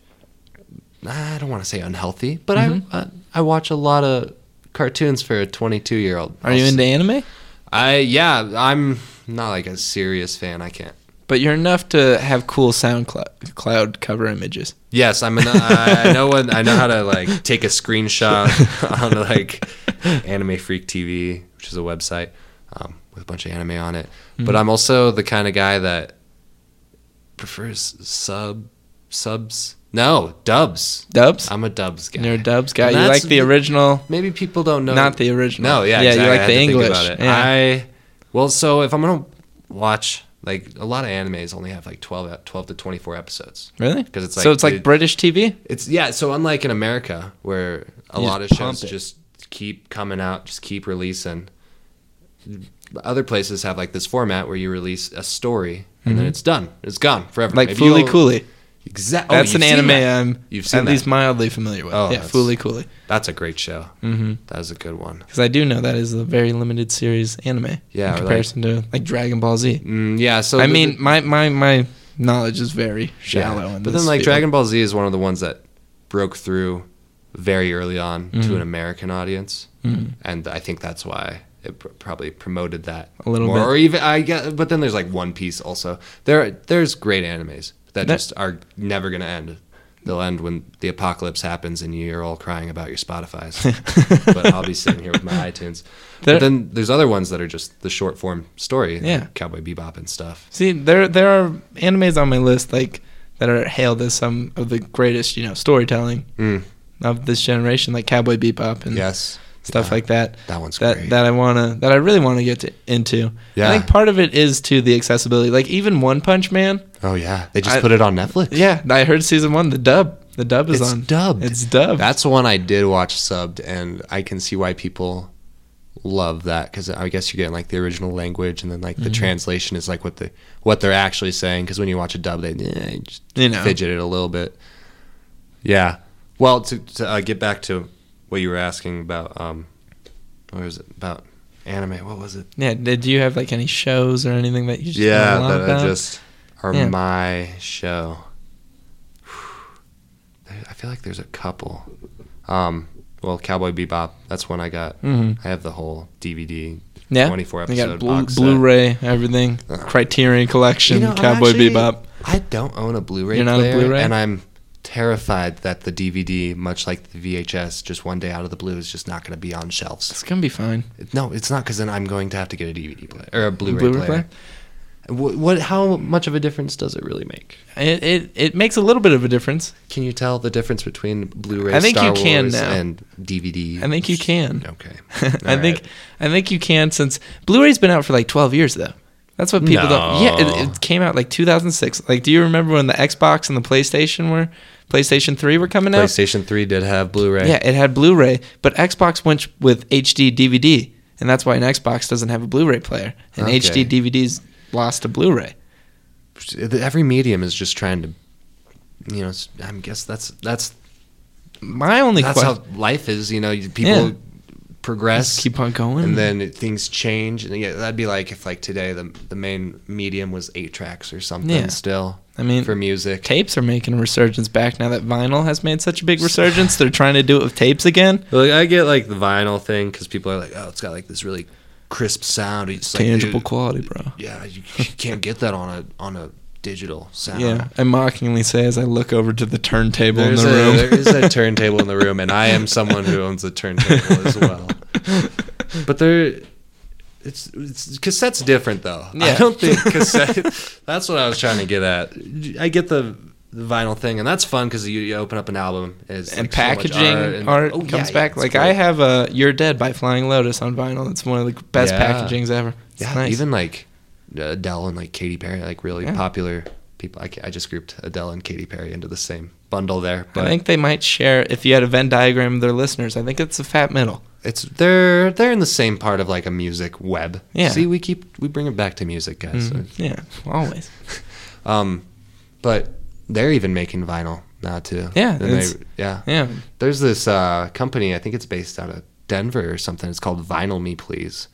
Speaker 1: I don't want to say unhealthy, but
Speaker 2: Mm-hmm.
Speaker 1: I, I I watch a lot of cartoons for a 22 year old.
Speaker 2: are you into anime?
Speaker 1: I yeah, I'm not like a serious fan. I can't.
Speaker 2: But you're enough to have cool SoundCloud cloud cover images.
Speaker 1: Yes, I'm. An, I know when I know how to like take a [laughs]
Speaker 2: [laughs]
Speaker 1: screenshot on like Anime Freak TV, which is a website um, with a bunch of anime on it.
Speaker 2: Hmm.
Speaker 1: But I'm also the kind of guy that prefers sub subs. No dubs.
Speaker 2: Dubs.
Speaker 1: I'm a dubs guy.
Speaker 2: You're a dubs guy.
Speaker 1: And
Speaker 2: You like
Speaker 1: that's-
Speaker 2: the original,
Speaker 1: Maybe people don't know.
Speaker 2: not the original.
Speaker 1: No, yeah,
Speaker 2: yeah.
Speaker 1: exactly.
Speaker 2: You like the English. Yeah.
Speaker 1: I well, so if I'm gonna watch like a lot of animes, only have like 12, 12 to twenty four episodes.
Speaker 2: really?
Speaker 1: 'Cause it's
Speaker 2: so
Speaker 1: like
Speaker 2: it's like
Speaker 1: the-
Speaker 2: British TV.
Speaker 1: It's yeah. So unlike in America, where a
Speaker 2: You
Speaker 1: lot of
Speaker 2: just pump
Speaker 1: shows
Speaker 2: it.
Speaker 1: just keep coming out, just keep releasing. Other places have like this format where you release a story and then it's done. It's gone forever.
Speaker 2: Mm-hmm. like
Speaker 1: Maybe
Speaker 2: Fooly
Speaker 1: you'll-
Speaker 2: Cooly.
Speaker 1: Exactly.
Speaker 2: That's an anime I'm
Speaker 1: You've seen
Speaker 2: at
Speaker 1: that.
Speaker 2: least mildly familiar with.
Speaker 1: Oh,
Speaker 2: yeah,
Speaker 1: that's-
Speaker 2: Fooly Cooly.
Speaker 1: That's a great show.
Speaker 2: Mm-hmm.
Speaker 1: That was a good one.
Speaker 2: Because I do know that is a very limited series anime.
Speaker 1: Yeah, or
Speaker 2: in
Speaker 1: like-
Speaker 2: comparison to like Dragon Ball Z.
Speaker 1: Mm, yeah. So
Speaker 2: I
Speaker 1: the-
Speaker 2: mean, my my my knowledge is very
Speaker 1: yeah.
Speaker 2: shallow. in
Speaker 1: But
Speaker 2: this
Speaker 1: then like
Speaker 2: field.
Speaker 1: Dragon Ball Z is one of the ones that broke through very early on
Speaker 2: Mhm.
Speaker 1: to an American audience,
Speaker 2: Mhm.
Speaker 1: and I think that's why. It pr- probably promoted that
Speaker 2: A little
Speaker 1: more,
Speaker 2: bit.
Speaker 1: or even I guess. But then there's like One Piece also. There, there's great animes that
Speaker 2: That-
Speaker 1: just are never gonna end. They'll end when the apocalypse happens and you're all crying about your Spotify's.
Speaker 2: [laughs]
Speaker 1: [laughs] but I'll be sitting here with my iTunes.
Speaker 2: Mm. There-
Speaker 1: but then there's other ones that are just the short form story,
Speaker 2: Yeah.
Speaker 1: like Cowboy Bebop and stuff.
Speaker 2: See, there there are animes on my list like that are hailed as some of the greatest, you know, storytelling
Speaker 1: Mm.
Speaker 2: of this generation, like Cowboy Bebop and
Speaker 1: Yes,
Speaker 2: stuff
Speaker 1: Yeah.
Speaker 2: like that.
Speaker 1: that one's
Speaker 2: that
Speaker 1: great.
Speaker 2: that I wanna that I really wanna get to, into.
Speaker 1: Yeah.
Speaker 2: I think part of it is to the accessibility. Like even One Punch Man.
Speaker 1: oh yeah, they just
Speaker 2: I-
Speaker 1: put it on Netflix.
Speaker 2: Yeah, I heard season one, the dub. The dub is
Speaker 1: It's
Speaker 2: on.
Speaker 1: dubbed.
Speaker 2: It's dubbed.
Speaker 1: That's one I did watch subbed, and I can see why people love that because I guess you're getting like the original language, and then like the translation is like what the what they're actually saying. Because when you watch a dub, they eh, you just
Speaker 2: you know.
Speaker 1: fidget it a little bit. Yeah. Well, to, to uh, get back to what you were asking about, um, what was it about anime? What was it?
Speaker 2: Yeah. Did you have like any shows or anything that you just
Speaker 1: yeah,
Speaker 2: know a lot
Speaker 1: that
Speaker 2: about?
Speaker 1: I just are
Speaker 2: Yeah.
Speaker 1: my show. I feel like there's a couple. Um, well, Cowboy Bebop. That's one I got.
Speaker 2: Mhm.
Speaker 1: I have the whole DVD,
Speaker 2: yeah.
Speaker 1: 24
Speaker 2: They got
Speaker 1: episode
Speaker 2: Blu-
Speaker 1: box set.
Speaker 2: Blu-ray, everything,
Speaker 1: Uh.
Speaker 2: Criterion Collection,
Speaker 1: You know, I'm
Speaker 2: Cowboy
Speaker 1: actually-
Speaker 2: Bebop.
Speaker 1: I don't own a Blu-ray
Speaker 2: You're not a
Speaker 1: player,
Speaker 2: Blu-ray?
Speaker 1: and I'm terrified that the DVD, much like the VHS, just one day out of the blue is just not going to be on shelves.
Speaker 2: It's gonna be fine.
Speaker 1: No, it's not because then I'm going to have to get a DVD player or a Blu-ray,
Speaker 2: Blu-ray
Speaker 1: player. What, what? How much of a difference does it really make?
Speaker 2: It, it it makes a little bit of a difference.
Speaker 1: Can you tell the difference between Blu-ray,
Speaker 2: I think
Speaker 1: Star
Speaker 2: you can
Speaker 1: Wars,
Speaker 2: now.
Speaker 1: and DVD?
Speaker 2: I think you can.
Speaker 1: Okay.
Speaker 2: [laughs] I think I think you can since Blu-ray's been out for like 12 years though. That's what people don't. Yeah, it,
Speaker 1: No.
Speaker 2: it came out like 2006. Like, do you remember when the Xbox and the PlayStation were PlayStation 3 were coming out?
Speaker 1: PlayStation Three did have Blu-ray.
Speaker 2: Yeah, it had Blu-ray, but Xbox went with HD DVD, and that's why an Xbox doesn't have a Blu-ray player, and
Speaker 1: Okay.
Speaker 2: HD DVDs lost to Blu-ray.
Speaker 1: Every medium is just trying to, you know. s- I guess that's that's
Speaker 2: My only
Speaker 1: that's
Speaker 2: question.
Speaker 1: how life is. You know, you- people
Speaker 2: Yeah.
Speaker 1: progress,
Speaker 2: Keep on going.
Speaker 1: and then it, things change. And yeah, that'd be like if like today the the main medium was eight tracks or something.
Speaker 2: Yeah.
Speaker 1: Still,
Speaker 2: I mean,
Speaker 1: for music.
Speaker 2: tapes are making a resurgence back now that vinyl has made such a big resurgence. They're trying to do it with tapes again.
Speaker 1: Like I get like the vinyl thing because people are like, oh, it's got like this really crisp sound. It's like,
Speaker 2: Tangible
Speaker 1: dude,
Speaker 2: quality, bro.
Speaker 1: yeah, you, you can't get that on a on a digital sound.
Speaker 2: Yeah, I mockingly say as I look over to the turntable
Speaker 1: There's
Speaker 2: in
Speaker 1: a,
Speaker 2: the room.
Speaker 1: there is
Speaker 2: [laughs]
Speaker 1: a turntable in the room, and I am someone who owns a turntable as well. [laughs] But there, it's, it's cassette's different though. I
Speaker 2: Yeah.
Speaker 1: don't [laughs] think cassette. that's what I was trying to get at. I get the. The vinyl thing, and that's fun because you, you open up an album it's,
Speaker 2: and
Speaker 1: like, so much
Speaker 2: packaging art,
Speaker 1: and- oh, yeah,
Speaker 2: comes
Speaker 1: yeah,
Speaker 2: back.
Speaker 1: it's
Speaker 2: Like
Speaker 1: great.
Speaker 2: I have a "You're Dead" by Flying Lotus on vinyl. It's one of the best
Speaker 1: Yeah.
Speaker 2: packagings ever. It's
Speaker 1: Yeah,
Speaker 2: nice.
Speaker 1: even like Adele and like Katy Perry, like really
Speaker 2: Yeah.
Speaker 1: popular people. I, ca- I just grouped Adele and Katy Perry into the same bundle there,
Speaker 2: I
Speaker 1: but
Speaker 2: think they might share if you had a Venn diagram of their listeners. I think it's a fat middle.
Speaker 1: it's they're they're in the same part of like a music web.
Speaker 2: Yeah. Mm-hmm.
Speaker 1: See, we keep we bring it back to music, guys.
Speaker 2: Yeah, always.
Speaker 1: Um, but they're even making vinyl now too.
Speaker 2: Yeah,
Speaker 1: And they-
Speaker 2: it's-
Speaker 1: yeah.
Speaker 2: Yeah,
Speaker 1: There's this uh, company. I think it's based out of Denver or something. It's called Vinyl Me Please.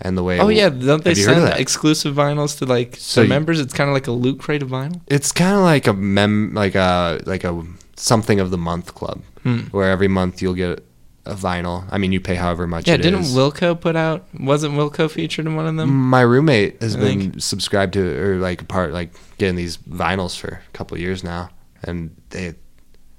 Speaker 1: And the way
Speaker 2: Oh yeah, don't they
Speaker 1: Have you heard of
Speaker 2: send
Speaker 1: that?
Speaker 2: exclusive vinyls to like
Speaker 1: So
Speaker 2: the
Speaker 1: you-
Speaker 2: members? It's kind of like a loot crate of vinyl.
Speaker 1: It's kind of like a mem, like a like a something of the month club,
Speaker 2: Hmm.
Speaker 1: where every month you'll get a vinyl. I mean, you pay however much.
Speaker 2: Yeah,
Speaker 1: it
Speaker 2: didn't
Speaker 1: is. Mm.
Speaker 2: Wilco put out? Wasn't Wilco featured in one of them?
Speaker 1: My roommate has
Speaker 2: I
Speaker 1: been subscribed to or like a part like getting these vinyls for a couple of years now, and they,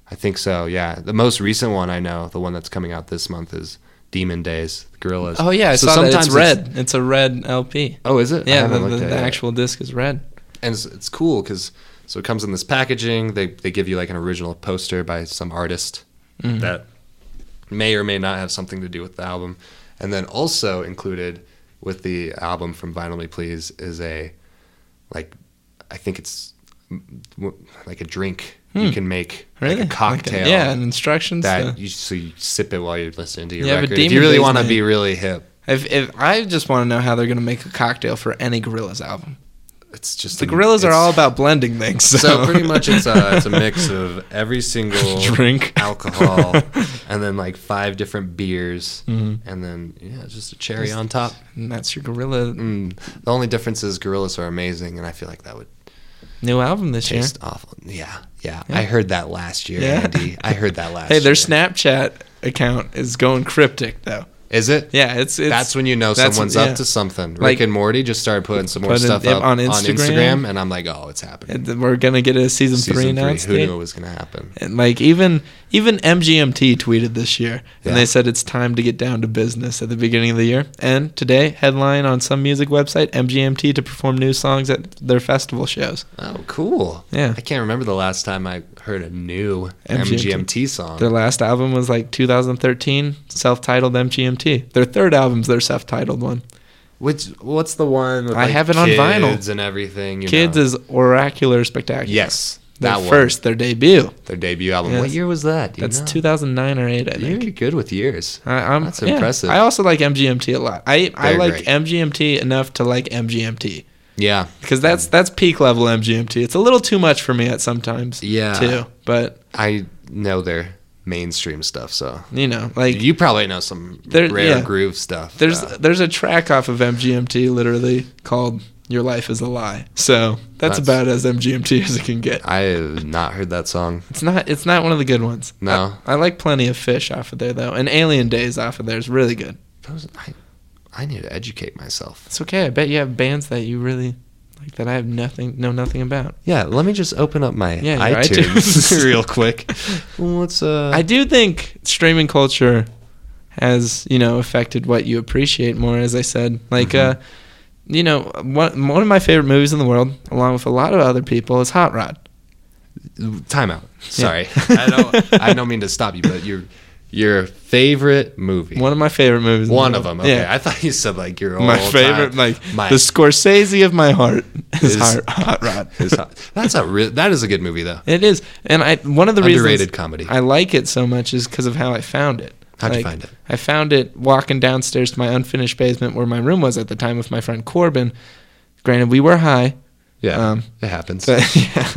Speaker 1: I think so. Yeah, the most recent one I know, the one that's coming out this month is Demon Days, Gorillas.
Speaker 2: Oh yeah, I
Speaker 1: So
Speaker 2: saw that. It's
Speaker 1: sometimes
Speaker 2: red. It's, a red LP.
Speaker 1: oh, is it? I
Speaker 2: Yeah,
Speaker 1: haven't
Speaker 2: the, the,
Speaker 1: looked at
Speaker 2: the
Speaker 1: it yet.
Speaker 2: actual disc is red.
Speaker 1: and it's, it's cool because so it comes in this packaging. They they give you like an original poster by some artist
Speaker 2: Mm-hmm.
Speaker 1: that may or may not have something to do with the album, and then also included with the album from Vinyl Me Please is a like I think it's mm, w- like a drink you can make
Speaker 2: Hmm. Really?
Speaker 1: like a cocktail.
Speaker 2: yeah, and instructions.
Speaker 1: That
Speaker 2: to-
Speaker 1: you so you sip it while you're listening to your
Speaker 2: Yeah, but
Speaker 1: record. If
Speaker 2: Demon
Speaker 1: you really
Speaker 2: Days
Speaker 1: want to
Speaker 2: made-
Speaker 1: be really hip,
Speaker 2: if, if I just want to know how they're gonna make a cocktail for any Gorillas album.
Speaker 1: it's just
Speaker 2: The
Speaker 1: a-
Speaker 2: Gorillas are
Speaker 1: it's-
Speaker 2: all about blending things. So,
Speaker 1: [laughs] So pretty much it's a it's a mix of every single
Speaker 2: [laughs] Drink. [laughs]
Speaker 1: alcohol, and then like five different beers,
Speaker 2: Mm-hmm.
Speaker 1: and then yeah, it's just a cherry on top.
Speaker 2: [laughs] and that's your Gorilla
Speaker 1: Mm. The only difference is gorillas are amazing, and I feel like that would
Speaker 2: new album this year.
Speaker 1: taste awful. Yeah, yeah, I heard that last year,
Speaker 2: Yeah. [laughs]
Speaker 1: Andy. I heard that last.
Speaker 2: Hey, their
Speaker 1: year.
Speaker 2: Snapchat account is going cryptic though.
Speaker 1: Is it?
Speaker 2: Yeah, it's, it's
Speaker 1: that's when you know
Speaker 2: that's-
Speaker 1: someone's
Speaker 2: yeah.
Speaker 1: up to something. Rick
Speaker 2: Like-
Speaker 1: and Morty just started putting some more
Speaker 2: Putting-
Speaker 1: stuff
Speaker 2: yep,
Speaker 1: up
Speaker 2: on
Speaker 1: on
Speaker 2: Instagram.
Speaker 1: Instagram. and I'm like, oh, it's happening.
Speaker 2: And th- We're gonna get a season, three
Speaker 1: Season three,
Speaker 2: announced.
Speaker 1: who
Speaker 2: date.
Speaker 1: knew it was going to happen?
Speaker 2: And like even even MGMT tweeted this year,
Speaker 1: Yeah.
Speaker 2: and they said it's time to get down to business at the beginning of the year. And today, headline on some music website, MGMT to perform new songs at their festival shows.
Speaker 1: Oh, cool.
Speaker 2: Yeah.
Speaker 1: I can't remember the last time I heard a new
Speaker 2: MGMT.
Speaker 1: MGMT, song.
Speaker 2: Their last album was like 2013, self-titled MGMT. Their third album's their self-titled one.
Speaker 1: Which what's the one? With
Speaker 2: I
Speaker 1: like,
Speaker 2: have it on vinyl.
Speaker 1: Kids and everything. You
Speaker 2: Kids
Speaker 1: know?
Speaker 2: is Oracular Spectacular.
Speaker 1: yes,
Speaker 2: Their
Speaker 1: that
Speaker 2: first, their debut.
Speaker 1: one. Their debut album.
Speaker 2: Yes.
Speaker 1: What year was that? Do you
Speaker 2: That's
Speaker 1: know?
Speaker 2: 2009 or 8, I think.
Speaker 1: You're good with years.
Speaker 2: I, I'm,
Speaker 1: That's
Speaker 2: yeah.
Speaker 1: impressive.
Speaker 2: I also like MGMT a lot. I, I
Speaker 1: Very
Speaker 2: like
Speaker 1: great.
Speaker 2: MGMT enough to like MGMT
Speaker 1: Yeah,
Speaker 2: because that's that's peak level MGMT. It's a little too much for me at sometimes
Speaker 1: yeah.
Speaker 2: too, but
Speaker 1: I know their mainstream stuff, so
Speaker 2: you know, like
Speaker 1: you probably know some
Speaker 2: There-
Speaker 1: rare
Speaker 2: yeah.
Speaker 1: groove stuff.
Speaker 2: there's
Speaker 1: uh,
Speaker 2: there's a track off of MGMT literally called "Your Life Is a Lie," so that's,
Speaker 1: That's-
Speaker 2: about as MGMT as it can get.
Speaker 1: I have not heard that
Speaker 2: [laughs]
Speaker 1: song.
Speaker 2: It's not it's not one of the good ones.
Speaker 1: No.
Speaker 2: I, I like plenty of fish off of there though, and Alien Days off of there is really good.
Speaker 1: That was- I, I need to educate myself.
Speaker 2: It's okay. I bet you have bands that you really like that I have nothing know nothing about.
Speaker 1: Yeah, let me just open up my
Speaker 2: Yeah,
Speaker 1: [laughs]
Speaker 2: your
Speaker 1: iTunes,
Speaker 2: iTunes. [laughs]
Speaker 1: real quick. What's uh?
Speaker 2: I do think streaming culture has, you know, affected what you appreciate more, as I said. Like,
Speaker 1: Mhm.
Speaker 2: uh, you know, one, one of my favorite movies in the world, along with a lot of other people, is Hot Rod.
Speaker 1: timeout.
Speaker 2: [laughs]
Speaker 1: Sorry, I don't. I don't mean to stop you, but your your favorite movie.
Speaker 2: One of my favorite movies. in the
Speaker 1: One of
Speaker 2: world.
Speaker 1: them. Okay,
Speaker 2: Yeah.
Speaker 1: I thought you said like your
Speaker 2: my
Speaker 1: all-time-
Speaker 2: favorite, like,
Speaker 1: my
Speaker 2: the Scorsese of my heart [laughs] is,
Speaker 1: Is-
Speaker 2: Hot, Hot Rod.
Speaker 1: is hot. [laughs] That's a re- that is a good movie though.
Speaker 2: it is. And I one of the
Speaker 1: Underrated
Speaker 2: reasons
Speaker 1: comedy.
Speaker 2: I like it so much is because of how I found it.
Speaker 1: How'd you
Speaker 2: Like,
Speaker 1: find it?
Speaker 2: I found it walking downstairs to my unfinished basement where my room was at the time with my friend Corbin. Granted, we were high,
Speaker 1: Yeah,
Speaker 2: um,
Speaker 1: it happens.
Speaker 2: but, yeah.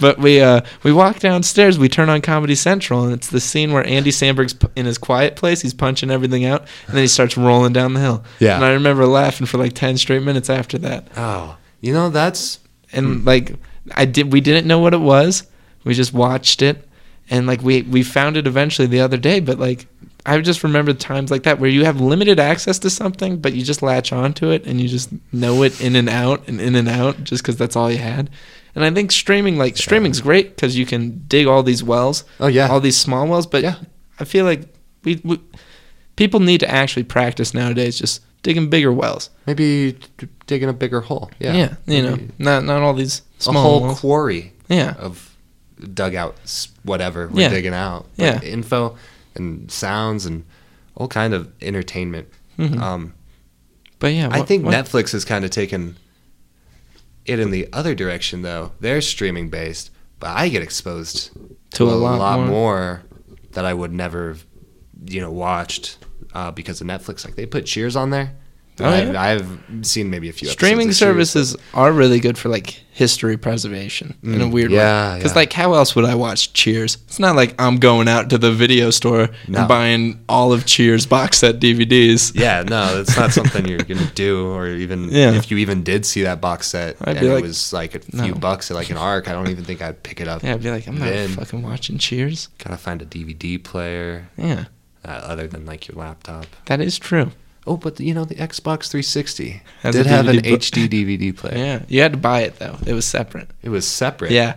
Speaker 2: but we uh, we walk downstairs. We turn on Comedy Central, and it's the scene where Andy Samberg's p- in his quiet place. He's punching everything out, and then he starts rolling down the hill.
Speaker 1: Yeah.
Speaker 2: and I remember laughing for like ten straight minutes after that.
Speaker 1: oh, you know that's
Speaker 2: And
Speaker 1: Hmm.
Speaker 2: like I did, we didn't know what it was. We just watched it, and like we we found it eventually the other day. But like I just remember times like that where you have limited access to something, but you just latch onto it and you just know it in and out and in and out just because that's all you had. And I think streaming, like streaming's great because you can dig all these wells,
Speaker 1: oh yeah.
Speaker 2: all these small wells. But
Speaker 1: Yeah.
Speaker 2: I feel like we, we people need to actually practice nowadays, just digging bigger wells.
Speaker 1: Maybe d- digging a bigger hole. Yeah,
Speaker 2: Yeah, you know,
Speaker 1: Maybe
Speaker 2: not not all these
Speaker 1: a
Speaker 2: small
Speaker 1: whole
Speaker 2: wells.
Speaker 1: quarry
Speaker 2: Yeah.
Speaker 1: of dugout s- whatever we're
Speaker 2: Yeah.
Speaker 1: digging out.
Speaker 2: Yeah.
Speaker 1: But info and sounds and all kind of entertainment.
Speaker 2: Mhm.
Speaker 1: Um,
Speaker 2: But yeah,
Speaker 1: I
Speaker 2: what-
Speaker 1: think
Speaker 2: what-
Speaker 1: Netflix has kind of taken it in the other direction, though. They're streaming based, but I get exposed to, a, lot, more. that I would never, have, you know, watched uh, because of Netflix. Like they put Cheers on there.
Speaker 2: Oh,
Speaker 1: I've,
Speaker 2: yeah?
Speaker 1: I've seen maybe a few episodes
Speaker 2: streaming
Speaker 1: of Cheers,
Speaker 2: services are really good for like history preservation in a
Speaker 1: Mm,
Speaker 2: weird
Speaker 1: yeah,
Speaker 2: way. Because
Speaker 1: yeah.
Speaker 2: like, how else would I watch Cheers? It's not like I'm going out to the video store
Speaker 1: No.
Speaker 2: and buying all of Cheers box set DVDs.
Speaker 1: but- Yeah, no, it's not something you're gonna do, or even
Speaker 2: [laughs] Yeah.
Speaker 1: if you even did see that box set
Speaker 2: I'd be
Speaker 1: and
Speaker 2: like,
Speaker 1: it was like a
Speaker 2: no.
Speaker 1: few bucks at like an arc. I don't even think I'd pick it up.
Speaker 2: Yeah, I'd be like, I'm not
Speaker 1: Then-
Speaker 2: fucking watching Cheers.
Speaker 1: Gotta find a DVD player
Speaker 2: Yeah,
Speaker 1: uh, other than like your laptop.
Speaker 2: that is true.
Speaker 1: Oh, but you know the Xbox 360
Speaker 2: Has
Speaker 1: did
Speaker 2: a
Speaker 1: have an
Speaker 2: DVD pla-
Speaker 1: HD DVD player.
Speaker 2: Yeah, you had to buy it though. It was separate.
Speaker 1: It was separate.
Speaker 2: Yeah,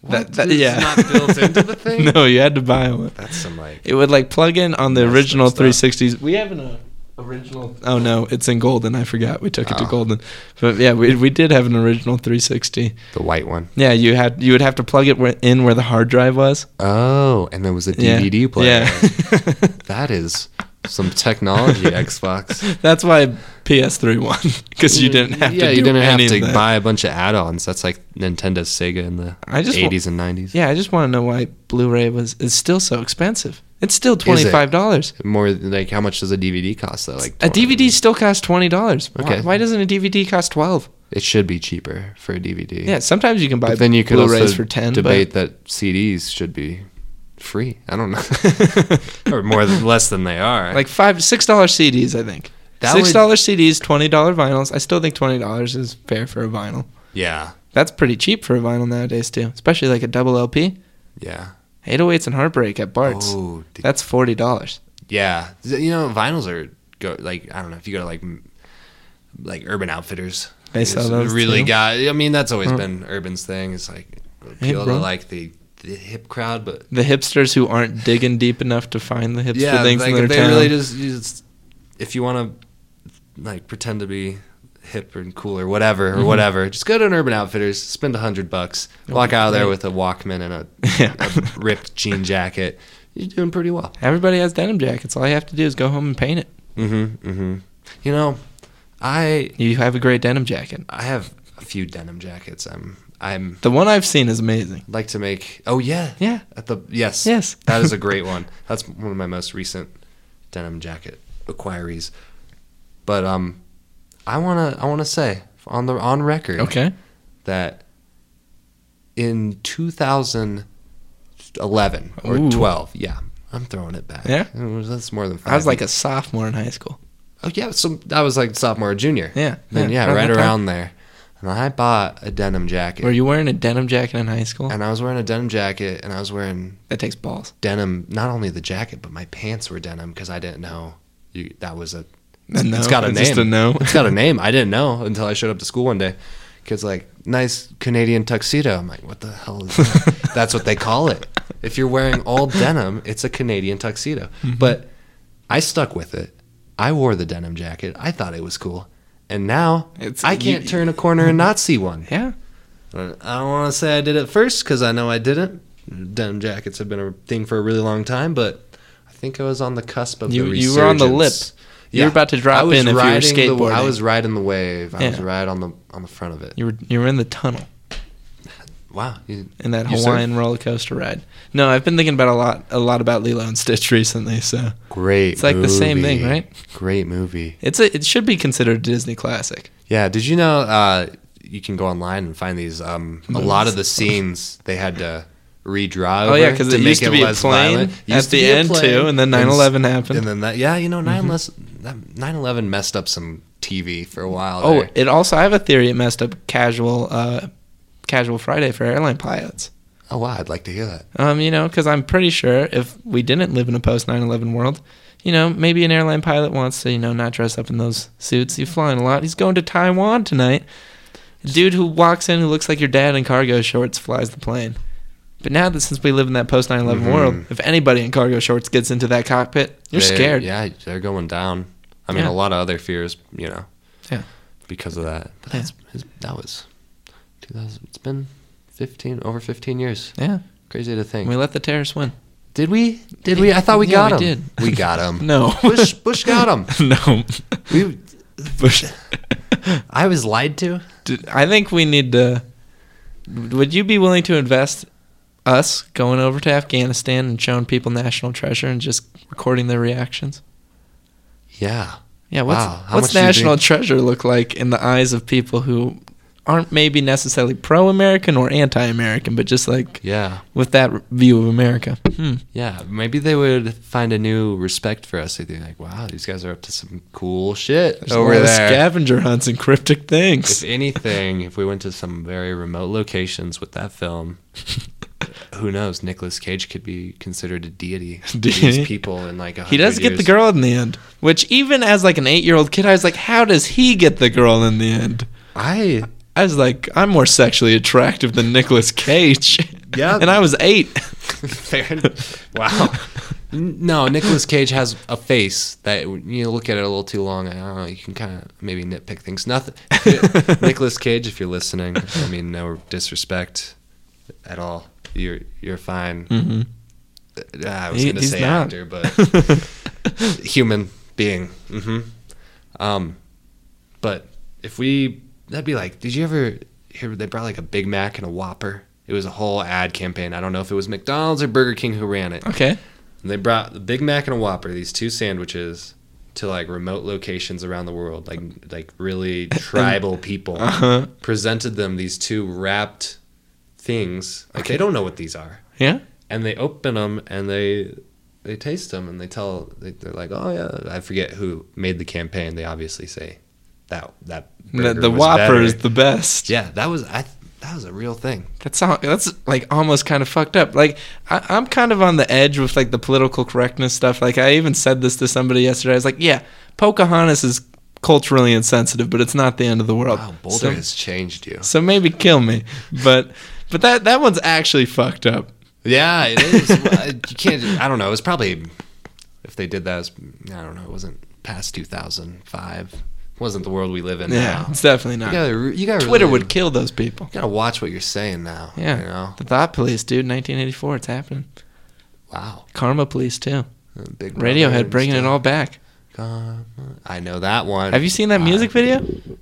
Speaker 1: What? It's not built into
Speaker 2: [laughs]
Speaker 1: the thing?
Speaker 2: no, you had to buy one.
Speaker 1: that's some like
Speaker 2: It would like plug in on the
Speaker 1: Messed up
Speaker 2: original
Speaker 1: stuff.
Speaker 2: 360s. We have an uh, original. Oh no, it's in golden. I forgot. We took it to
Speaker 1: Oh.
Speaker 2: golden. But yeah, we we did have an original 360.
Speaker 1: the white one.
Speaker 2: Yeah, you had you would have to plug it where, in where the hard drive was.
Speaker 1: Oh, and there was a
Speaker 2: Yeah.
Speaker 1: DVD player.
Speaker 2: Yeah. [laughs]
Speaker 1: That is some technology, Xbox.
Speaker 2: That's why PS3 won because you didn't have
Speaker 1: yeah,
Speaker 2: to.
Speaker 1: you
Speaker 2: do
Speaker 1: didn't have
Speaker 2: any of
Speaker 1: to
Speaker 2: that.
Speaker 1: buy a bunch of add-ons. That's like Nintendo, Sega in the
Speaker 2: I just wa-
Speaker 1: 80s and 90s.
Speaker 2: Yeah, I just want to know why Blu-ray was is still so expensive. It's still twenty
Speaker 1: it?
Speaker 2: five dollars.
Speaker 1: More like how much does a DVD cost though? Like
Speaker 2: A
Speaker 1: 20?
Speaker 2: DVD still costs twenty dollars.
Speaker 1: Okay.
Speaker 2: Why, why doesn't a DVD cost twelve?
Speaker 1: It should be cheaper for a DVD.
Speaker 2: Yeah, sometimes you can buy
Speaker 1: But then you could
Speaker 2: Blu-rays
Speaker 1: also
Speaker 2: for ten. but-
Speaker 1: debate that CDs should be free. I don't know, [laughs] or more than less than they are.
Speaker 2: like five to six dollar CDs, I think.
Speaker 1: That
Speaker 2: six
Speaker 1: would-
Speaker 2: dollar CDs, twenty dollar vinyls. I still think twenty dollars is fair for a vinyl.
Speaker 1: yeah,
Speaker 2: That's pretty cheap for a vinyl nowadays too, especially like a double LP.
Speaker 1: yeah.
Speaker 2: 808s and Heartbreak at Bart's.
Speaker 1: Oh, dude.
Speaker 2: That's forty dollars.
Speaker 1: yeah, you know, vinyls are go like I don't know if you go to like m- like Urban Outfitters.
Speaker 2: They sell
Speaker 1: it's
Speaker 2: those,
Speaker 1: Really
Speaker 2: too? Mm.
Speaker 1: got. I mean, that's always been Urban's thing. It's like appeal to
Speaker 2: bro.
Speaker 1: like the, the hip crowd, but
Speaker 2: The hipsters who aren't digging deep enough to find the hipster
Speaker 1: yeah,
Speaker 2: things
Speaker 1: like
Speaker 2: in their
Speaker 1: they
Speaker 2: town.
Speaker 1: really just, you just if you want to like pretend to be hip and cool or whatever
Speaker 2: Mm-hmm.
Speaker 1: or whatever, just go to an Urban Outfitters, spend a hundred bucks, walk out of there
Speaker 2: great.
Speaker 1: with a Walkman and a,
Speaker 2: [laughs] Yeah.
Speaker 1: a ripped jean jacket. You're doing pretty well.
Speaker 2: Everybody has denim jackets. All you have to do is go home and paint it.
Speaker 1: Mm-hmm. Mm-hmm. You know, I
Speaker 2: You have a great denim jacket.
Speaker 1: I have a few denim jackets. I'm I'm
Speaker 2: The one I've seen is amazing.
Speaker 1: like to make. Oh yeah,
Speaker 2: Yeah.
Speaker 1: At the yes,
Speaker 2: Yes.
Speaker 1: that
Speaker 2: [laughs]
Speaker 1: is a great one. That's one of my most recent denim jacket acquiries. But um, I wanna I wanna say on the on record
Speaker 2: Okay.
Speaker 1: that in 2011 or
Speaker 2: Ooh.
Speaker 1: 12, yeah, I'm throwing it back.
Speaker 2: Yeah?
Speaker 1: that's more than. Five
Speaker 2: I was like a sophomore in high school.
Speaker 1: Oh yeah, so I was like sophomore or junior.
Speaker 2: Yeah.
Speaker 1: Then yeah,
Speaker 2: that
Speaker 1: right
Speaker 2: time.
Speaker 1: around there. And I bought a denim jacket.
Speaker 2: Were you wearing a denim jacket in high school?
Speaker 1: and I was wearing a denim jacket and I was wearing
Speaker 2: That takes balls.
Speaker 1: denim, not only the jacket, but my pants were denim cuz I didn't know you, that was a
Speaker 2: A no?
Speaker 1: it's got a
Speaker 2: It's
Speaker 1: name.
Speaker 2: just a no?
Speaker 1: it's
Speaker 2: [laughs]
Speaker 1: got a name. I didn't know until I showed up to school one day. Kids like, "Nice Canadian tuxedo." I'm like, "What the hell is that?"
Speaker 2: [laughs]
Speaker 1: That's what they call it. If you're wearing all denim, it's a Canadian tuxedo.
Speaker 2: Mm-hmm.
Speaker 1: But I stuck with it. I wore the denim jacket. I thought it was cool. And now
Speaker 2: It's-
Speaker 1: I
Speaker 2: you-
Speaker 1: can't turn a corner and not see one.
Speaker 2: Yeah.
Speaker 1: I don't want to say I did it first because I know I didn't. Denim jackets have been a thing for a really long time, but I think I was on the cusp of
Speaker 2: You-
Speaker 1: the
Speaker 2: you were on the lip.
Speaker 1: resurgence.
Speaker 2: You were about to drop
Speaker 1: I was
Speaker 2: in if you were
Speaker 1: riding The, I
Speaker 2: skateboarding.
Speaker 1: was riding the wave. I was
Speaker 2: Yeah.
Speaker 1: right on the on the front of it.
Speaker 2: You were you were in the tunnel
Speaker 1: Wow. You,
Speaker 2: in that
Speaker 1: you surf?
Speaker 2: Hawaiian roller coaster ride. No, I've been thinking about a lot a lot about Lilo and Stitch [laughs] recently, so
Speaker 1: Great.
Speaker 2: It's like the same
Speaker 1: movie.
Speaker 2: thing, right?
Speaker 1: Great movie.
Speaker 2: it's a it should be considered a Disney classic.
Speaker 1: Yeah. Did you know uh, you can go online and find these? Um, a lot of the scenes they had to redraw.
Speaker 2: Oh yeah,
Speaker 1: over
Speaker 2: because
Speaker 1: to
Speaker 2: it
Speaker 1: make
Speaker 2: used to be a
Speaker 1: less
Speaker 2: plane
Speaker 1: violent. Used
Speaker 2: at
Speaker 1: to
Speaker 2: the
Speaker 1: be a
Speaker 2: end
Speaker 1: plane.
Speaker 2: too, and then
Speaker 1: s-
Speaker 2: 9/11 happened.
Speaker 1: And then that, yeah, you know,
Speaker 2: Mm-hmm.
Speaker 1: 9 less, that 9/11 messed up some TV for a while.
Speaker 2: oh,
Speaker 1: there.
Speaker 2: it also I have a theory it messed up casual uh, casual Friday for airline pilots.
Speaker 1: oh wow, I'd like to hear that.
Speaker 2: Um, you know, because I'm pretty sure if we didn't live in a post 9/11 world, you know, maybe an airline pilot wants to you know not dress up in those suits. He's flying a lot. He's going to Taiwan tonight. Dude who walks in who looks like your dad in cargo shorts flies the plane. But now that since we live in that post 9/11 world, if anybody in cargo shorts gets into that cockpit, you're
Speaker 1: They're-
Speaker 2: scared.
Speaker 1: Yeah, they're going down. I mean,
Speaker 2: Yeah.
Speaker 1: a lot of other fears, you know.
Speaker 2: Yeah.
Speaker 1: Because of that, but
Speaker 2: Yeah.
Speaker 1: that's his, that was 2000. It's been 15 over 15 years.
Speaker 2: Yeah,
Speaker 1: Crazy to think.
Speaker 2: and we let the terrorists win.
Speaker 1: did we? Did we? I thought we
Speaker 2: Yeah,
Speaker 1: got
Speaker 2: we
Speaker 1: him.
Speaker 2: did.
Speaker 1: We got him.
Speaker 2: [laughs] No.
Speaker 1: Bush. Bush got
Speaker 2: [laughs]
Speaker 1: him.
Speaker 2: no.
Speaker 1: We.
Speaker 2: Bush.
Speaker 1: I was lied to.
Speaker 2: Did- I think we need to. Would you be willing to invest us going over to Afghanistan and showing people National Treasure and just recording their reactions?
Speaker 1: Yeah.
Speaker 2: Yeah, what's,
Speaker 1: Wow, how much
Speaker 2: what's
Speaker 1: do you
Speaker 2: National
Speaker 1: think-
Speaker 2: Treasure look like in the eyes of people who aren't maybe necessarily pro American or anti American, but just like
Speaker 1: Yeah.
Speaker 2: with that r- view of America? Hmm.
Speaker 1: Yeah, maybe they would find a new respect for us. They'd be like, "Wow, these guys are up to some cool shit
Speaker 2: There's a
Speaker 1: over
Speaker 2: lot of
Speaker 1: there."
Speaker 2: scavenger hunts and cryptic
Speaker 1: if
Speaker 2: things.
Speaker 1: anything, if we went to some very remote locations with that
Speaker 2: [laughs]
Speaker 1: film, who knows? Nicolas Cage could be considered a deity to
Speaker 2: [laughs] Deity.
Speaker 1: these people in like a
Speaker 2: He does
Speaker 1: hundred
Speaker 2: get the
Speaker 1: years.
Speaker 2: girl in the end, which even as like an eight year old kid, I was like, how does he get the girl in the end?
Speaker 1: I
Speaker 2: I was like, I'm more sexually attractive than Nicolas Cage.
Speaker 1: [laughs] Yeah.
Speaker 2: and I was eight.
Speaker 1: [laughs] Fair enough. [laughs] Wow. N- No, Nicolas Cage has a face that when you look at it a little too long. I don't know. You can kind of maybe nitpick things. Nothing. [laughs] Nicolas Cage, if you're listening, I mean, no disrespect at all. You're you're fine.
Speaker 2: Mm-hmm.
Speaker 1: [laughs] Uh, I was
Speaker 2: He-
Speaker 1: going to
Speaker 2: he's
Speaker 1: say
Speaker 2: not.
Speaker 1: actor, but
Speaker 2: [laughs]
Speaker 1: human being. hmm Um, but if we, that'd be like, did you ever hear they brought like a Big Mac and a Whopper? It was a whole ad campaign. I don't know if it was McDonald's or Burger King who ran it.
Speaker 2: okay.
Speaker 1: And they brought the Big Mac and a Whopper, these two sandwiches, to like remote locations around the world, like like really tribal people.
Speaker 2: Uh-huh.
Speaker 1: Presented them these two wrapped things. Like they don't know what these are
Speaker 2: Yeah.
Speaker 1: and they open them and they they taste them and they tell they, they're like oh yeah i forget who made the campaign they obviously say that that
Speaker 2: The,
Speaker 1: burger
Speaker 2: the
Speaker 1: was
Speaker 2: Whopper
Speaker 1: better.
Speaker 2: is the best.
Speaker 1: yeah that was i That was a real thing.
Speaker 2: That's all, that's like almost kind of fucked up. Like I, I'm kind of on the edge with like the political correctness stuff. Like I even said this to somebody yesterday. I was like, yeah, Pocahontas is culturally insensitive, but it's not the end of the world.
Speaker 1: Wow, Boulder
Speaker 2: Oh, so,
Speaker 1: has changed you.
Speaker 2: so maybe kill me, but but that that one's actually fucked up.
Speaker 1: Yeah, it
Speaker 2: [laughs]
Speaker 1: is. Well, you can't. I don't know. It was probably if they did that. It was, I don't know. It wasn't past 2005. It wasn't the world we live in
Speaker 2: Yeah,
Speaker 1: now.
Speaker 2: it's definitely not.
Speaker 1: You gotta, re- you gotta
Speaker 2: Twitter
Speaker 1: really-
Speaker 2: would kill those people.
Speaker 1: You gotta watch what you're saying now.
Speaker 2: Yeah,
Speaker 1: You know?
Speaker 2: the thought police, dude. 1984, it's happening.
Speaker 1: Wow.
Speaker 2: Karma police too.
Speaker 1: Big brother
Speaker 2: Radiohead bringing it
Speaker 1: stuff.
Speaker 2: all back.
Speaker 1: Karma. I know that one.
Speaker 2: Have you seen that
Speaker 1: Wow.
Speaker 2: music video?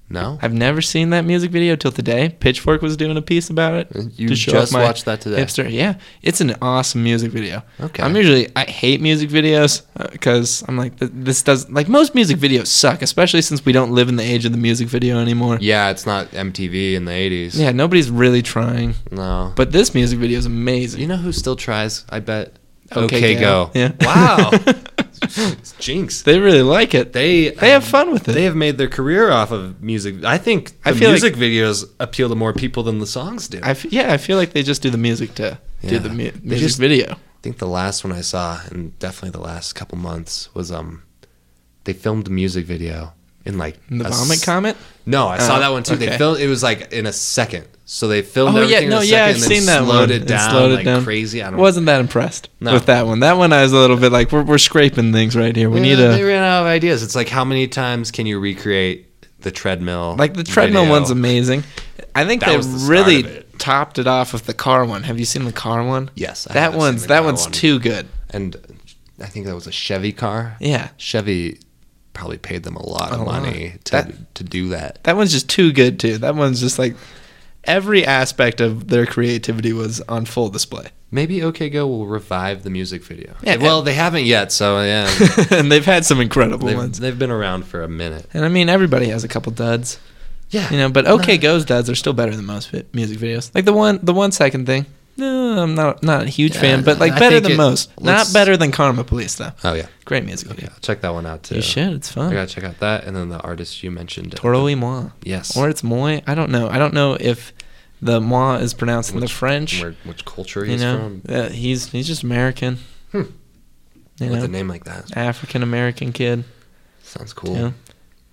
Speaker 1: No.
Speaker 2: I've never seen that music video till today. Pitchfork was doing a piece about it.
Speaker 1: You
Speaker 2: to show off
Speaker 1: just
Speaker 2: my
Speaker 1: watched that today?
Speaker 2: Hipster, yeah, it's an awesome music video.
Speaker 1: Okay.
Speaker 2: I'm usually I hate music videos because I'm like th- this does like most music videos suck, especially since we don't live in the age of the music video anymore.
Speaker 1: Yeah, it's not MTV in the 80s.
Speaker 2: Yeah, nobody's really trying.
Speaker 1: No.
Speaker 2: But this music video is amazing.
Speaker 1: You know who still tries? I bet.
Speaker 2: Okay,
Speaker 1: Okay,
Speaker 2: Go.
Speaker 1: go.
Speaker 2: Yeah.
Speaker 1: Wow.
Speaker 2: [laughs]
Speaker 1: [laughs] It's Jinx.
Speaker 2: They really like it.
Speaker 1: They um,
Speaker 2: They have fun with it.
Speaker 1: They have made their career off of music. I think the
Speaker 2: I feel like-
Speaker 1: music videos appeal to more people than the songs do.
Speaker 2: I f- yeah, I feel like they just do the music to do
Speaker 1: Yeah.
Speaker 2: the mu-
Speaker 1: They
Speaker 2: music
Speaker 1: just-
Speaker 2: video.
Speaker 1: I think the last one I saw, and definitely the last couple months, was um, they filmed a music video in like
Speaker 2: The
Speaker 1: a
Speaker 2: vomit
Speaker 1: s-
Speaker 2: comment.
Speaker 1: No, I saw
Speaker 2: Oh,
Speaker 1: that one too.
Speaker 2: okay.
Speaker 1: They filmed it was like in a second, so they filmed
Speaker 2: Oh yeah,
Speaker 1: everything
Speaker 2: no,
Speaker 1: in a
Speaker 2: yeah, I've
Speaker 1: second, and then
Speaker 2: seen that
Speaker 1: slowed
Speaker 2: one.
Speaker 1: it
Speaker 2: And
Speaker 1: down
Speaker 2: slowed it
Speaker 1: like
Speaker 2: down.
Speaker 1: crazy. I don't
Speaker 2: Wasn't that impressed
Speaker 1: No.
Speaker 2: with that one? That one I was a little bit like we're, we're scraping things right here. We
Speaker 1: Yeah,
Speaker 2: need
Speaker 1: They
Speaker 2: a
Speaker 1: ran out of ideas. It's like how many times can you recreate the treadmill?
Speaker 2: like the treadmill
Speaker 1: video?
Speaker 2: one's amazing. I think
Speaker 1: That
Speaker 2: they
Speaker 1: was the start
Speaker 2: really
Speaker 1: of it.
Speaker 2: topped it off with the car one. Have you seen the car one?
Speaker 1: Yes, I have
Speaker 2: that
Speaker 1: seen
Speaker 2: one's
Speaker 1: the
Speaker 2: that
Speaker 1: car
Speaker 2: one's
Speaker 1: one.
Speaker 2: too good.
Speaker 1: and I think that was a Chevy car.
Speaker 2: Yeah,
Speaker 1: Chevy probably paid them a lot
Speaker 2: A
Speaker 1: of
Speaker 2: lot.
Speaker 1: money to
Speaker 2: That-
Speaker 1: to do that.
Speaker 2: that one's just too good too. That one's just like every aspect of their creativity was on full display, [laughs]
Speaker 1: Maybe OK Go will revive the music video.
Speaker 2: Yeah.
Speaker 1: well, they haven't yet, so
Speaker 2: [laughs]
Speaker 1: yeah.
Speaker 2: and they've had some incredible
Speaker 1: they've,
Speaker 2: ones.
Speaker 1: they've been around for a minute. Oh,
Speaker 2: And I mean, everybody has a couple duds.
Speaker 1: Yeah.
Speaker 2: You know, but OK Go's duds are still better than most vi- music videos. Like the one, the one second thing. No, I'm not not a huge
Speaker 1: Yeah,
Speaker 2: fan, but like
Speaker 1: I
Speaker 2: better
Speaker 1: think
Speaker 2: than
Speaker 1: it
Speaker 2: most. Not
Speaker 1: looks-
Speaker 2: better than Karma Police though.
Speaker 1: Oh yeah.
Speaker 2: Great music video.
Speaker 1: Yeah, I'll check that one out too.
Speaker 2: You should. It's
Speaker 1: I
Speaker 2: fun.
Speaker 1: gotta check out that and then the artist you mentioned.
Speaker 2: Toro y moi,
Speaker 1: Yes.
Speaker 2: or it's moi. I don't know. I don't know if the moi is pronounced in the
Speaker 1: Which-
Speaker 2: French.
Speaker 1: Where, which culture
Speaker 2: You
Speaker 1: he's
Speaker 2: know,
Speaker 1: from?
Speaker 2: uh, he's he's just American.
Speaker 1: Hmm.
Speaker 2: You
Speaker 1: With a
Speaker 2: know,
Speaker 1: name like that,
Speaker 2: African American kid.
Speaker 1: sounds cool.
Speaker 2: You know,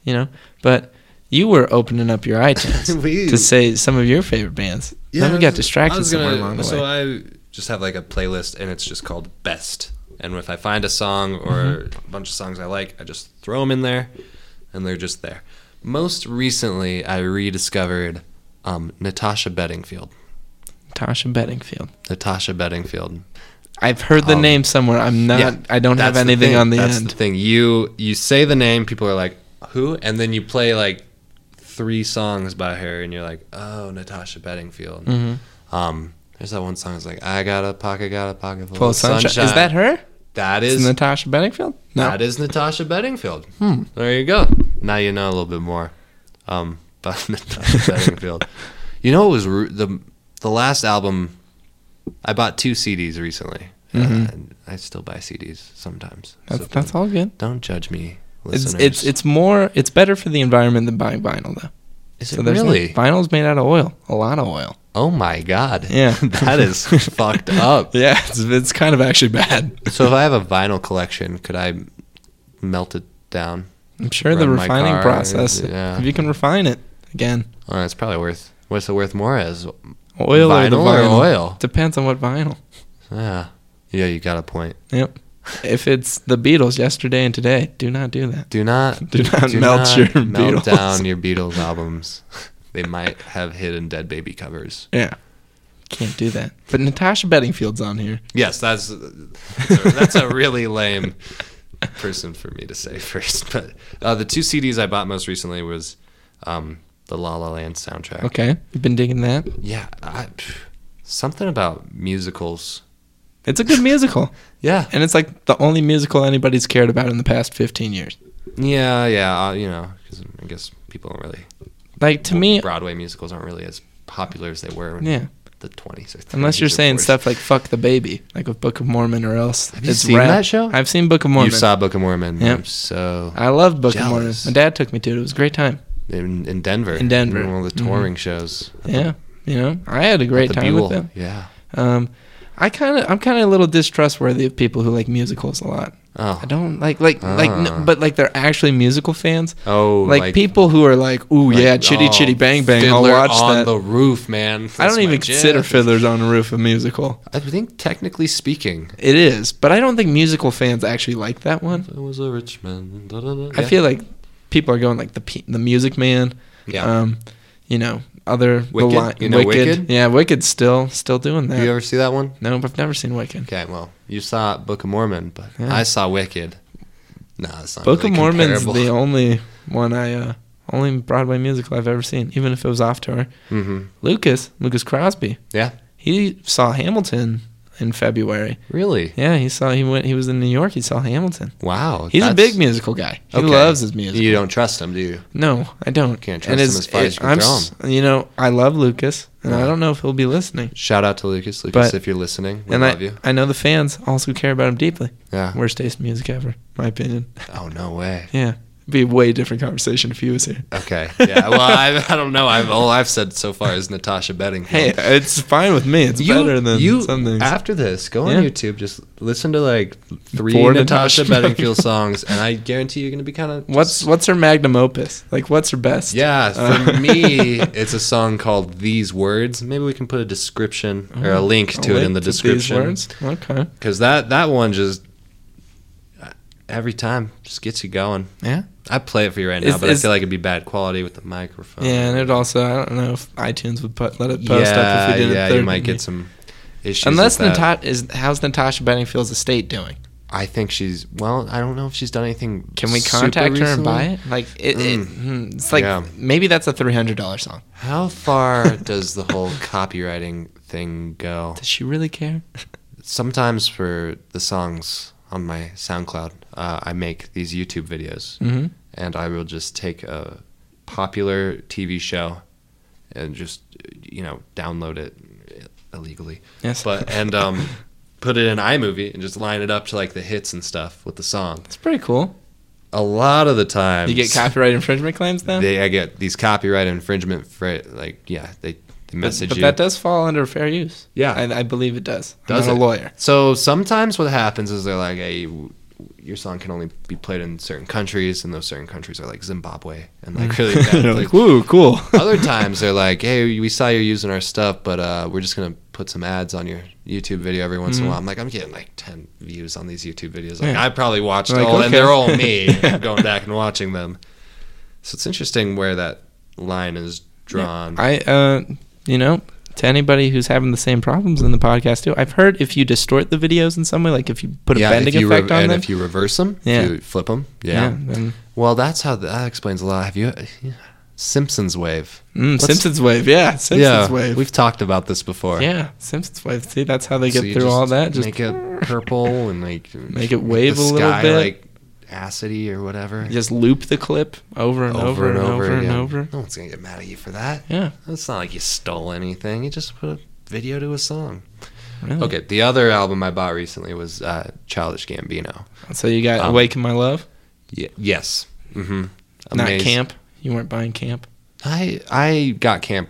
Speaker 2: you know, but you were opening up your iTunes
Speaker 1: [laughs] We-
Speaker 2: to say some of your favorite bands. then we
Speaker 1: I
Speaker 2: got
Speaker 1: was- I
Speaker 2: distracted
Speaker 1: was
Speaker 2: somewhere
Speaker 1: gonna-
Speaker 2: along the way.
Speaker 1: so I just have like a playlist, and it's just called Best. And if I find a song or
Speaker 2: Mm-hmm.
Speaker 1: a bunch of songs I like, I just throw them in there, and they're just there. Most recently, I rediscovered um, Natasha Bedingfield.
Speaker 2: Tasha Bedingfield.
Speaker 1: Natasha Bedingfield.
Speaker 2: I've heard the
Speaker 1: Um,
Speaker 2: name somewhere. I'm not.
Speaker 1: yeah,
Speaker 2: I don't have
Speaker 1: That's the
Speaker 2: anything
Speaker 1: thing.
Speaker 2: on the
Speaker 1: That's
Speaker 2: end.
Speaker 1: the thing. You you say the name, people are like, "Who?" And then you play like three songs by her, and you're like, "Oh, Natasha Bedingfield."
Speaker 2: Mm-hmm.
Speaker 1: Um, there's that one song. It's like, "I got a pocket, got a pocket full,
Speaker 2: Full
Speaker 1: of
Speaker 2: sunshine.
Speaker 1: sunshine.
Speaker 2: Is that her?
Speaker 1: That
Speaker 2: Is
Speaker 1: is
Speaker 2: Natasha Bedingfield? No. Hmm.
Speaker 1: that is Natasha Bedingfield. There you go. Now you know a little bit more um, [laughs] about Natasha Bedingfield. You know, it was ru- the the last album. I bought two CDs recently. Uh, and I still buy CDs sometimes.
Speaker 2: Mm-hmm. that's,
Speaker 1: So
Speaker 2: that's all good.
Speaker 1: don't judge me,
Speaker 2: It's,
Speaker 1: listeners.
Speaker 2: it's it's more. It's better for the environment than buying vinyl though.
Speaker 1: Is
Speaker 2: So
Speaker 1: it
Speaker 2: there's
Speaker 1: really?
Speaker 2: Vinyl's made out of oil. A lot
Speaker 1: [laughs]
Speaker 2: of oil.
Speaker 1: oh my god.
Speaker 2: Yeah.
Speaker 1: [laughs] that
Speaker 2: [laughs]
Speaker 1: is fucked up.
Speaker 2: Yeah, it's, it's kind of actually bad.
Speaker 1: So if I have a vinyl collection, could I melt it down?
Speaker 2: I'm sure the
Speaker 1: Run my
Speaker 2: refining
Speaker 1: car,
Speaker 2: process.
Speaker 1: yeah.
Speaker 2: If you can refine it again,
Speaker 1: Oh, it's probably worth. What's it worth more as?
Speaker 2: oil or, the
Speaker 1: Vinyl or
Speaker 2: vinyl.
Speaker 1: oil?
Speaker 2: depends on what vinyl.
Speaker 1: Yeah. Yeah, you got a point.
Speaker 2: Yep. if it's the Beatles yesterday and today, do not do that.
Speaker 1: Do not
Speaker 2: [laughs] Do not melt your Beatles.
Speaker 1: melt down your Beatles albums. [laughs] they might have hidden dead baby covers.
Speaker 2: Yeah. Can't do that. But Natasha Bedingfield's on here.
Speaker 1: Yes, that's that's a, that's a really lame person for me to say [laughs] first. But uh, the two CDs I bought most recently was um, the La La Land soundtrack.
Speaker 2: Okay. You've been digging that.
Speaker 1: Yeah, I, pff, something about musicals.
Speaker 2: It's a good musical.
Speaker 1: Yeah,
Speaker 2: And it's like the only musical anybody's cared about in the past 15 years.
Speaker 1: yeah, yeah. Uh, you know, 'cause I guess people don't really
Speaker 2: Like to me,
Speaker 1: Broadway musicals aren't really as popular as they were in
Speaker 2: yeah.
Speaker 1: the twenties or 30s
Speaker 2: Unless you're
Speaker 1: or
Speaker 2: saying
Speaker 1: 40s.
Speaker 2: stuff like fuck the baby, like with Book of Mormon or else.
Speaker 1: Have you seen
Speaker 2: rap.
Speaker 1: that show?
Speaker 2: I've seen Book of Mormon.
Speaker 1: You saw Book of Mormon.
Speaker 2: Yep.
Speaker 1: I'm So
Speaker 2: I loved Book of
Speaker 1: Jealous.
Speaker 2: Mormon. My dad took me to it. It was a great time.
Speaker 1: in, in Denver,
Speaker 2: In Denver.
Speaker 1: one of the touring shows.
Speaker 2: Yeah. You know, I had a great
Speaker 1: the
Speaker 2: time
Speaker 1: Buell.
Speaker 2: with them.
Speaker 1: Yeah.
Speaker 2: Um, I kind of, I'm kind of a little distrustworthy of people who like musicals a lot.
Speaker 1: Oh.
Speaker 2: I don't like, like, like,
Speaker 1: Ah.
Speaker 2: n- but like they're actually musical fans.
Speaker 1: Oh,
Speaker 2: like, people who are like, ooh
Speaker 1: like,
Speaker 2: yeah, chitty
Speaker 1: oh,
Speaker 2: chitty bang bang. I'll
Speaker 1: Fiddler
Speaker 2: watch
Speaker 1: on
Speaker 2: that.
Speaker 1: the roof, man. That's
Speaker 2: I don't
Speaker 1: my
Speaker 2: even
Speaker 1: jam.
Speaker 2: consider Fiddlers on the Roof a musical.
Speaker 1: I think technically speaking,
Speaker 2: It is, but I don't think musical fans actually like that one.
Speaker 1: it was a rich man. da, da, da.
Speaker 2: I
Speaker 1: Yeah.
Speaker 2: feel like people are going like the P- the Music Man.
Speaker 1: Yeah.
Speaker 2: Um, you know, other the
Speaker 1: Wicked?
Speaker 2: line-
Speaker 1: You know Wicked?
Speaker 2: Yeah, Wicked's still still doing that.
Speaker 1: you ever see that one?
Speaker 2: no, I've never seen Wicked.
Speaker 1: Okay, well, you saw Book of Mormon, but
Speaker 2: Yeah.
Speaker 1: I saw Wicked. No, it's not
Speaker 2: Book
Speaker 1: really
Speaker 2: of Mormon's
Speaker 1: comparable.
Speaker 2: the only one I uh, only Broadway musical I've ever seen, even if it was off tour.
Speaker 1: Mhm.
Speaker 2: Lucas Lucas Crosby,
Speaker 1: Yeah,
Speaker 2: he saw Hamilton in February.
Speaker 1: really.
Speaker 2: Yeah, he saw he went he was in New York. He saw Hamilton.
Speaker 1: Wow,
Speaker 2: He's a
Speaker 1: that's-
Speaker 2: big musical guy. He
Speaker 1: okay.
Speaker 2: loves his music.
Speaker 1: You don't trust him, do you?
Speaker 2: No, I don't.
Speaker 1: Can't trust him
Speaker 2: it's-
Speaker 1: as far as you can
Speaker 2: I'm
Speaker 1: throw
Speaker 2: s- You know, I love Lucas, and I
Speaker 1: Yeah.
Speaker 2: don't know if he'll be listening.
Speaker 1: Shout out to Lucas, Lucas,
Speaker 2: But-
Speaker 1: if you're listening, we
Speaker 2: and
Speaker 1: love
Speaker 2: I,
Speaker 1: you.
Speaker 2: I know the fans also care about him deeply.
Speaker 1: Yeah.
Speaker 2: Worst taste in music ever, my opinion.
Speaker 1: Oh no way.
Speaker 2: Yeah, It'd be a way different conversation if he was here.
Speaker 1: Okay. Yeah. Well,
Speaker 2: [laughs]
Speaker 1: I, [laughs] I don't know. I've, all I've said so far is Natasha Bedingfield.
Speaker 2: Hey, it's fine with me. It's better than
Speaker 1: you,
Speaker 2: some things.
Speaker 1: After this, go on
Speaker 2: Yeah.
Speaker 1: YouTube. Just listen to like three
Speaker 2: Four
Speaker 1: Natasha,
Speaker 2: Natasha
Speaker 1: Bedingfield songs, and I guarantee you're gonna be kind of
Speaker 2: what's what's her magnum opus? Like, what's her best?
Speaker 1: Yeah, for
Speaker 2: Uh, [laughs]
Speaker 1: me, it's a song called "These Words." Maybe we can put a description or a link
Speaker 2: I'll
Speaker 1: to it in the
Speaker 2: Uh-huh. Oh, link these
Speaker 1: description Uh,
Speaker 2: words. Okay.
Speaker 1: because that that one just uh, every time just gets you going.
Speaker 2: Yeah.
Speaker 1: I play it for you right now,
Speaker 2: Is-
Speaker 1: but
Speaker 2: is-
Speaker 1: I feel like it'd be bad quality with the microphone.
Speaker 2: Yeah, and it also I don't know if iTunes would put, let it
Speaker 1: yeah,
Speaker 2: post up if we didn't.
Speaker 1: yeah,
Speaker 2: third
Speaker 1: you might
Speaker 2: degree.
Speaker 1: get some issues.
Speaker 2: Unless
Speaker 1: with that.
Speaker 2: Natasha is how's Natasha Bedingfield's estate doing?
Speaker 1: I think she's well. I don't know if she's done anything.
Speaker 2: Can we
Speaker 1: super
Speaker 2: contact her and buy
Speaker 1: recently.
Speaker 2: it? Like it, it
Speaker 1: Mm.
Speaker 2: hmm, it's like
Speaker 1: Yeah.
Speaker 2: maybe that's a three hundred dollar song.
Speaker 1: How
Speaker 2: [laughs]
Speaker 1: far does the whole copywriting thing go?
Speaker 2: Does she really care?
Speaker 1: sometimes for the songs on my SoundCloud, uh, I make these YouTube videos,
Speaker 2: Mhm.
Speaker 1: and I will just take a popular TV show and just you know download it illegally,
Speaker 2: Yes,
Speaker 1: but and
Speaker 2: [laughs]
Speaker 1: um, put it in iMovie and just line it up to like the hits and stuff with the song.
Speaker 2: it's pretty cool.
Speaker 1: A lot of the time,
Speaker 2: You get copyright infringement claims then.
Speaker 1: They, I get these copyright infringement for like yeah they. they
Speaker 2: but,
Speaker 1: Message
Speaker 2: but
Speaker 1: you.
Speaker 2: that does fall under fair use.
Speaker 1: Yeah.
Speaker 2: I, I believe it does.
Speaker 1: Does
Speaker 2: I'm not
Speaker 1: it?
Speaker 2: a lawyer.
Speaker 1: So sometimes what happens is they're like, hey, w- your song can only be played in certain countries, and those certain countries are like Zimbabwe and [laughs] like
Speaker 2: [laughs]
Speaker 1: really bad.
Speaker 2: You're
Speaker 1: like,
Speaker 2: Mm. like,
Speaker 1: [laughs]
Speaker 2: woo, cool.
Speaker 1: other times they're like, hey, we saw you're using our stuff, but uh, we're just gonna put some ads on your YouTube video every once in a while. I'm like, I'm getting like 10 views on these YouTube videos. Like,
Speaker 2: Mm-hmm. Yeah.
Speaker 1: I probably watched
Speaker 2: Like,
Speaker 1: all, and
Speaker 2: okay.
Speaker 1: they're all me
Speaker 2: [laughs] Yeah.
Speaker 1: going back and watching them. So it's interesting where that line is drawn.
Speaker 2: I, uh, you know, to anybody who's having the same problems in the podcast too, I've heard if you distort the videos in some way, like if you put a bending
Speaker 1: if you re-
Speaker 2: effect on
Speaker 1: and
Speaker 2: them,
Speaker 1: if you reverse them,
Speaker 2: Yeah.
Speaker 1: if you flip them,
Speaker 2: then-
Speaker 1: Well, that's how that explains a lot. Have you Simpsons wave?
Speaker 2: Mm,
Speaker 1: Let's-
Speaker 2: Simpsons wave, yeah, Simpsons wave,
Speaker 1: We've talked about this before.
Speaker 2: yeah, Simpsons wave. See, that's how they
Speaker 1: So
Speaker 2: get
Speaker 1: you
Speaker 2: through
Speaker 1: just
Speaker 2: all that. Just
Speaker 1: make it purple and like
Speaker 2: [laughs] Make it wave a little bit.
Speaker 1: like acidy or whatever.
Speaker 2: [laughs] just loop the clip over and over, and over and
Speaker 1: again.
Speaker 2: over.
Speaker 1: No one's gonna get mad at you for that.
Speaker 2: Yeah,
Speaker 1: It's not like you stole anything. You just put a video to a song.
Speaker 2: really.
Speaker 1: Okay. The other album I bought recently was uh, Childish Gambino.
Speaker 2: So you got
Speaker 1: Um,
Speaker 2: Awaken My Love,
Speaker 1: Yeah. Yes. Mm-hmm.
Speaker 2: not Camp. You weren't buying Camp.
Speaker 1: I I got Camp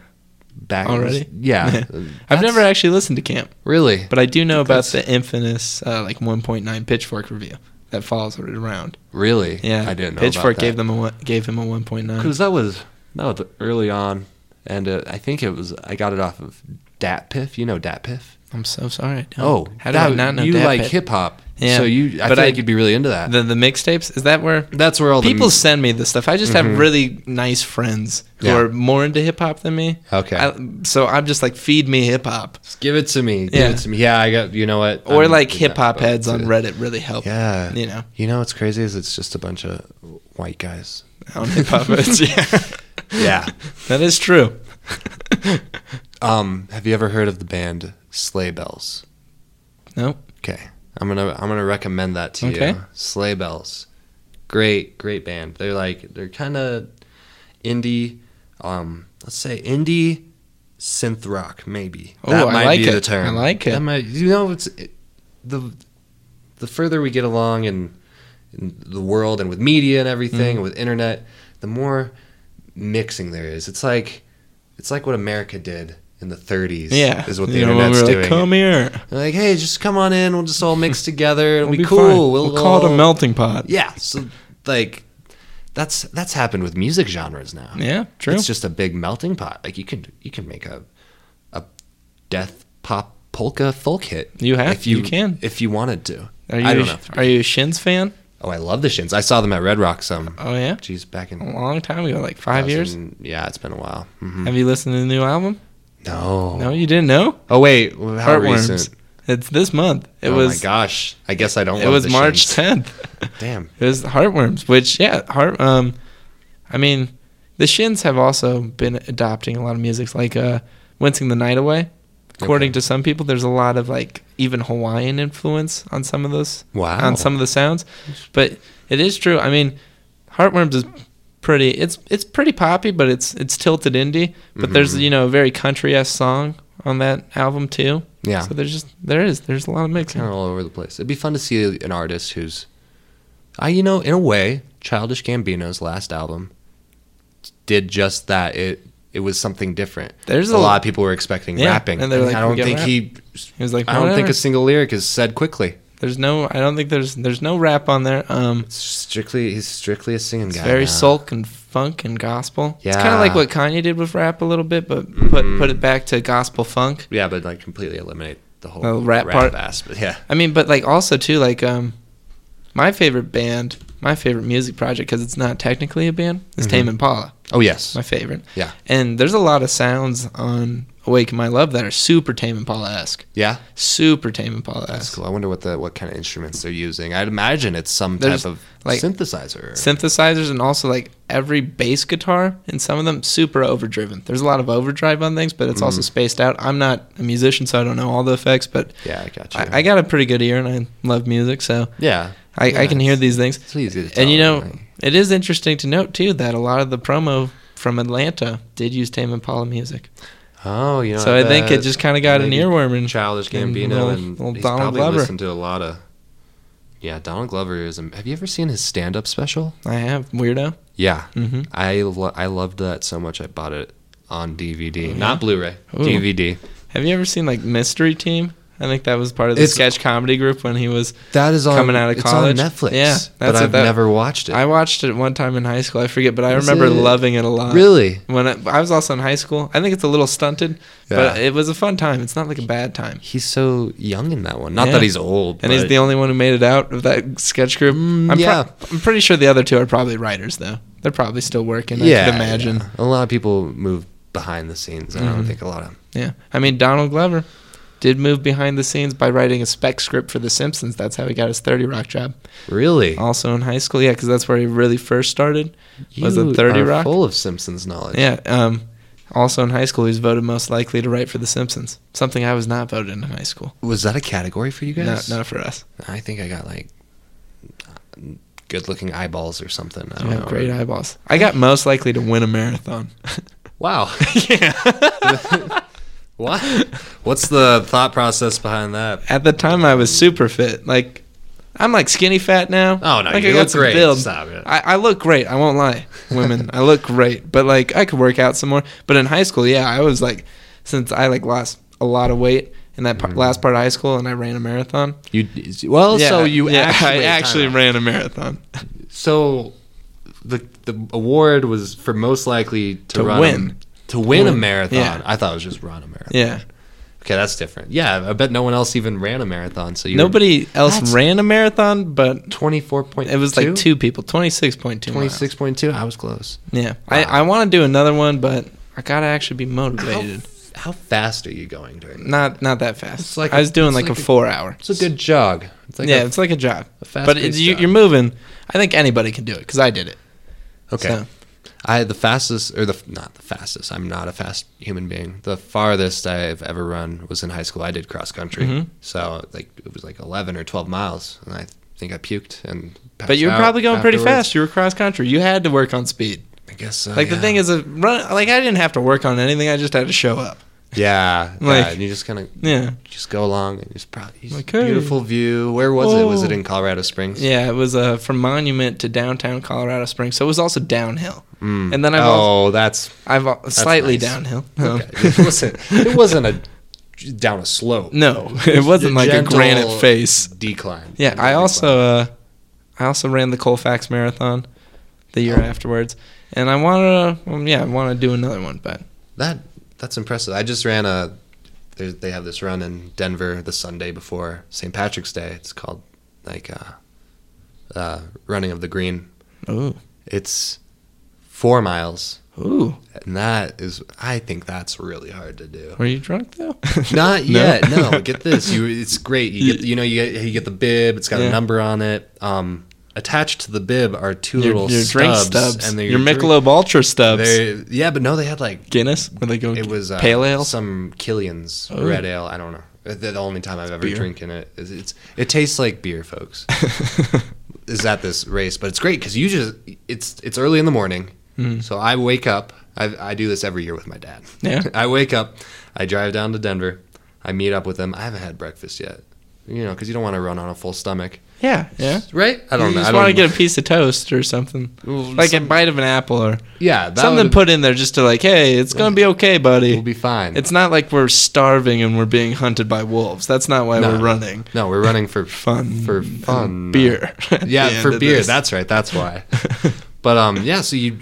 Speaker 1: back
Speaker 2: Already? [laughs]
Speaker 1: Yeah.
Speaker 2: I've
Speaker 1: That's-
Speaker 2: never actually listened to Camp,
Speaker 1: really.
Speaker 2: but I do know about
Speaker 1: Because-
Speaker 2: the infamous uh, like 1.9 Pitchfork review that follows it around.
Speaker 1: Really?
Speaker 2: Yeah,
Speaker 1: I didn't know.
Speaker 2: Pitchfork
Speaker 1: about
Speaker 2: gave
Speaker 1: that.
Speaker 2: them a one, gave him a 1.9.
Speaker 1: because that was that was early on, and uh, I think it was I got it off of Datpiff. You know Datpiff?
Speaker 2: I'm so sorry. I don't.
Speaker 1: Oh,
Speaker 2: how did
Speaker 1: that,
Speaker 2: I not know
Speaker 1: You
Speaker 2: that
Speaker 1: like
Speaker 2: bit?
Speaker 1: hip hop?
Speaker 2: Yeah,
Speaker 1: So you, I
Speaker 2: but
Speaker 1: feel
Speaker 2: I-
Speaker 1: like you'd be really into that.
Speaker 2: the the mixtapes? Is that where
Speaker 1: That's where all the
Speaker 2: people
Speaker 1: m- Mm-hmm.
Speaker 2: send me this stuff. I just have really nice friends who
Speaker 1: Yeah.
Speaker 2: are more into hip hop than me.
Speaker 1: Okay.
Speaker 2: I, so I'm just like, feed me hip hop.
Speaker 1: Just give it to me. Give
Speaker 2: Yeah.
Speaker 1: it to me. Yeah, I got. You know what?
Speaker 2: Or
Speaker 1: I'm
Speaker 2: like
Speaker 1: into that,
Speaker 2: hip hop
Speaker 1: but
Speaker 2: heads on
Speaker 1: it's-
Speaker 2: Reddit really help.
Speaker 1: Yeah.
Speaker 2: You know,
Speaker 1: You know what's crazy is it's just a bunch of white guys.
Speaker 2: on hip
Speaker 1: [laughs]
Speaker 2: hop heads. Yeah.
Speaker 1: Yeah.
Speaker 2: [laughs] That
Speaker 1: [laughs]
Speaker 2: is true.
Speaker 1: Um, have you ever heard of the band Sleigh Bells?
Speaker 2: Nope.
Speaker 1: Okay. I'm gonna I'm gonna recommend that to
Speaker 2: Okay.
Speaker 1: you. Sleigh Bells, great great band. They're like they're kind of indie, um, let's say indie synth rock maybe.
Speaker 2: Oh, I like it. I like it.
Speaker 1: That might, you know, it's it, the the further we get along in, in the world and with media and everything
Speaker 2: Mm-hmm.
Speaker 1: and with internet, the more mixing there is. It's like it's like what America did in the 30s.
Speaker 2: Yeah,
Speaker 1: is what the
Speaker 2: you know, when
Speaker 1: internet's
Speaker 2: we were
Speaker 1: doing.
Speaker 2: Like, Come here.
Speaker 1: They're like, hey, just come on in. We'll just all
Speaker 2: [laughs]
Speaker 1: mix together. It'll
Speaker 2: We'll
Speaker 1: be,
Speaker 2: be
Speaker 1: cool.
Speaker 2: fine. We'll, call it
Speaker 1: all-
Speaker 2: a melting pot.
Speaker 1: Yeah. So like, that's that's happened with music genres now.
Speaker 2: Yeah, true.
Speaker 1: It's just a big melting pot. Like you can you can make a a death pop polka folk hit.
Speaker 2: You have- you can.
Speaker 1: if you wanted to.
Speaker 2: Are you
Speaker 1: I
Speaker 2: a-
Speaker 1: don't know.
Speaker 2: are you a Shins fan?
Speaker 1: Oh, I love the Shins. I saw them at Red Rock some.
Speaker 2: Oh yeah,
Speaker 1: Jeez, back
Speaker 2: a
Speaker 1: in
Speaker 2: long time ago, like five years.
Speaker 1: 2000 Yeah, it's been a while. hmm
Speaker 2: Have you listened to the new album?
Speaker 1: No.
Speaker 2: No, you didn't know.
Speaker 1: Oh wait, how
Speaker 2: Heartworms.
Speaker 1: recent?
Speaker 2: It's this month. It
Speaker 1: oh
Speaker 2: was
Speaker 1: my gosh. I guess I don't.
Speaker 2: it
Speaker 1: love
Speaker 2: was
Speaker 1: the
Speaker 2: March
Speaker 1: Shins. [laughs]
Speaker 2: 10th.
Speaker 1: Damn.
Speaker 2: It was heartworms, which yeah, heart. Um, I mean, the Shins have also been adopting a lot of music, like uh, "Wincing the Night Away." According
Speaker 1: Okay.
Speaker 2: to some people, there's a lot of like even Hawaiian influence on some of those
Speaker 1: Wow.
Speaker 2: on some of the sounds, but it is true. I mean, heartworms is pretty. It's it's pretty poppy, but it's it's tilted indie. But
Speaker 1: Mm-hmm.
Speaker 2: there's you know a very country esque song on that album too.
Speaker 1: Yeah. Oh,
Speaker 2: So there's just there is there's a lot of mixing.
Speaker 1: kind of all over the place. It'd be fun to see an artist who's, I you know, in a way, Childish Gambino's last album did just that. It it was something different.
Speaker 2: There's
Speaker 1: a,
Speaker 2: a-
Speaker 1: lot of people were expecting
Speaker 2: Yeah,
Speaker 1: rapping,
Speaker 2: and they're like,
Speaker 1: I don't
Speaker 2: "We get
Speaker 1: think
Speaker 2: rap."
Speaker 1: he.
Speaker 2: It was like
Speaker 1: I don't think
Speaker 2: whatever.
Speaker 1: a single lyric is said quickly.
Speaker 2: There's no, I don't think there's there's no rap on there. Um,
Speaker 1: It's strictly, he's strictly a singing
Speaker 2: it's
Speaker 1: guy.
Speaker 2: very
Speaker 1: now.
Speaker 2: sulk and funk and gospel. It's kind of
Speaker 1: Yeah. Mm-hmm.
Speaker 2: like what Kanye did with rap a little bit, but put put it back to gospel funk.
Speaker 1: Yeah, but like completely eliminate the whole
Speaker 2: The
Speaker 1: rap,
Speaker 2: rap part.
Speaker 1: aspect. Yeah,
Speaker 2: I mean, but like also too like um, my favorite band, my favorite music project because it's not technically a band, is Tame Impala.
Speaker 1: Oh yes.
Speaker 2: My favorite.
Speaker 1: Yeah.
Speaker 2: And there's a lot of sounds on Awaken My Love that are super Tame Impala esque,
Speaker 1: yeah.
Speaker 2: super Tame Impala
Speaker 1: That's
Speaker 2: esque.
Speaker 1: cool. I wonder what the what kind of instruments they're using. I'd imagine it's some
Speaker 2: There's,
Speaker 1: type of
Speaker 2: like,
Speaker 1: synthesizer.
Speaker 2: synthesizers and also like every bass guitar and some of them super overdriven. There's a lot of overdrive on things, but it's
Speaker 1: Mm-hmm.
Speaker 2: also spaced out. I'm not a musician, so I don't know all the effects, but
Speaker 1: yeah, I got you.
Speaker 2: I, I got a pretty good ear and I love music, so
Speaker 1: yeah,
Speaker 2: I, I
Speaker 1: Yeah,
Speaker 2: can
Speaker 1: it's-
Speaker 2: hear these things.
Speaker 1: It's easy to tell.
Speaker 2: And you know,
Speaker 1: right?
Speaker 2: it is interesting to note too that a lot of the promo from Atlanta did use Tame Impala music.
Speaker 1: oh, you know.
Speaker 2: so I think it
Speaker 1: bet
Speaker 2: just kind of got an
Speaker 1: maybe
Speaker 2: earworm and
Speaker 1: Childish
Speaker 2: and
Speaker 1: Gambino and,
Speaker 2: little- little
Speaker 1: he's
Speaker 2: Donald
Speaker 1: probably
Speaker 2: Glover.
Speaker 1: listened to a lot of. Yeah, Donald Glover is. am- Have you ever seen his stand-up special?
Speaker 2: I have weirdo.
Speaker 1: Yeah,
Speaker 2: Mm-hmm.
Speaker 1: I lo- I loved that so much. I bought it on DVD,
Speaker 2: Oh,
Speaker 1: not Blu-ray,
Speaker 2: Ooh.
Speaker 1: DVD.
Speaker 2: Have you ever seen like Mystery Team? I think that was part of the
Speaker 1: It's-
Speaker 2: sketch comedy group when he was
Speaker 1: That is on
Speaker 2: Coming out of
Speaker 1: it's
Speaker 2: college?
Speaker 1: on Netflix.
Speaker 2: Yeah,
Speaker 1: but
Speaker 2: that's what
Speaker 1: I've
Speaker 2: that-
Speaker 1: never watched it.
Speaker 2: I watched it one time in high school. I forget, but I
Speaker 1: Is
Speaker 2: remember
Speaker 1: it?
Speaker 2: loving it a lot.
Speaker 1: really?
Speaker 2: When I, I was also in high school, I think it's a little stunted, but
Speaker 1: Yeah.
Speaker 2: it was a fun time. It's not like a bad time.
Speaker 1: He's so young in that one. Not
Speaker 2: Yeah.
Speaker 1: that he's old,
Speaker 2: And he's
Speaker 1: but-
Speaker 2: the only one who made it out of that sketch group.
Speaker 1: Mm,
Speaker 2: I'm pro-
Speaker 1: yeah.
Speaker 2: I'm pretty sure the other two are probably writers, though. They're probably still working. I could imagine.
Speaker 1: yeah. A lot of people move behind the scenes. I don't think a lot of
Speaker 2: Yeah. I mean, Donald Glover did move behind the scenes by writing a spec script for The Simpsons. That's how he got his 30 Rock job.
Speaker 1: really.
Speaker 2: Also in high school, yeah, because that's where he really first started. was
Speaker 1: You
Speaker 2: it 30
Speaker 1: are
Speaker 2: Rock?
Speaker 1: Full of Simpsons knowledge.
Speaker 2: Yeah. Um, also in high school, he was voted most likely to write for The Simpsons. Something I was not voted in high school.
Speaker 1: Was that a category for you
Speaker 2: Not,
Speaker 1: guys?
Speaker 2: not for us.
Speaker 1: I think I got like good-looking eyeballs or something. I
Speaker 2: You
Speaker 1: don't
Speaker 2: have
Speaker 1: know.
Speaker 2: great eyeballs. I got most likely to win
Speaker 1: [laughs]
Speaker 2: a marathon.
Speaker 1: Wow. [laughs]
Speaker 2: yeah.
Speaker 1: what? What's the thought process behind that?
Speaker 2: At the time, I was super fit. Like, I'm like skinny fat now.
Speaker 1: Oh no,
Speaker 2: like,
Speaker 1: you look
Speaker 2: some
Speaker 1: great.
Speaker 2: build.
Speaker 1: Stop it.
Speaker 2: I, I look great. I won't lie, women. I look great, but like I could work out some more. But in high school, yeah, I was like, since I like lost a lot of weight in that
Speaker 1: Mm-hmm.
Speaker 2: par- last part of high school, and I ran a marathon.
Speaker 1: You well, Oh, so you [laughs]
Speaker 2: yeah, [laughs]
Speaker 1: actually,
Speaker 2: I actually
Speaker 1: kinda-
Speaker 2: ran a marathon.
Speaker 1: so the the award was for most likely to,
Speaker 2: To
Speaker 1: run a-
Speaker 2: win.
Speaker 1: to win a
Speaker 2: win.
Speaker 1: marathon.
Speaker 2: Yeah.
Speaker 1: I thought it was just run a marathon.
Speaker 2: Yeah,
Speaker 1: Okay, that's different. Yeah, I bet no one else even ran a marathon. So you
Speaker 2: nobody else
Speaker 1: That's-
Speaker 2: ran a marathon, but
Speaker 1: twenty four point.
Speaker 2: it was like two people, twenty six point two.
Speaker 1: Twenty six point two. I was close.
Speaker 2: Yeah, I, I want to do another one, but I gotta actually be motivated.
Speaker 1: How, how fast are you going during? that?
Speaker 2: Not not that fast.
Speaker 1: It's like
Speaker 2: I was
Speaker 1: a-
Speaker 2: doing
Speaker 1: it's
Speaker 2: like,
Speaker 1: like
Speaker 2: a
Speaker 1: a-
Speaker 2: four hour.
Speaker 1: It's a good jog. It's like
Speaker 2: yeah,
Speaker 1: a-
Speaker 2: it's like a job,
Speaker 1: a fast.
Speaker 2: but it's, you, you're moving. I think anybody can do it because I did it.
Speaker 1: okay.
Speaker 2: so.
Speaker 1: I the fastest or the not the fastest. I'm not a fast human being. The farthest I've ever run was in high school. I did cross country,
Speaker 2: Mhm.
Speaker 1: so like it was like 11 or 12 miles, and I think I puked and.
Speaker 2: But
Speaker 1: passed
Speaker 2: you were
Speaker 1: out
Speaker 2: probably going pretty
Speaker 1: afterwards.
Speaker 2: fast. You were cross country. You had to work on speed.
Speaker 1: I guess. So,
Speaker 2: Like
Speaker 1: yeah.
Speaker 2: the thing is, a run. Like I didn't have to work on anything. I just had to show up.
Speaker 1: Yeah,
Speaker 2: Like-
Speaker 1: yeah, and you just kind of
Speaker 2: Yeah,
Speaker 1: just go along and just probably just
Speaker 2: Like, hey.
Speaker 1: beautiful view. Where was it?
Speaker 2: Oh.
Speaker 1: Was it in Colorado Springs?
Speaker 2: yeah. It was uh, from Monument to downtown Colorado Springs, so it was also downhill. And then I've al- Oh.
Speaker 1: oh, that's
Speaker 2: I've al- slightly
Speaker 1: nice.
Speaker 2: downhill. Um,
Speaker 1: okay. [laughs] it wasn't. It wasn't a down a slope.
Speaker 2: No, it wasn't like a
Speaker 1: Gentle
Speaker 2: granite face.
Speaker 1: decline.
Speaker 2: [laughs] Yeah, I also uh, I also ran the Colfax Marathon the year afterwards, and I want to um, yeah I want to do another one, but
Speaker 1: that that's impressive. I just ran a. there's- They have this run in Denver the Sunday before St. Patrick's Day. It's called like uh, uh, running of the green.
Speaker 2: ooh
Speaker 1: It's four miles,
Speaker 2: ooh
Speaker 1: and that is I think that's really hard to do.
Speaker 2: were you drunk though? [laughs]
Speaker 1: Not yet. No, get this. You, it's great. You get, you know, you get, you get the bib. It's got
Speaker 2: Yeah.
Speaker 1: a number on it. Um, attached to the bib are two
Speaker 2: your,
Speaker 1: little
Speaker 2: your drink
Speaker 1: stubs,
Speaker 2: stubs
Speaker 1: and they're
Speaker 2: your
Speaker 1: drink-
Speaker 2: Michelob Ultra stubs.
Speaker 1: They, yeah, but no, they had like
Speaker 2: Guinness, where they go
Speaker 1: it was uh,
Speaker 2: pale ale.
Speaker 1: some Killian's
Speaker 2: Oh.
Speaker 1: red ale. I don't know. The the only time I've ever
Speaker 2: beer.
Speaker 1: drinking it. It's, it's it tastes like beer, folks.
Speaker 2: [laughs]
Speaker 1: is at this race, but it's great because you just it's it's early in the morning,
Speaker 2: Hmm.
Speaker 1: so I wake up. I, I do this every year with my dad.
Speaker 2: Yeah.
Speaker 1: [laughs] I wake up, I drive down to Denver, I meet up with him. I haven't had breakfast yet, you know, because you don't want to run on a full stomach,
Speaker 2: yeah, yeah.
Speaker 1: right? I don't
Speaker 2: you
Speaker 1: know. I
Speaker 2: just
Speaker 1: don't
Speaker 2: want to get a piece of toast or something,
Speaker 1: Well,
Speaker 2: like a
Speaker 1: some-
Speaker 2: bite of an apple or
Speaker 1: yeah, that
Speaker 2: something
Speaker 1: would-
Speaker 2: put in there just to like, hey, it's gonna be okay, buddy.
Speaker 1: will be fine.
Speaker 2: It's not like we're starving and we're being hunted by wolves. That's not why
Speaker 1: No.
Speaker 2: we're running.
Speaker 1: no, we're running for
Speaker 2: Fun
Speaker 1: for
Speaker 2: and
Speaker 1: fun
Speaker 2: beer. [laughs] At the
Speaker 1: yeah
Speaker 2: end
Speaker 1: for
Speaker 2: of
Speaker 1: beer
Speaker 2: this.
Speaker 1: that's right that's
Speaker 2: [laughs]
Speaker 1: why but um yeah so you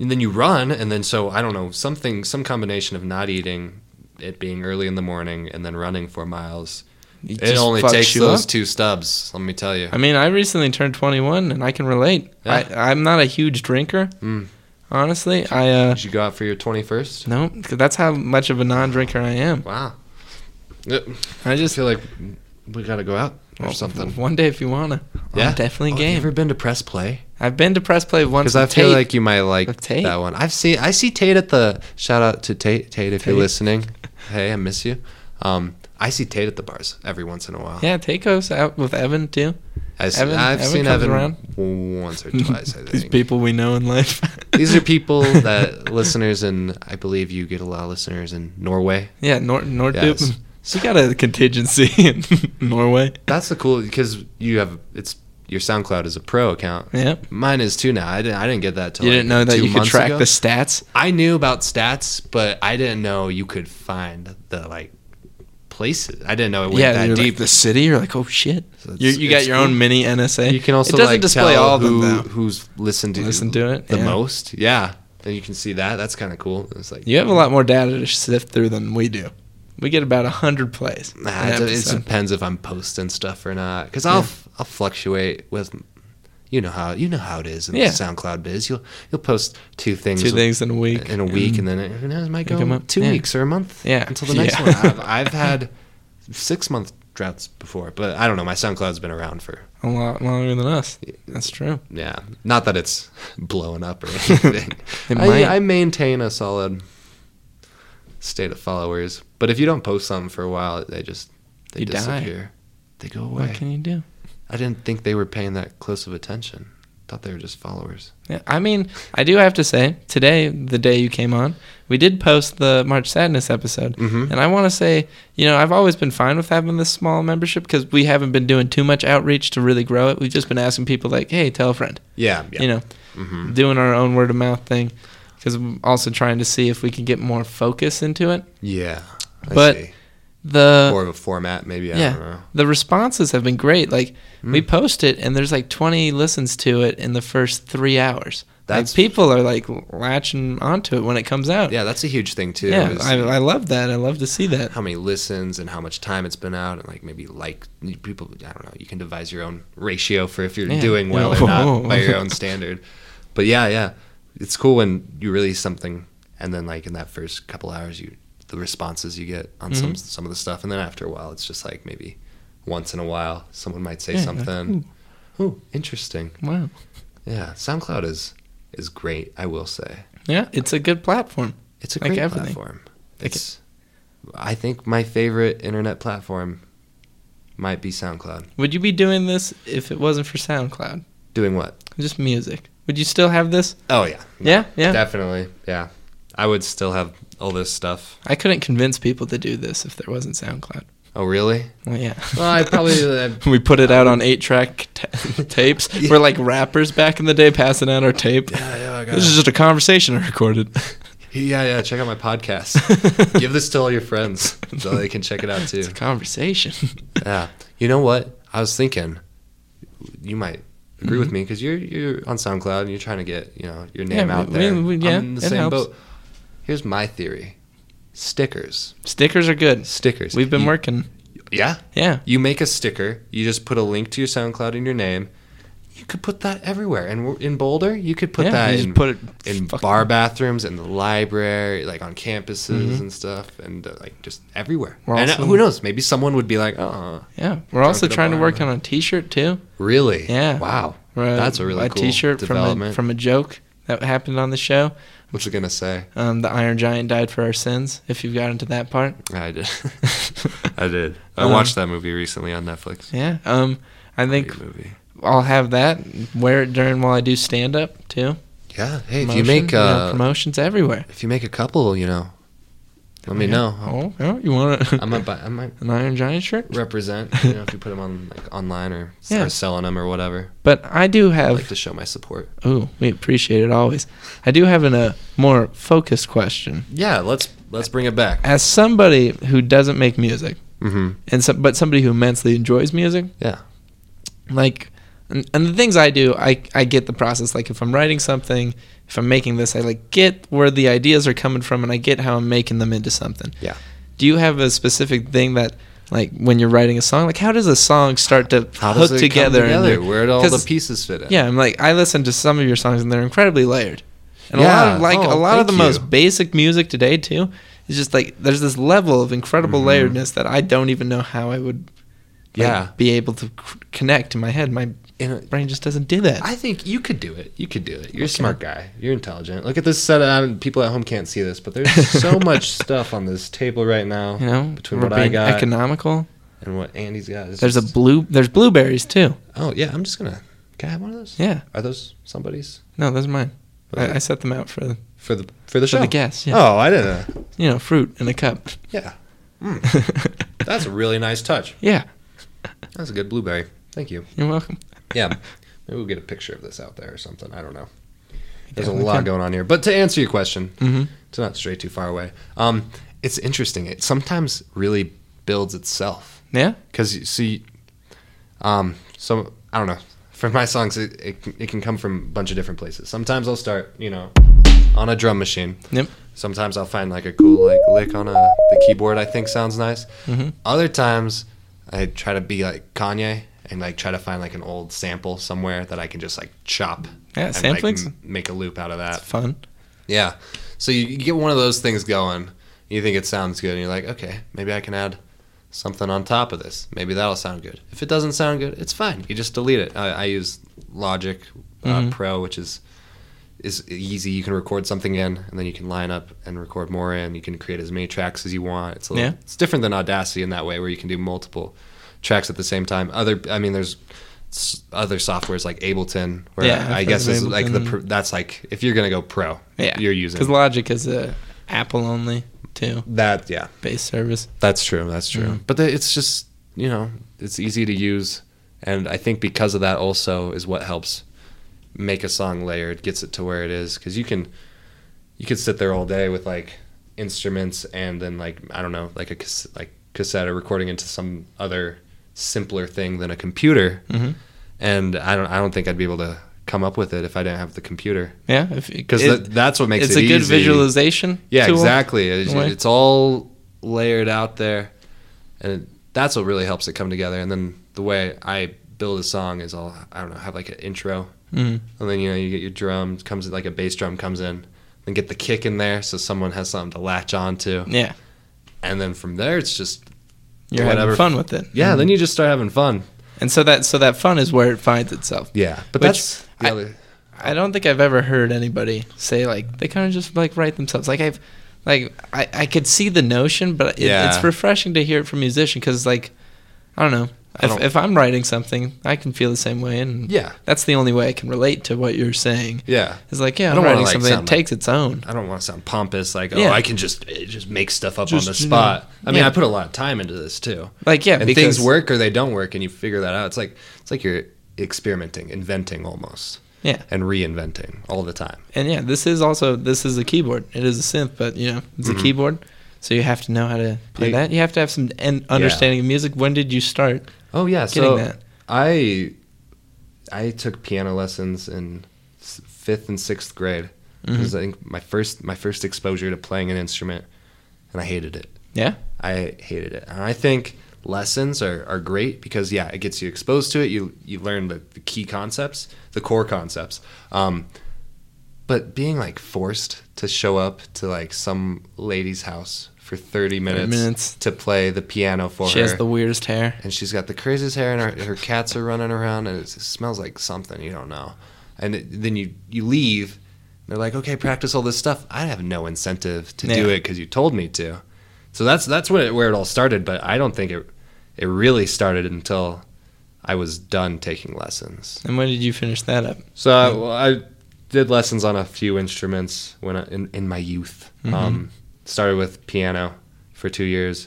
Speaker 1: and then you run and then so i don't know something some combination of not eating it being early in the morning and then running four miles
Speaker 2: It
Speaker 1: it
Speaker 2: just
Speaker 1: only
Speaker 2: fucks
Speaker 1: takes
Speaker 2: you
Speaker 1: those
Speaker 2: up.
Speaker 1: two stubs let me tell you
Speaker 2: I mean, I recently turned 21 and I can relate. I, I'm not a huge drinker.
Speaker 1: Mm.
Speaker 2: Honestly, I uh
Speaker 1: did you go out for your 21st
Speaker 2: no, 'cause that's how much of a non-drinker I am.
Speaker 1: wow Yep.
Speaker 2: I
Speaker 1: i
Speaker 2: just
Speaker 1: feel like we gotta go out or
Speaker 2: well,
Speaker 1: something
Speaker 2: One day if you wanna.
Speaker 1: yeah
Speaker 2: I'm definitely
Speaker 1: Oh, have you
Speaker 2: game.
Speaker 1: ever been to press play
Speaker 2: I've been to press play once.
Speaker 1: because i
Speaker 2: with
Speaker 1: feel
Speaker 2: Tate.
Speaker 1: like you might like
Speaker 2: With Tate.
Speaker 1: that one i've seen i see tate at the shout out to tate tate if you're
Speaker 2: Tate. [laughs]
Speaker 1: listening hey i miss you um I see Tate at the bars every once in a while.
Speaker 2: yeah, Tate goes out with Evan too.
Speaker 1: I s-
Speaker 2: Evan-
Speaker 1: I've
Speaker 2: Evan
Speaker 1: seen
Speaker 2: comes
Speaker 1: Evan
Speaker 2: around.
Speaker 1: once
Speaker 2: [laughs]
Speaker 1: or twice. I
Speaker 2: These
Speaker 1: think
Speaker 2: people we know in life. [laughs]
Speaker 1: these are people that listeners and I believe you get a lot of listeners in Norway.
Speaker 2: Yeah, Nord Norddup.
Speaker 1: Yes.
Speaker 2: She got a contingency [laughs] in Norway.
Speaker 1: That's the cool because you have it's your SoundCloud is a pro account.
Speaker 2: Yeah.
Speaker 1: Mine is too now. I didn't I didn't get that till
Speaker 2: You
Speaker 1: like
Speaker 2: didn't know that
Speaker 1: two
Speaker 2: you could
Speaker 1: months
Speaker 2: track
Speaker 1: ago.
Speaker 2: the stats.
Speaker 1: I knew about stats, but I didn't know you could find the like places. I didn't know it went
Speaker 2: yeah,
Speaker 1: that
Speaker 2: you're
Speaker 1: deep.
Speaker 2: like the city. You're like, oh shit.
Speaker 1: So it's-
Speaker 2: You, you got
Speaker 1: it's
Speaker 2: your
Speaker 1: cool.
Speaker 2: own mini NSA.
Speaker 1: you can also
Speaker 2: it doesn't
Speaker 1: like
Speaker 2: display
Speaker 1: tell
Speaker 2: all of
Speaker 1: who,
Speaker 2: them though.
Speaker 1: who's listened to
Speaker 2: Listen to it,
Speaker 1: the
Speaker 2: yeah.
Speaker 1: most. Yeah, and you can see that. That's kind of cool. It's like
Speaker 2: You have a lot more data to sift through than we do. We get about hundred plays. an
Speaker 1: Nah, it, it
Speaker 2: episode.
Speaker 1: depends if I'm posting stuff or not. Because I'll
Speaker 2: Yeah.
Speaker 1: f- I'll fluctuate with, you know how you know how it is in
Speaker 2: Yeah.
Speaker 1: the SoundCloud biz. You'll you'll post two things,
Speaker 2: two things in a week.
Speaker 1: in a week, and then it, who knows, it might
Speaker 2: Pick 'em
Speaker 1: go
Speaker 2: up,
Speaker 1: two
Speaker 2: yeah.
Speaker 1: weeks or a month.
Speaker 2: Yeah.
Speaker 1: until the next
Speaker 2: [laughs] Yeah.
Speaker 1: one. I've, I've had six month droughts before, but I don't know. My SoundCloud's been around for
Speaker 2: a lot longer than us. That's true.
Speaker 1: yeah, not that it's [laughs] blowing
Speaker 2: [laughs]
Speaker 1: up or anything.
Speaker 2: It might.
Speaker 1: I, I maintain a solid state of followers, but if you don't post something for a while, they just they
Speaker 2: You die.
Speaker 1: disappear. They go away.
Speaker 2: What can you do?
Speaker 1: I didn't think they were paying that close of attention. Thought they were just followers.
Speaker 2: Yeah, I mean, I do have to say, today, the day you came on, we did post the March Sadness episode.
Speaker 1: Mhm.
Speaker 2: And I want to say, you know, I've always been fine with having this small membership because we haven't been doing too much outreach to really grow it. We've just been asking people, like, hey, tell a friend,
Speaker 1: Yeah, Mm-hmm.
Speaker 2: you know, Mm-hmm. doing our own word of mouth thing. Because I'm also trying to see if we can get more focus into it.
Speaker 1: yeah. I
Speaker 2: But-
Speaker 1: see.
Speaker 2: The
Speaker 1: more of a format, maybe. I
Speaker 2: yeah.
Speaker 1: don't know.
Speaker 2: the responses have been great. Like
Speaker 1: Mm.
Speaker 2: we post it, and there's like 20 listens to it in the first three hours.
Speaker 1: That's-
Speaker 2: like people are like latching onto it when it comes out.
Speaker 1: Yeah, that's a huge thing too.
Speaker 2: yeah,
Speaker 1: is
Speaker 2: I, I love that. I love to see that.
Speaker 1: how many listens and how much time it's been out, and like maybe like people. I don't know. You can devise your own ratio for if you're
Speaker 2: Yeah.
Speaker 1: doing well
Speaker 2: Yeah.
Speaker 1: or not by
Speaker 2: Whoa.
Speaker 1: your own standard. But yeah, yeah, it's cool when you release something, and then like in that first couple hours, you the responses you get on
Speaker 2: Mm-hmm.
Speaker 1: some some of the stuff, and then after a while, it's just like maybe once in a while someone might say
Speaker 2: Yeah, you're like,
Speaker 1: something. Ooh, interesting.
Speaker 2: Wow.
Speaker 1: Yeah, SoundCloud is is great. I will say
Speaker 2: Yeah, it's a good platform.
Speaker 1: it's a
Speaker 2: Like
Speaker 1: great
Speaker 2: everything.
Speaker 1: platform.
Speaker 2: Like
Speaker 1: It's I think my favorite internet platform might be SoundCloud.
Speaker 2: Would you be doing this if it wasn't for SoundCloud?
Speaker 1: Doing what?
Speaker 2: Just music. Would you still have this?
Speaker 1: Oh yeah,
Speaker 2: Yeah, yeah.
Speaker 1: definitely. Yeah, I would still have all this stuff.
Speaker 2: I couldn't convince people to do this if there wasn't SoundCloud.
Speaker 1: Oh really?
Speaker 2: Well, yeah.
Speaker 1: Well, I
Speaker 2: [laughs]
Speaker 1: probably uh,
Speaker 2: we
Speaker 1: [laughs]
Speaker 2: put it out on eight track t- tapes. We're like rappers back in the day passing out our tape.
Speaker 1: yeah, yeah, I
Speaker 2: This is
Speaker 1: got
Speaker 2: just a conversation I recorded. [laughs]
Speaker 1: Yeah, yeah. Check out my [laughs] podcast. Give this to all your friends so they can check it out too.
Speaker 2: It's a conversation.
Speaker 1: [laughs] Yeah. You know what? I was thinking, you might agree with me because you're you're on SoundCloud and you're trying to get you know your name
Speaker 2: Mm-hmm. Yeah,
Speaker 1: out
Speaker 2: we-
Speaker 1: there.
Speaker 2: we- we- yeah,
Speaker 1: I'm in the
Speaker 2: it
Speaker 1: same
Speaker 2: helps.
Speaker 1: boat. Here's my theory: stickers,
Speaker 2: Stickers are good.
Speaker 1: stickers.
Speaker 2: We've been
Speaker 1: You-
Speaker 2: working.
Speaker 1: Yeah.
Speaker 2: Yeah.
Speaker 1: You make a sticker. You just put a link to your SoundCloud and your name. You could put that everywhere. And we're- in Boulder, you could put
Speaker 2: Yeah,
Speaker 1: that
Speaker 2: you just
Speaker 1: in,
Speaker 2: put it
Speaker 1: in
Speaker 2: fuck-
Speaker 1: bar bathrooms, in the library, like on campuses and stuff, and uh, like just everywhere.
Speaker 2: Mm-hmm. We're
Speaker 1: and uh,
Speaker 2: also-
Speaker 1: who knows? Maybe someone would be like, "Uh,
Speaker 2: Yeah. We're
Speaker 1: Drop
Speaker 2: also
Speaker 1: it up
Speaker 2: trying to
Speaker 1: on
Speaker 2: work
Speaker 1: our-
Speaker 2: on a t-shirt too.
Speaker 1: really?
Speaker 2: Yeah.
Speaker 1: Wow,
Speaker 2: Or
Speaker 1: that's a really cool
Speaker 2: t-shirt from a,
Speaker 1: development."
Speaker 2: from a joke that happened on the show.
Speaker 1: What's it gonna say?
Speaker 2: Um, the Iron Giant died for our sins. If you've got into that part.
Speaker 1: I [laughs] did. I did. I
Speaker 2: Um,
Speaker 1: watched that movie recently on Netflix.
Speaker 2: Yeah. Um, I think
Speaker 1: Great movie.
Speaker 2: I'll have that. and Wear it during while I do stand up too.
Speaker 1: Yeah. Hey, if you
Speaker 2: Promotion,
Speaker 1: make
Speaker 2: know,
Speaker 1: uh,
Speaker 2: promotions everywhere.
Speaker 1: if you make a couple, you know, let me
Speaker 2: Yeah.
Speaker 1: know.
Speaker 2: Oh, yeah, you want
Speaker 1: I might buy. I might
Speaker 2: [laughs] an Iron Giant shirt?
Speaker 1: represent. You know, if you put them on like online or
Speaker 2: Yeah.
Speaker 1: start selling them or whatever,
Speaker 2: But I do
Speaker 1: I
Speaker 2: have.
Speaker 1: like to show my support.
Speaker 2: oh, we appreciate it always. I do have an, a more focused question.
Speaker 1: Yeah. Let's let's bring it back.
Speaker 2: As somebody who doesn't make music,
Speaker 1: Mm-hmm.
Speaker 2: and some, but somebody who immensely enjoys music,
Speaker 1: Yeah.
Speaker 2: like, and, and the things I do, I I get the process. Like if I'm writing something, if I'm making this, I like get where the ideas are coming from, and I get how I'm making them into something.
Speaker 1: Yeah.
Speaker 2: Do you have a specific thing that? Like when you're writing a song, like how does a song start to
Speaker 1: How
Speaker 2: hook
Speaker 1: does it come
Speaker 2: together? and
Speaker 1: together?
Speaker 2: you're-
Speaker 1: Where do all the
Speaker 2: 'cause-
Speaker 1: pieces fit in?
Speaker 2: Yeah, I'm like I listen to some of your songs and they're incredibly layered. And a lot
Speaker 1: Yeah.
Speaker 2: of like
Speaker 1: Oh,
Speaker 2: a lot of
Speaker 1: thank
Speaker 2: the
Speaker 1: you.
Speaker 2: most basic music today too is just like there's this level of incredible layeredness that I don't even know how I would like,
Speaker 1: Mm-hmm. Yeah.
Speaker 2: be able to c- connect in my head. My
Speaker 1: In a-
Speaker 2: brain just doesn't do that.
Speaker 1: I think you could do it. You could do it. You're a smart guy. You're intelligent. Look at this set. Of, people at home can't see this, but
Speaker 2: [laughs]
Speaker 1: there's so much stuff on this table right now.
Speaker 2: you know,
Speaker 1: between
Speaker 2: we're
Speaker 1: what I
Speaker 2: being
Speaker 1: got
Speaker 2: economical.
Speaker 1: and what Andy's got, it's
Speaker 2: There's a
Speaker 1: just-
Speaker 2: blue. There's blueberries too.
Speaker 1: oh yeah, I'm just gonna. Can I have one of those?
Speaker 2: Yeah.
Speaker 1: Are those somebody's
Speaker 2: No, those are mine.
Speaker 1: Okay.
Speaker 2: I, I set them out for the,
Speaker 1: for the for the show?
Speaker 2: for the guests. Yeah.
Speaker 1: Oh, I didn't. know.
Speaker 2: You know, fruit in a cup.
Speaker 1: Yeah, that's a really nice touch.
Speaker 2: [laughs] yeah.
Speaker 1: That's a good blueberry. Thank you.
Speaker 2: You're welcome.
Speaker 1: Yeah. Maybe we'll get a picture of this out there or something. I don't know. There's a
Speaker 2: Yeah, we
Speaker 1: lot
Speaker 2: can.
Speaker 1: going on here. But to answer your question,
Speaker 2: Mhm.
Speaker 1: to not stray too far away, um, it's interesting. It sometimes really builds itself
Speaker 2: Yeah.
Speaker 1: because you see, um, so I don't know. For my songs, it, it, can- it can come from a bunch of different places. Sometimes I'll start, you know, on a drum machine.
Speaker 2: Yep.
Speaker 1: Sometimes I'll find like a cool like lick on a the keyboard I think sounds nice.
Speaker 2: Mhm.
Speaker 1: Other times I try to be like Kanye and like try to find like an old sample somewhere that I can just like chop and
Speaker 2: Yeah,
Speaker 1: like,
Speaker 2: sampling's-
Speaker 1: m- make a loop out of that.
Speaker 2: Fun.
Speaker 1: Yeah. So you, you get one of those things going. You think it sounds good, and you're like, okay, maybe I can add something on top of this. Maybe that'll sound good. If it doesn't sound good, it's fine. You just delete it. I, I use Logic uh,
Speaker 2: Mhm.
Speaker 1: Pro, which is is easy. You can record something in, and then you can line up and record more in. You can create as many tracks as you want. It's a little,
Speaker 2: Yeah.
Speaker 1: it's different than Audacity in that way, where you can do multiple tracks at the same time. Other, I mean, there's s- other softwares like Ableton, where
Speaker 2: Yeah, I've
Speaker 1: I
Speaker 2: heard
Speaker 1: guess
Speaker 2: of
Speaker 1: is like the
Speaker 2: Ableton.
Speaker 1: pr- that's like if you're gonna go pro,
Speaker 2: Yeah,
Speaker 1: you're using
Speaker 2: Because Logic is a Apple only too
Speaker 1: that. Yeah,
Speaker 2: base service.
Speaker 1: that's true. That's true.
Speaker 2: Mm.
Speaker 1: But the, it's just you know it's easy to use, and I think because of that also is what helps make a song layered, gets it to where it is. Because you can you could sit there all day with like instruments and then like I don't know like a cas- like cassette or recording into some other simpler thing than a computer,
Speaker 2: Mhm.
Speaker 1: and I don't I don't think I'd be able to come up with it if I didn't have the computer
Speaker 2: Yeah, if
Speaker 1: because
Speaker 2: it-
Speaker 1: that's what makes
Speaker 2: it's
Speaker 1: it
Speaker 2: a good
Speaker 1: easy.
Speaker 2: visualization.
Speaker 1: Yeah,
Speaker 2: tool.
Speaker 1: exactly. It's,
Speaker 2: in a way.
Speaker 1: it's all layered out there, and it, that's what really helps it come together. And then the way I build a song is I'll I don't know have like an intro,
Speaker 2: Mhm.
Speaker 1: and then you know you get your drum comes in, like a bass drum comes in, then get the kick in there so someone has something to latch on to,
Speaker 2: Yeah,
Speaker 1: and then from there it's just
Speaker 2: you're
Speaker 1: Whatever.
Speaker 2: having fun with it. Mm.
Speaker 1: yeah. Then you just start having fun.
Speaker 2: and so that so that fun is where it finds itself.
Speaker 1: Yeah, but
Speaker 2: Which
Speaker 1: that's the
Speaker 2: I-
Speaker 1: other-
Speaker 2: I don't think I've ever heard anybody say like they kind of just like write themselves. Like I've like I, I could see the notion, but it,
Speaker 1: Yeah.
Speaker 2: it's refreshing to hear it from a musician because like I don't know.
Speaker 1: I
Speaker 2: if,
Speaker 1: don't-
Speaker 2: if I'm writing something, I can feel the same way, and
Speaker 1: Yeah.
Speaker 2: that's the only way I can relate to what you're saying.
Speaker 1: yeah.
Speaker 2: It's like, yeah,
Speaker 1: I
Speaker 2: I'm
Speaker 1: don't wanna,
Speaker 2: writing
Speaker 1: like,
Speaker 2: something that
Speaker 1: sound like-
Speaker 2: takes its own.
Speaker 1: I don't want to sound pompous, like oh,
Speaker 2: Yeah.
Speaker 1: I can just eh, just make stuff up
Speaker 2: Just,
Speaker 1: on the
Speaker 2: you know,
Speaker 1: spot. I mean,
Speaker 2: yeah.
Speaker 1: I put a lot of time into this too.
Speaker 2: Like, yeah,
Speaker 1: and
Speaker 2: because
Speaker 1: things work or they don't work, and you figure that out. It's like it's like you're experimenting, inventing almost.
Speaker 2: Yeah.
Speaker 1: and reinventing all the time.
Speaker 2: And yeah, this is also this is a keyboard. It is a synth, but you know, it's a keyboard. So you have to know how to
Speaker 1: Mm-hmm.
Speaker 2: play
Speaker 1: You-
Speaker 2: that. You have to have some an understanding of music. When did you start
Speaker 1: Oh yeah,
Speaker 2: getting
Speaker 1: so
Speaker 2: that?
Speaker 1: I I took piano lessons in s- fifth and sixth grade. It
Speaker 2: Mm-hmm.
Speaker 1: was, I think my first my first exposure to playing an instrument, and I hated it.
Speaker 2: Yeah.
Speaker 1: I hated it. And I think lessons are, are great because yeah, it gets you exposed to it. You you learn the, the key concepts, the core concepts. Um, but being like forced to show up to like some lady's house for thirty minutes,
Speaker 2: minutes.
Speaker 1: to play the piano for
Speaker 2: She
Speaker 1: her
Speaker 2: has the weirdest hair.
Speaker 1: and she's got the craziest hair, and her, her cats are running around, and it's- it smells like something you don't know. And it, then you you leave, and they're like, "Okay, practice all this stuff." I have no incentive to do
Speaker 2: Yeah.
Speaker 1: it because you told me to. So that's that's what it, where it all started. But I don't think it it really started until I was done taking lessons.
Speaker 2: And when did you finish that up?
Speaker 1: So I, well, I did lessons on a few instruments when I, in in my youth.
Speaker 2: Mm-hmm.
Speaker 1: Um, started with piano for two years.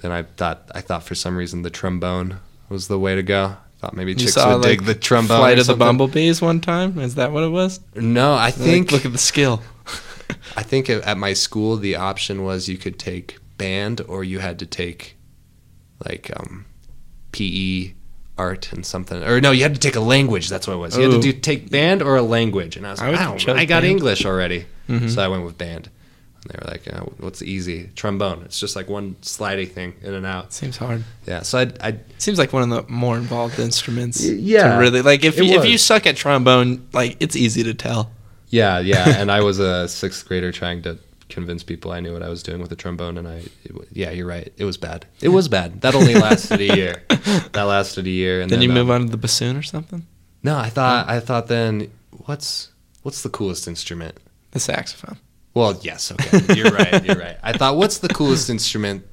Speaker 1: Then I thought I thought for some reason the trombone was the way to go. Thought maybe
Speaker 2: you
Speaker 1: chicks would dig the trombone.
Speaker 2: Flight
Speaker 1: or
Speaker 2: of the
Speaker 1: something.
Speaker 2: Bumblebees one time. Is that what it was?
Speaker 1: No, I
Speaker 2: They're like,
Speaker 1: think
Speaker 2: look at
Speaker 1: [laughs]
Speaker 2: the skill.
Speaker 1: I think at at my school the option was you could take band or you had to take like um, PE art and something or no you had to take a language that's what it was you had
Speaker 2: Ooh.
Speaker 1: to do take band or a language and I was
Speaker 2: I
Speaker 1: like
Speaker 2: would
Speaker 1: I,
Speaker 2: have
Speaker 1: don't,
Speaker 2: chose
Speaker 1: I got
Speaker 2: band. Mm-hmm.
Speaker 1: English already so I went with band and they were like uh, what's easy trombone it's just like one slidey thing in and out
Speaker 2: Seems hard.
Speaker 1: yeah so I I
Speaker 2: Seems like one of the more involved instruments.
Speaker 1: Y- yeah,
Speaker 2: To really like if
Speaker 1: it
Speaker 2: you, if you
Speaker 1: was.
Speaker 2: suck at trombone, like it's easy to tell.
Speaker 1: yeah yeah and I was a sixth grader trying to convince people I knew what I was doing with the trombone and I it wa- yeah you're right it was bad it was bad that only lasted a
Speaker 2: [laughs]
Speaker 1: year that lasted a year and
Speaker 2: Then
Speaker 1: then,
Speaker 2: you
Speaker 1: um,
Speaker 2: move on Oh. to the bassoon or something.
Speaker 1: No, I thought I thought then what's what's the coolest instrument?
Speaker 2: The saxophone.
Speaker 1: Well, yes,
Speaker 2: [laughs]
Speaker 1: okay. You're right, you're right. I thought what's the coolest instrument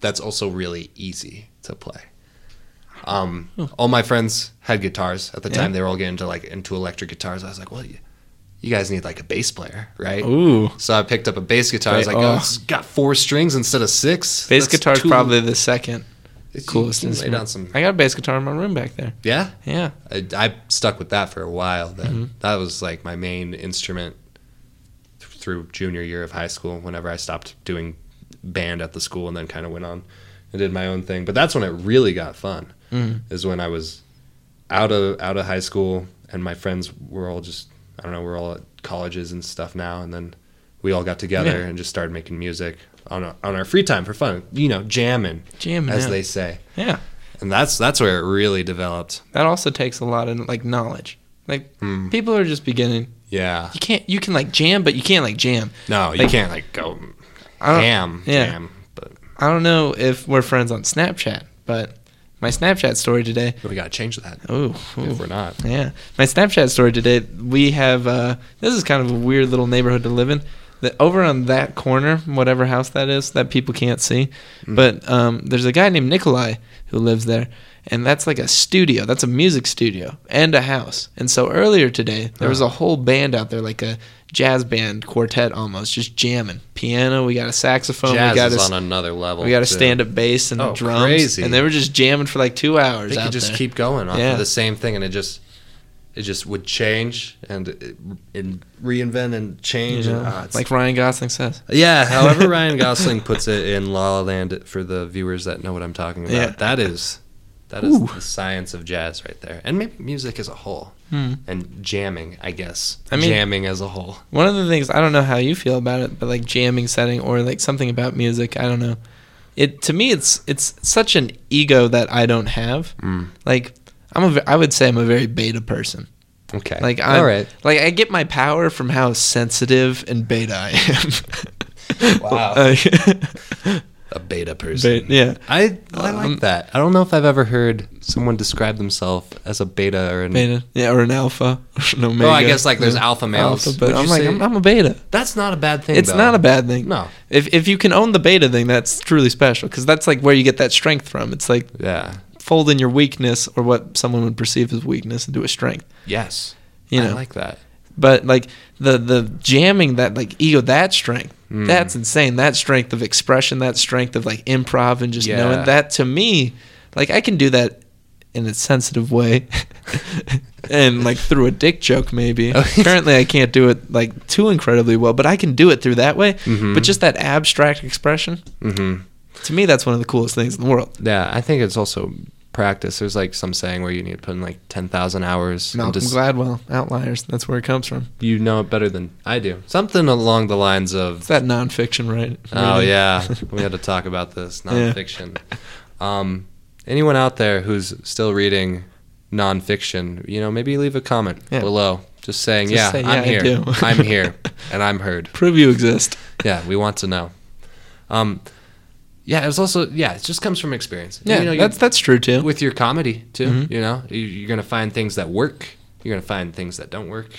Speaker 1: that's also really easy to play? Um, all my friends had guitars at the
Speaker 2: Yeah.
Speaker 1: time. They were all getting into like into electric guitars. I was like, "Well, you, you guys need like a bass player, right?"
Speaker 2: Ooh.
Speaker 1: So I picked up a bass guitar. I was
Speaker 2: Ba-
Speaker 1: like, "Oh,
Speaker 2: oh.
Speaker 1: it's got four strings instead of six.
Speaker 2: Bass
Speaker 1: That's
Speaker 2: guitar is
Speaker 1: too-
Speaker 2: probably the second
Speaker 1: it's- you
Speaker 2: coolest
Speaker 1: can lay
Speaker 2: instrument.
Speaker 1: down some-
Speaker 2: I got a bass guitar in my room back there.
Speaker 1: yeah,
Speaker 2: Yeah.
Speaker 1: I, I stuck with that for a while. Then
Speaker 2: Mm-hmm.
Speaker 1: that was like my main instrument th- through junior year of high school. Whenever I stopped doing band at the school, and then kind of went on and did my own thing. But that's when it really got fun.
Speaker 2: Mm-hmm.
Speaker 1: Is when I was out of out of high school, and my friends were all just I don't know, we're all at colleges and stuff now, and then we all got together
Speaker 2: Yeah.
Speaker 1: and just started making music on our, on our free time for fun. You know, jamming,
Speaker 2: Jamming
Speaker 1: as
Speaker 2: out.
Speaker 1: they say.
Speaker 2: Yeah.
Speaker 1: And that's that's where it really developed.
Speaker 2: That also takes a lot of like knowledge. Like
Speaker 1: Hmm.
Speaker 2: people are just beginning.
Speaker 1: Yeah.
Speaker 2: You can't you can like jam, but you can't like jam.
Speaker 1: No, you
Speaker 2: Like-
Speaker 1: can't like go
Speaker 2: I don't,
Speaker 1: ham
Speaker 2: yeah.
Speaker 1: jam. But
Speaker 2: I don't know if we're friends on Snapchat, but my Snapchat story today.
Speaker 1: we gotta change that
Speaker 2: Oh,
Speaker 1: if we're not.
Speaker 2: Yeah, my Snapchat story today. We have uh, this is kind of a weird little neighborhood to live in. That over on that corner, whatever house that is, that people can't see.
Speaker 1: Mm.
Speaker 2: But um, there's a guy named Nikolai who lives there, and that's like a studio. That's a music studio and a house. And so earlier today,
Speaker 1: Oh.
Speaker 2: there was a whole band out there, like a jazz band quartet almost, just jamming. Piano. We got a saxophone.
Speaker 1: Jazz
Speaker 2: we got
Speaker 1: is
Speaker 2: a,
Speaker 1: on another level.
Speaker 2: we got a
Speaker 1: too.
Speaker 2: stand up bass and
Speaker 1: Oh,
Speaker 2: drums,
Speaker 1: crazy.
Speaker 2: and they were just jamming for like two hours.
Speaker 1: They
Speaker 2: out
Speaker 1: could just
Speaker 2: there.
Speaker 1: keep going off
Speaker 2: Yeah.
Speaker 1: of the same thing, and it just it just would change and it, and reinvent and
Speaker 2: You
Speaker 1: change.
Speaker 2: know,
Speaker 1: and, ah, it's-
Speaker 2: like Ryan Gosling says. [laughs]
Speaker 1: yeah, however Ryan Gosling puts it in La La Land for the viewers that know what I'm talking about.
Speaker 2: Yeah.
Speaker 1: That is that is
Speaker 2: Ooh.
Speaker 1: the science of jazz right there, and maybe music as a whole,
Speaker 2: Hmm.
Speaker 1: and jamming, I guess.
Speaker 2: I mean-
Speaker 1: jamming as a whole.
Speaker 2: One of the things I don't know how you feel about it, but like jamming setting or like something about music, I don't know. It to me, it's it's such an ego that I don't have.
Speaker 1: Mm.
Speaker 2: Like I'm a, ve- I would say I'm a very beta person.
Speaker 1: Okay,
Speaker 2: Like I'm,
Speaker 1: all right.
Speaker 2: Like I get my power from how sensitive and beta I am.
Speaker 1: [laughs] Wow.
Speaker 2: [laughs] Like- [laughs]
Speaker 1: a beta person.
Speaker 2: But, yeah.
Speaker 1: I, I
Speaker 2: Um,
Speaker 1: like that. I don't know if I've ever heard someone describe themselves as a beta or an.
Speaker 2: beta. Yeah, or an alpha. [laughs] No,
Speaker 1: Well, I guess like there's alpha males.
Speaker 2: Alpha, but
Speaker 1: Would
Speaker 2: I'm
Speaker 1: you
Speaker 2: like
Speaker 1: say-
Speaker 2: I'm, I'm a beta.
Speaker 1: that's not a bad thing.
Speaker 2: It's
Speaker 1: though.
Speaker 2: not a bad thing.
Speaker 1: No.
Speaker 2: If if you can own the beta thing, that's truly special because that's like where you get that strength from. It's like
Speaker 1: Yeah.
Speaker 2: folding your weakness or what someone would perceive as weakness into a strength.
Speaker 1: Yes.
Speaker 2: You
Speaker 1: I
Speaker 2: know.
Speaker 1: like that.
Speaker 2: But like the the jamming that like ego that strength.
Speaker 1: Mm.
Speaker 2: That's insane. That strength of expression, that strength of like improv and just
Speaker 1: Yeah.
Speaker 2: knowing that to me, like I can do that in a sensitive way. [laughs] and like through a dick joke
Speaker 1: [laughs]
Speaker 2: maybe. Currently, I can't do it like too incredibly well, but I can do it through that way. But just that abstract expression,
Speaker 1: Mm-hmm.
Speaker 2: to me, that's one of the coolest things in the world.
Speaker 1: Yeah, I think it's also practice. There's like some saying where you need to put in like ten thousand hours.
Speaker 2: Malcolm
Speaker 1: and just,
Speaker 2: Gladwell, Outliers. That's where it comes from.
Speaker 1: you know it better than I do. Something along the lines of
Speaker 2: It's that nonfiction, right?
Speaker 1: Oh yeah,
Speaker 2: [laughs]
Speaker 1: we had to talk about this
Speaker 2: Yeah.
Speaker 1: nonfiction. Um, anyone out there who's still reading nonfiction, you know, maybe leave a comment
Speaker 2: Yeah.
Speaker 1: below, just saying,
Speaker 2: Just
Speaker 1: yeah,
Speaker 2: say,
Speaker 1: I'm
Speaker 2: "Yeah, I
Speaker 1: here,
Speaker 2: do."
Speaker 1: [laughs] I'm
Speaker 2: [laughs]
Speaker 1: here, and I'm heard.
Speaker 2: Prove you exist.
Speaker 1: Yeah, we want to know. Um, yeah, it's also yeah, it just comes from experience.
Speaker 2: Yeah,
Speaker 1: you know, you-
Speaker 2: that's Mm-hmm. that's true
Speaker 1: [laughs]
Speaker 2: too.
Speaker 1: with your comedy too. You know, you, you're gonna find things that work. You're gonna find things that don't work,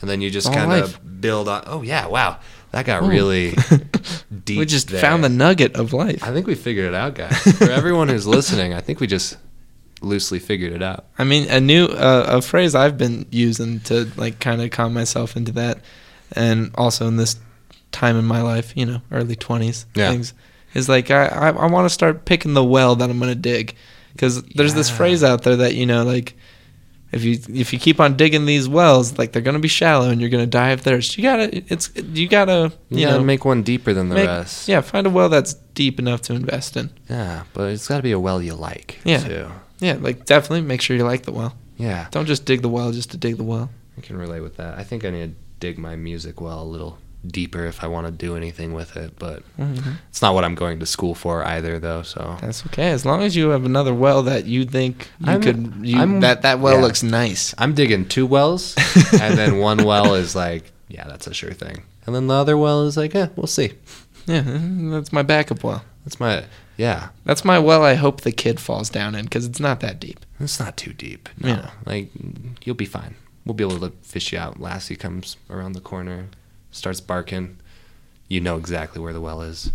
Speaker 1: and then you just
Speaker 2: All
Speaker 1: kind
Speaker 2: life.
Speaker 1: of build on. Oh yeah, wow, that got really deep.
Speaker 2: [laughs] we just
Speaker 1: there.
Speaker 2: found the nugget of life.
Speaker 1: I think we figured it out, guys.
Speaker 2: [laughs]
Speaker 1: For everyone who's listening, I think we just loosely figured it out.
Speaker 2: I mean, a new uh, a phrase I've been using to like kind of calm myself into that, and also in this time in my life, you know, early twenties
Speaker 1: Yeah.
Speaker 2: things, is like I I, I want to start picking the well that I'm gonna dig, because there's this
Speaker 1: Yeah.
Speaker 2: phrase out there that you know like. If you if you keep on digging these wells, like they're gonna be shallow and you're gonna die of thirst. You gotta it's you gotta
Speaker 1: You
Speaker 2: you know
Speaker 1: gotta make one deeper than the
Speaker 2: make-
Speaker 1: rest.
Speaker 2: yeah find a well that's deep enough to invest in.
Speaker 1: Yeah, but it's gotta be a well you like.
Speaker 2: Yeah.
Speaker 1: Too.
Speaker 2: Yeah, like definitely make sure you like the well.
Speaker 1: Yeah.
Speaker 2: Don't just dig the well just to dig the well.
Speaker 1: I can relate with that. I think I need to dig my music well a little deeper if I want to do anything with it, but it's not what I'm going to school for either, though. So
Speaker 2: That's okay. As long as you have another well that you think you
Speaker 1: I'm-
Speaker 2: could, you,
Speaker 1: I'm-
Speaker 2: that that well
Speaker 1: yeah.
Speaker 2: looks nice.
Speaker 1: I'm digging two
Speaker 2: [laughs]
Speaker 1: wells, and then one well is like, yeah, that's a sure thing, and then the other well is like, eh, we'll see.
Speaker 2: Yeah, that's my backup well.
Speaker 1: That's my yeah.
Speaker 2: That's my well. I hope the kid falls down in because it's not that deep.
Speaker 1: It's not too deep.
Speaker 2: Yeah.
Speaker 1: Like you'll be fine. We'll be able to fish you out. Lassie comes around the corner, starts barking. You know exactly where the well is.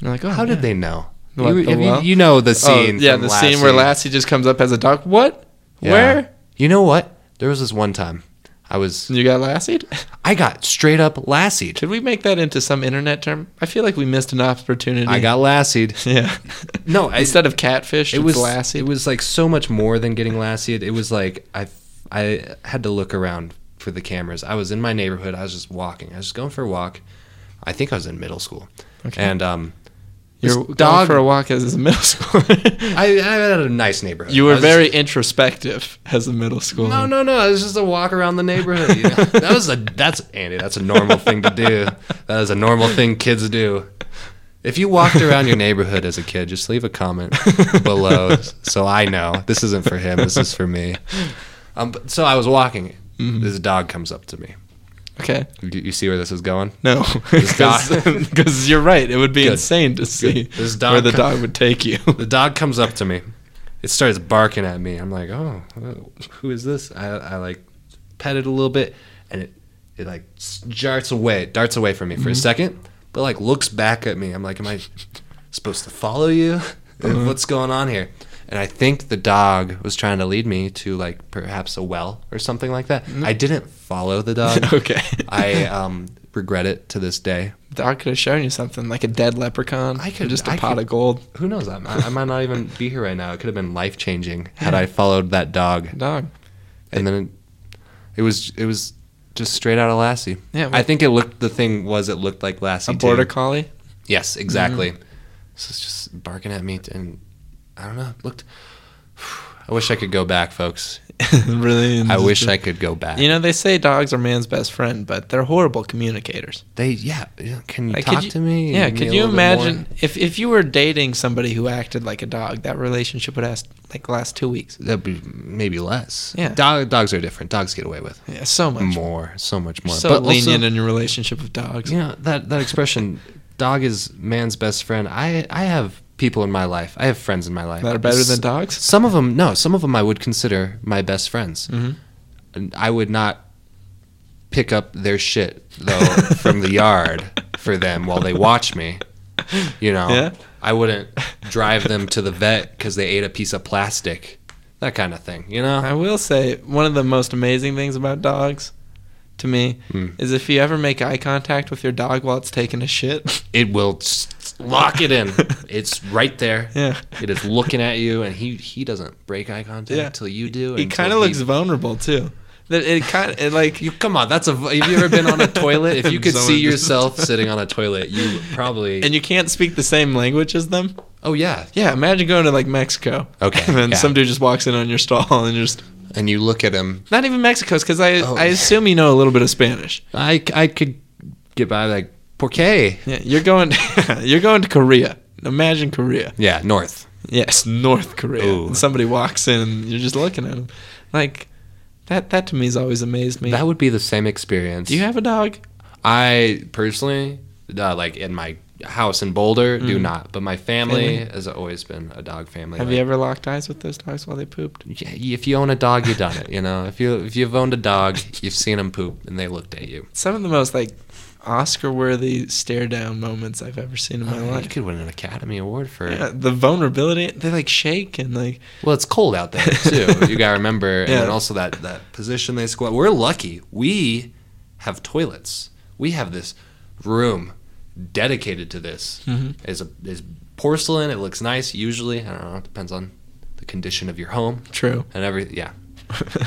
Speaker 2: You're like, oh,
Speaker 1: How
Speaker 2: yeah.
Speaker 1: did they know?
Speaker 2: What,
Speaker 1: you,
Speaker 2: the
Speaker 1: have you-
Speaker 2: well?
Speaker 1: you know the
Speaker 2: Oh,
Speaker 1: scene.
Speaker 2: yeah,
Speaker 1: from
Speaker 2: the scene where Lassie just comes up as a dog. What?
Speaker 1: Yeah.
Speaker 2: Where?
Speaker 1: You know what? There was this one time, I was
Speaker 2: You got Lassied? [laughs]
Speaker 1: I got straight up lassied.
Speaker 2: Should we make that into some internet term? I feel like we missed an opportunity.
Speaker 1: I got lassied.
Speaker 2: [laughs] yeah.
Speaker 1: No, I,
Speaker 2: Instead of catfish,
Speaker 1: it was
Speaker 2: Lassie.
Speaker 1: It was like so much more than getting lassied. It was like I I had to look around for the cameras. I was in my neighborhood. I was just walking. I was just going for a walk. I think I was in middle school.
Speaker 2: Okay.
Speaker 1: And um, this
Speaker 2: You're dog for a walk as a middle [laughs] schooler.
Speaker 1: I, I had a nice neighborhood.
Speaker 2: you
Speaker 1: I
Speaker 2: were
Speaker 1: was
Speaker 2: very introspective as a middle schooler.
Speaker 1: No, no, no. It was just a walk around the neighborhood. You know? that was a that's Andy. That's a normal thing to do. That is a normal thing kids do. If you walked around your neighborhood as a kid, just leave a comment below so I know this isn't for him. This is for me. Um, but, so I was walking.
Speaker 2: Mm-hmm.
Speaker 1: This dog comes up to me.
Speaker 2: Okay.
Speaker 1: You, you see where this is going?
Speaker 2: No. [laughs]
Speaker 1: dog-
Speaker 2: Because you're right. It would be
Speaker 1: Good.
Speaker 2: insane to see
Speaker 1: This dog
Speaker 2: where the
Speaker 1: co-
Speaker 2: dog would take you.
Speaker 1: The dog comes up to me. It starts barking at me. I'm like, oh, who is this? I, I like pet it a little bit, and it it like s- jarts away, darts away from me for a second, but like looks back at me. I'm like, am I supposed to follow you? [laughs] What's going on here? And I think the dog was trying to lead me to like perhaps a well or something like that. I didn't follow the dog.
Speaker 2: [laughs] okay.
Speaker 1: I um, regret it to this day.
Speaker 2: dog could have shown you something like a dead leprechaun.
Speaker 1: I
Speaker 2: I
Speaker 1: could-
Speaker 2: could just a
Speaker 1: I
Speaker 2: pot
Speaker 1: could-
Speaker 2: of gold.
Speaker 1: Who knows? I, I might not even be here right now. It could have been life changing had I followed that dog.
Speaker 2: Dog.
Speaker 1: and then it, it was it was just straight out of Lassie.
Speaker 2: Yeah,
Speaker 1: I think it looked the thing was it looked like Lassie.
Speaker 2: A border Mm-hmm.
Speaker 1: too.
Speaker 2: collie.
Speaker 1: [laughs]
Speaker 2: [laughs]
Speaker 1: Yes, exactly. So it's just barking at me, and I don't know. it Looked. [sighs] I wish I could go back, folks.
Speaker 2: really.
Speaker 1: I wish I could go back.
Speaker 2: You know they say dogs are man's best friend, but they're horrible communicators.
Speaker 1: they yeah. yeah, Can you
Speaker 2: Like,
Speaker 1: talk
Speaker 2: could you-
Speaker 1: to me?
Speaker 2: Yeah,
Speaker 1: Give me
Speaker 2: could
Speaker 1: a
Speaker 2: you
Speaker 1: little bit more?
Speaker 2: imagine if, if you were dating somebody who acted like a dog, that relationship would last like last two weeks.
Speaker 1: That'd be maybe less.
Speaker 2: Yeah.
Speaker 1: Dog, dogs are different. Dogs get away with
Speaker 2: Yeah, so much.
Speaker 1: more, so much more.
Speaker 2: So
Speaker 1: But also-
Speaker 2: lenient in your relationship with dogs.
Speaker 1: you know that that expression dog is man's best friend i i have people in my life i have friends in my life
Speaker 2: That are better than
Speaker 1: S-
Speaker 2: dogs?
Speaker 1: some of them no some of them i would consider my best friends
Speaker 2: Mm-hmm.
Speaker 1: and i would not pick up their shit though from the yard for them while they watch me you know
Speaker 2: Yeah.
Speaker 1: i wouldn't drive them to the vet because they ate a piece of plastic that kind of thing you know
Speaker 2: I will say one of the most amazing things about dogs to
Speaker 1: Hmm.
Speaker 2: me is if you ever make eye contact with your dog while it's taking a shit, [laughs]
Speaker 1: it will s- lock it in. it's right there.
Speaker 2: Yeah.
Speaker 1: It is looking at you, and he he doesn't break eye contact
Speaker 2: Yeah.
Speaker 1: until you do.
Speaker 2: He
Speaker 1: until
Speaker 2: kind of looks vulnerable too. That it kind of like
Speaker 1: You come on. That's a. Have you ever been on
Speaker 2: [laughs]
Speaker 1: a toilet? If you could
Speaker 2: Someone
Speaker 1: see
Speaker 2: just- [laughs]
Speaker 1: yourself sitting on a toilet, you would probably.
Speaker 2: and you can't speak the same language as them.
Speaker 1: oh yeah.
Speaker 2: Yeah, imagine going to like Mexico.
Speaker 1: Okay,
Speaker 2: [laughs] And then
Speaker 1: yeah.
Speaker 2: some dude just walks in on your stall [laughs] and just
Speaker 1: And you look at him.
Speaker 2: not even Mexico's because I
Speaker 1: Oh,
Speaker 2: I
Speaker 1: yeah.
Speaker 2: assume you know a little bit of Spanish.
Speaker 1: I I could get by like porque.
Speaker 2: Yeah, you're going [laughs] you're going to Korea. Imagine Korea.
Speaker 1: Yeah, north.
Speaker 2: Yes, North Korea.
Speaker 1: Ooh.
Speaker 2: And somebody walks in and you're just looking at him. Like that that to me has always amazed me.
Speaker 1: That would be the same experience.
Speaker 2: Do you have a dog?
Speaker 1: I personally, uh, like in my house in Boulder, do not. But my family,
Speaker 2: Mm. Family?
Speaker 1: has always been a dog family.
Speaker 2: Have you ever locked eyes with those dogs while they pooped?
Speaker 1: you ever? If you own a dog, you've done it. You know, if you if you've owned a dog, you've seen them poop, and they looked at you.
Speaker 2: Some of the most like Oscar-worthy stare down moments I've ever seen in my
Speaker 1: You
Speaker 2: life.
Speaker 1: could win an Academy Award for.
Speaker 2: Yeah, the vulnerability, they like shake and like
Speaker 1: Well, it's cold out there too.
Speaker 2: [laughs]
Speaker 1: you gotta remember, and
Speaker 2: Yeah.
Speaker 1: then also that that position they squat. We're lucky. We have toilets. We have this room dedicated to this. Is a is porcelain. It looks nice. Usually, I don't know. It depends on the condition of your home [laughs]
Speaker 2: true.
Speaker 1: and every yeah.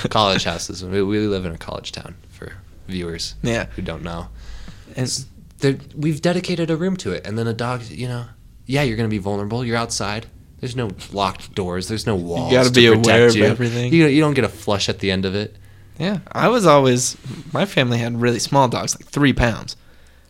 Speaker 1: College houses. We, we live in a college town for viewers
Speaker 2: Yeah.
Speaker 1: who don't know.
Speaker 2: And
Speaker 1: There, we've dedicated a room to it, and then a dog. You know, yeah, you're gonna be vulnerable. You're outside. There's no locked doors. There's no walls.
Speaker 2: gotta
Speaker 1: to
Speaker 2: be
Speaker 1: protect
Speaker 2: aware of
Speaker 1: you.
Speaker 2: everything.
Speaker 1: You you don't get a flush at the end of it.
Speaker 2: yeah, I was always my family had really small dogs, like three pounds,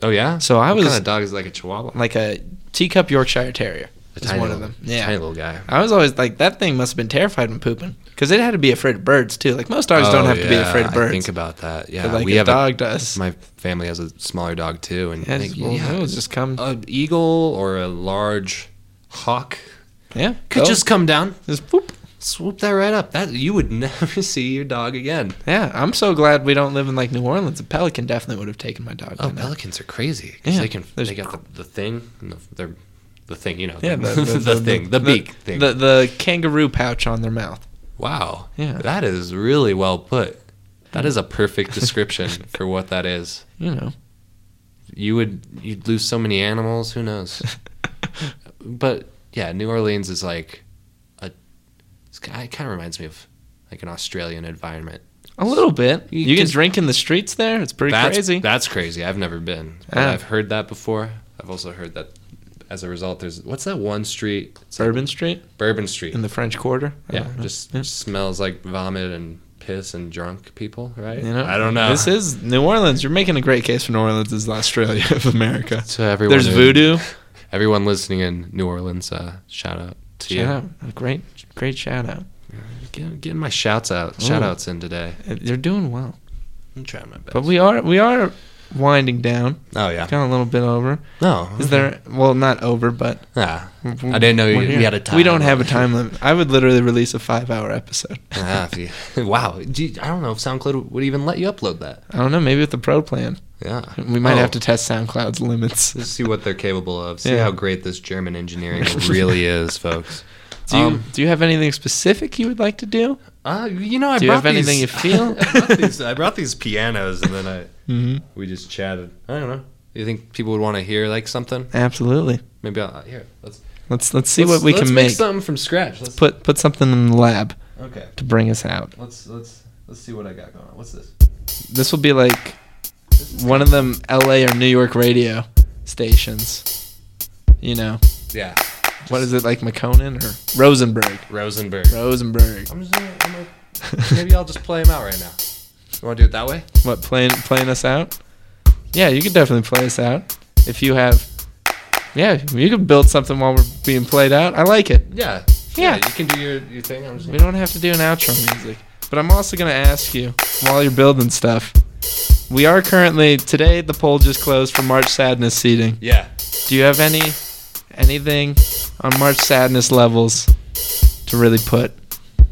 Speaker 1: Oh yeah.
Speaker 2: So I
Speaker 1: What
Speaker 2: was-
Speaker 1: kind of dog is like a Chihuahua.
Speaker 2: like a teacup Yorkshire Terrier.
Speaker 1: A
Speaker 2: Is
Speaker 1: tiny
Speaker 2: one of
Speaker 1: little-
Speaker 2: them. Yeah,
Speaker 1: Tiny little guy.
Speaker 2: I was always like that thing must have been terrified when pooping because it had to be afraid of birds too. Like most dogs don't
Speaker 1: Oh,
Speaker 2: have to be
Speaker 1: yeah,
Speaker 2: afraid of
Speaker 1: I
Speaker 2: birds.
Speaker 1: think about that. Yeah,
Speaker 2: but, like
Speaker 1: we
Speaker 2: a
Speaker 1: have
Speaker 2: dog
Speaker 1: A,
Speaker 2: does.
Speaker 1: my family has a smaller dog too, and
Speaker 2: yeah,
Speaker 1: I think,
Speaker 2: just, well,
Speaker 1: yeah, Oh.
Speaker 2: it'll just come.
Speaker 1: an eagle or a large hawk
Speaker 2: yeah,
Speaker 1: could
Speaker 2: go.
Speaker 1: just come down,
Speaker 2: just boop.
Speaker 1: swoop that right up. That you would [laughs] never see your dog again.
Speaker 2: Yeah, I'm so glad we don't live in like New Orleans. A pelican definitely would have taken my dog.
Speaker 1: Oh,
Speaker 2: by now.
Speaker 1: pelicans are crazy. 'cause
Speaker 2: Yeah,
Speaker 1: they can.
Speaker 2: there's-
Speaker 1: They got the, the thing. And the, they're the thing. You know.
Speaker 2: Yeah,
Speaker 1: [laughs] the, thing. The, beak thing.
Speaker 2: The the kangaroo pouch on their mouth.
Speaker 1: wow.
Speaker 2: Yeah.
Speaker 1: That is really well put. That is a
Speaker 2: [laughs]
Speaker 1: perfect description for what that is.
Speaker 2: You know. [laughs]
Speaker 1: You would you'd lose so many animals. Who knows? but yeah, New Orleans is like a. It's, ki- it kind of reminds me of like an Australian environment.
Speaker 2: A little bit. You,
Speaker 1: You
Speaker 2: can
Speaker 1: just-
Speaker 2: drink in the streets there. It's pretty
Speaker 1: that's
Speaker 2: crazy.
Speaker 1: That's crazy. I've never been. But
Speaker 2: Yeah.
Speaker 1: I've heard that before. I've also heard that. As a result, there's what's that one street? It's like
Speaker 2: Bourbon Street
Speaker 1: Bourbon Street.
Speaker 2: in the French Quarter. Uh, I
Speaker 1: Yeah,
Speaker 2: don't know.
Speaker 1: just
Speaker 2: Yeah.
Speaker 1: smells like vomit and piss and drunk people, right?
Speaker 2: You know,
Speaker 1: I don't know.
Speaker 2: This is New Orleans. You're making a great case for New Orleans is the Australia of America.
Speaker 1: so everyone.
Speaker 2: There's
Speaker 1: in-
Speaker 2: voodoo.
Speaker 1: Everyone listening in New Orleans, uh, shout out to
Speaker 2: Shout out. A great, great shout out.
Speaker 1: you. Get, getting my shouts out, shout outs in today.
Speaker 2: They're doing well,
Speaker 1: I'm trying my best.
Speaker 2: but we are we are winding down.
Speaker 1: oh yeah.
Speaker 2: Kind of a little bit over.
Speaker 1: No.
Speaker 2: Is there? Well, not over, but
Speaker 1: Ah, I didn't know you,
Speaker 2: we're
Speaker 1: we
Speaker 2: here.
Speaker 1: had a time.
Speaker 2: We don't have a time limit. I would literally release a five-hour episode.
Speaker 1: ah, if you- [laughs] wow. Do you- I don't know if SoundCloud would even let you upload that.
Speaker 2: I don't know. Maybe with the pro plan,
Speaker 1: Yeah.
Speaker 2: we might
Speaker 1: Oh.
Speaker 2: have to test SoundCloud's limits.
Speaker 1: Let's see what they're capable of. See
Speaker 2: Yeah.
Speaker 1: how great this German engineering really is,
Speaker 2: [laughs]
Speaker 1: folks.
Speaker 2: Do you
Speaker 1: Um,
Speaker 2: do you have anything specific you would like to do?
Speaker 1: Uh, you know, I
Speaker 2: Do you
Speaker 1: brought
Speaker 2: have anything
Speaker 1: these,
Speaker 2: you feel?
Speaker 1: [laughs] I, brought these, I brought these pianos, and then I we just chatted. I don't know. You think people would want to hear like something?
Speaker 2: Absolutely.
Speaker 1: Maybe I'll, here. Let's
Speaker 2: Let's let's see
Speaker 1: let's-
Speaker 2: what we
Speaker 1: let's
Speaker 2: can make.
Speaker 1: something from scratch. Let's
Speaker 2: put put something in the lab
Speaker 1: okay.
Speaker 2: to bring us out.
Speaker 1: Let's let's let's see what I got going on. What's this?
Speaker 2: This will be like one of them LA or New York radio stations. You know,
Speaker 1: Yeah,
Speaker 2: what is it like McConan or Rosenberg?
Speaker 1: Rosenberg. [laughs]
Speaker 2: Rosenberg.
Speaker 1: I'm just gonna, I'm gonna, maybe I'll just play him out right now. You want to do it that way?
Speaker 2: What playing playing us out? Yeah, you could definitely play us out if you have. Yeah, you could build something while we're being played out. I like it.
Speaker 1: Yeah.
Speaker 2: Yeah.
Speaker 1: You can do your your thing. I'm just
Speaker 2: We don't have to do an outro music. But I'm also going to ask you while you're building stuff. We are currently today the poll just closed for March Sadness seating.
Speaker 1: yeah.
Speaker 2: Do you have any anything on March Sadness levels to really put?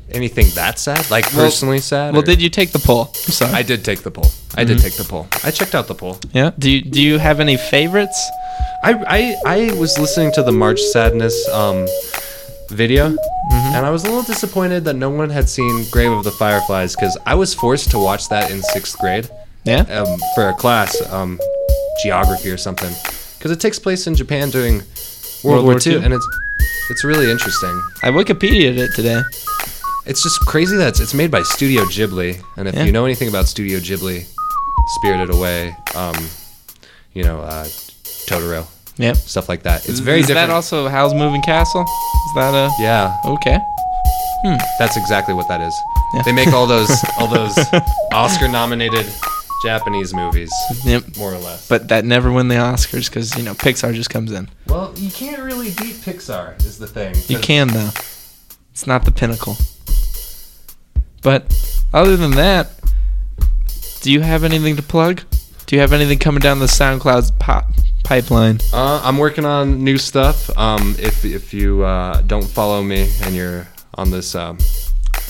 Speaker 1: Anything that sad? Like
Speaker 2: Well-
Speaker 1: personally sad?
Speaker 2: Well,
Speaker 1: or-
Speaker 2: did you take the poll? I'm sorry.
Speaker 1: I did take the poll. I did take the poll. I checked out the poll.
Speaker 2: yeah. Do you do you have any favorites?
Speaker 1: I, I, I was listening to the March Sadness um, video,
Speaker 2: Mm-hmm.
Speaker 1: and I was a little disappointed that no one had seen Grave of the Fireflies because I was forced to watch that in sixth grade
Speaker 2: Yeah.
Speaker 1: um, for a class, um, geography or something, because it takes place in Japan during World,
Speaker 2: World
Speaker 1: War,
Speaker 2: War
Speaker 1: II.
Speaker 2: II.
Speaker 1: and it's it's really interesting.
Speaker 2: I Wikipedia'd it today.
Speaker 1: It's just crazy that it's, it's made by Studio Ghibli, and if
Speaker 2: Yeah.
Speaker 1: you know anything about Studio Ghibli, Spirited Away, um, you know, uh, Totoro,
Speaker 2: Yep.
Speaker 1: stuff like that. It's very
Speaker 2: Is
Speaker 1: different.
Speaker 2: that also Howl's Moving Castle? Is that a
Speaker 1: yeah,
Speaker 2: okay?
Speaker 1: that's exactly what that is.
Speaker 2: Yeah.
Speaker 1: They make all
Speaker 2: [laughs]
Speaker 1: those all those Oscar-nominated Japanese movies,
Speaker 2: Yep.
Speaker 1: more or less.
Speaker 2: But that never win the Oscars because you know Pixar just comes in.
Speaker 1: Well, you can't really beat Pixar, is the thing.
Speaker 2: You can though. It's not the pinnacle. But other than that, do you have anything to plug? Do you have anything coming down the SoundCloud's pop pipeline?
Speaker 1: Uh, I'm working on new stuff. Um, if if you uh, don't follow me and you're on this um,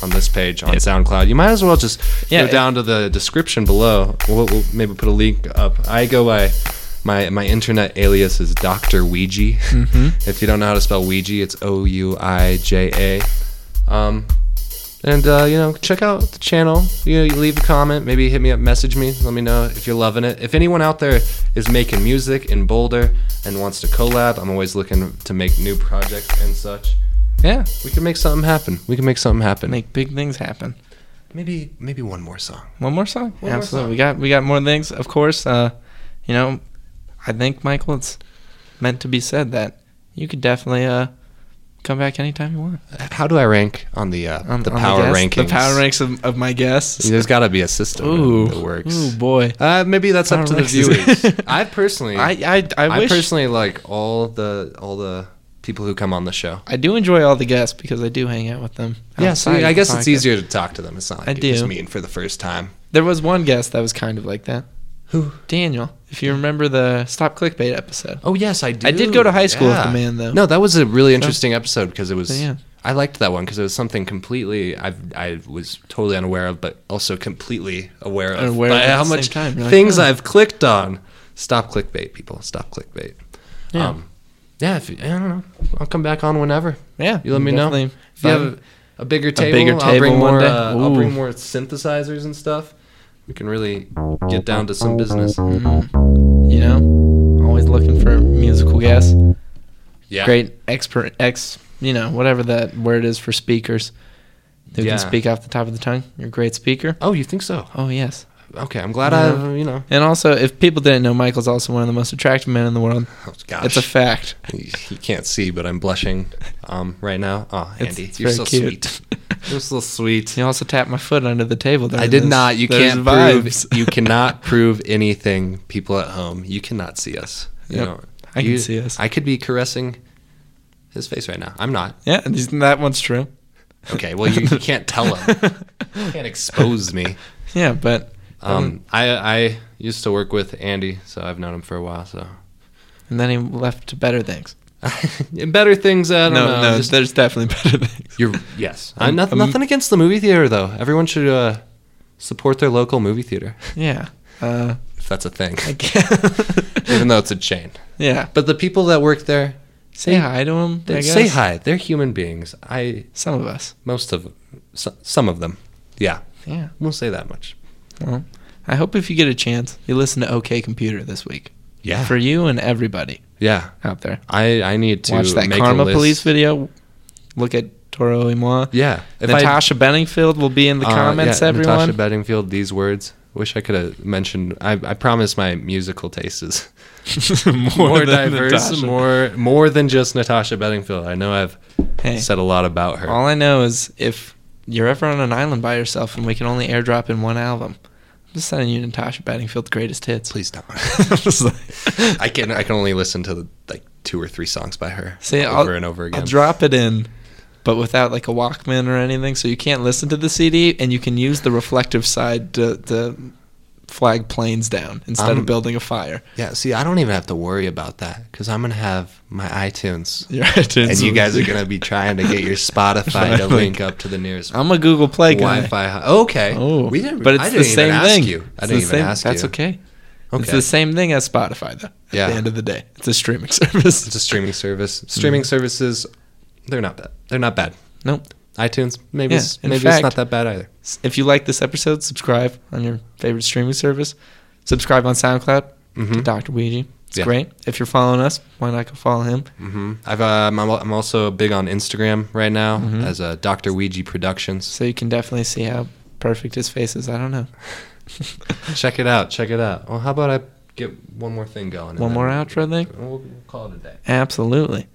Speaker 1: on this page on SoundCloud, you might as well just
Speaker 2: Yeah,
Speaker 1: go down to the description below. We'll, we'll maybe put a link up. I go by my my internet alias is Doctor Ouija. [laughs] if you don't know how to spell Ouija, it's O U I J A. Um, and uh, you know, check out the channel. You, know, you leave a comment, maybe hit me up, message me, let me know if you're loving it. If anyone out there is making music in Boulder and wants to collab, I'm always looking to make new projects and such.
Speaker 2: Yeah,
Speaker 1: We can make something happen. We can make something happen.
Speaker 2: make big things happen.
Speaker 1: maybe maybe one more song.
Speaker 2: One more song.
Speaker 1: One more
Speaker 2: Absolutely.
Speaker 1: song.
Speaker 2: We got we got more things. Of course, uh, you know, I think Michael, it's meant to be said that you could definitely uh, come back anytime you want.
Speaker 1: How do I rank on the uh,
Speaker 2: On-
Speaker 1: the
Speaker 2: on
Speaker 1: power
Speaker 2: guests-
Speaker 1: rankings?
Speaker 2: The power ranks of, of my guests.
Speaker 1: There's got to be a system
Speaker 2: Ooh,
Speaker 1: that works.
Speaker 2: Ooh boy.
Speaker 1: Uh, maybe that's
Speaker 2: Power
Speaker 1: up to the
Speaker 2: rankings. [laughs]
Speaker 1: viewers. I personally, I,
Speaker 2: I I, I wish I,
Speaker 1: personally like all the all the people who come on the show.
Speaker 2: do enjoy all the guests because I do hang out with them.
Speaker 1: Yeah,
Speaker 2: outside
Speaker 1: so
Speaker 2: of
Speaker 1: I
Speaker 2: the
Speaker 1: guess it's
Speaker 2: podcast.
Speaker 1: easier to talk to them. It's not like
Speaker 2: I
Speaker 1: you're just
Speaker 2: do.
Speaker 1: meeting for the first time.
Speaker 2: There was one guest that was kind of like that.
Speaker 1: Who?
Speaker 2: Daniel, if you remember the Stop Clickbait episode.
Speaker 1: Oh yes, I do.
Speaker 2: I did go to high school with the man, though.
Speaker 1: No, that was a really interesting episode because it was.
Speaker 2: Yeah.
Speaker 1: I liked that one because it was something completely I I was totally unaware of, but also completely aware of.
Speaker 2: Unaware
Speaker 1: by
Speaker 2: of at
Speaker 1: how
Speaker 2: the
Speaker 1: much
Speaker 2: same time. You're like,
Speaker 1: things
Speaker 2: "Oh."
Speaker 1: I've clicked on. Stop clickbait, people. Stop clickbait. Um,
Speaker 2: Yeah.
Speaker 1: yeah. If you, I don't know, I'll come back on whenever.
Speaker 2: Yeah,
Speaker 1: You let me know.
Speaker 2: definitely.
Speaker 1: If you have a, a bigger table,
Speaker 2: bigger
Speaker 1: I'll bring
Speaker 2: table one
Speaker 1: more.
Speaker 2: day.
Speaker 1: Uh, I'll
Speaker 2: Ooh.
Speaker 1: bring more synthesizers and stuff. We can really get down to some business.
Speaker 2: Mm-hmm. You know, always looking for musical guests.
Speaker 1: Yeah.
Speaker 2: Great expert ex, you know, whatever that word is for speakers who
Speaker 1: Yeah.
Speaker 2: can speak off the top of the tongue. You're a great speaker.
Speaker 1: Oh, you think so?
Speaker 2: Oh yes.
Speaker 1: Okay, I'm glad
Speaker 2: Yeah.
Speaker 1: I, you know.
Speaker 2: And also, if people didn't know, Michael's also one of the most attractive men in the world.
Speaker 1: Oh, gosh.
Speaker 2: It's a fact.
Speaker 1: You you can't see, but I'm blushing um, right now. Oh,
Speaker 2: It's-
Speaker 1: Andy,
Speaker 2: it's
Speaker 1: you're
Speaker 2: very
Speaker 1: so
Speaker 2: cute. [laughs]
Speaker 1: sweet. You're so sweet.
Speaker 2: You also tapped my foot under the table.
Speaker 1: I
Speaker 2: during
Speaker 1: did
Speaker 2: this.
Speaker 1: not. You
Speaker 2: There's
Speaker 1: can't
Speaker 2: vibes.
Speaker 1: prove. [laughs] You cannot prove anything. People at home, you cannot see us. You
Speaker 2: Yep.
Speaker 1: know,
Speaker 2: I can
Speaker 1: You-
Speaker 2: see us.
Speaker 1: I could be caressing his face right now. I'm not.
Speaker 2: yeah, and isn't that one's true.
Speaker 1: Okay. Well, you, you can't tell [laughs] him. You can't expose me.
Speaker 2: [laughs] Yeah, but
Speaker 1: Um, I I used to work with Andy, so I've known him for a while. So, [laughs]
Speaker 2: and then he left to better things.
Speaker 1: And better things. I don't
Speaker 2: No,
Speaker 1: know.
Speaker 2: no,
Speaker 1: just-
Speaker 2: there's
Speaker 1: [laughs]
Speaker 2: definitely better things.
Speaker 1: You're yes. i
Speaker 2: Um,
Speaker 1: noth-
Speaker 2: um,
Speaker 1: nothing against the movie theater though. Everyone should uh, support their local movie theater [laughs]
Speaker 2: yeah. Uh,
Speaker 1: if that's a thing.
Speaker 2: I can't.
Speaker 1: [laughs] Even though it's a chain.
Speaker 2: [laughs] yeah.
Speaker 1: But the people that work there,
Speaker 2: Say hi to him.
Speaker 1: they
Speaker 2: I
Speaker 1: say
Speaker 2: guess.
Speaker 1: hi. They're human beings. I
Speaker 2: Some of us.
Speaker 1: most of so, some of them. Yeah,
Speaker 2: Yeah.
Speaker 1: we'll say that much.
Speaker 2: Well, I hope if you get a chance, you listen to OK Computer this week.
Speaker 1: Yeah.
Speaker 2: For you and everybody
Speaker 1: Yeah.
Speaker 2: out there.
Speaker 1: I I need to
Speaker 2: Watch that
Speaker 1: make
Speaker 2: Karma
Speaker 1: a list.
Speaker 2: Police video. Look at Toro y Moi.
Speaker 1: Yeah. If I-
Speaker 2: Natasha Benningfield will be in the
Speaker 1: Uh,
Speaker 2: comments,
Speaker 1: yeah,
Speaker 2: everyone.
Speaker 1: Natasha Bedingfield. These words. Wish I could have mentioned. I, I promise my musical taste is [laughs] more,
Speaker 2: than
Speaker 1: diverse,
Speaker 2: Natasha.
Speaker 1: more more than just Natasha Bedingfield. I know I've
Speaker 2: Hey.
Speaker 1: said a lot about her.
Speaker 2: All I know is if you're ever on an island by yourself and we can only airdrop in one album, I'm just sending you Natasha Bedingfield's greatest hits.
Speaker 1: Please don't. [laughs]
Speaker 2: Just like-
Speaker 1: I can I can only listen to like two or three songs by her
Speaker 2: See,
Speaker 1: over
Speaker 2: I'll,
Speaker 1: and over again.
Speaker 2: I'll drop it in, but without like a Walkman or anything, so you can't listen to the CD and you can use the reflective side to, to flag planes down instead
Speaker 1: Um,
Speaker 2: of building a fire. [laughs]
Speaker 1: yeah, see, I don't even have to worry about that because I'm gonna have my iTunes,
Speaker 2: Your iTunes [laughs]
Speaker 1: and you
Speaker 2: will
Speaker 1: guys
Speaker 2: be-
Speaker 1: are gonna be trying to get your Spotify to link up to the nearest
Speaker 2: I'm a Google Play guy.
Speaker 1: Wi-Fi. hi- Okay,
Speaker 2: Oh,
Speaker 1: we didn't.
Speaker 2: but it's
Speaker 1: I
Speaker 2: the
Speaker 1: didn't
Speaker 2: same
Speaker 1: even
Speaker 2: thing.
Speaker 1: Ask you. I
Speaker 2: It's
Speaker 1: didn't
Speaker 2: the
Speaker 1: even
Speaker 2: same-
Speaker 1: ask
Speaker 2: That's
Speaker 1: you.
Speaker 2: okay. It's
Speaker 1: Okay.
Speaker 2: the same thing as Spotify, though. At
Speaker 1: Yeah.
Speaker 2: the end of the day, it's a streaming [laughs] service.
Speaker 1: It's a streaming service. Streaming services, they're not bad. They're not bad.
Speaker 2: Mm. nope.
Speaker 1: iTunes, maybe
Speaker 2: Yeah,
Speaker 1: it's,
Speaker 2: in
Speaker 1: maybe
Speaker 2: fact-
Speaker 1: it's not that bad either.
Speaker 2: If you like this episode, subscribe on your favorite streaming service. Subscribe on SoundCloud to Dr. Ouija. It's
Speaker 1: Mm-hmm. Yeah.
Speaker 2: great. If you're following us, why not go follow him?
Speaker 1: hmm I've, um, I'm, al- I'm also big on Instagram right now as uh, Dr. Ouija Productions.
Speaker 2: So you can definitely see how perfect his face is. I don't know.
Speaker 1: Check it out. Check it out. Well, how about I get one more thing going? and
Speaker 2: One
Speaker 1: then
Speaker 2: more outro thing?
Speaker 1: We'll, we'll call it a day.
Speaker 2: Absolutely.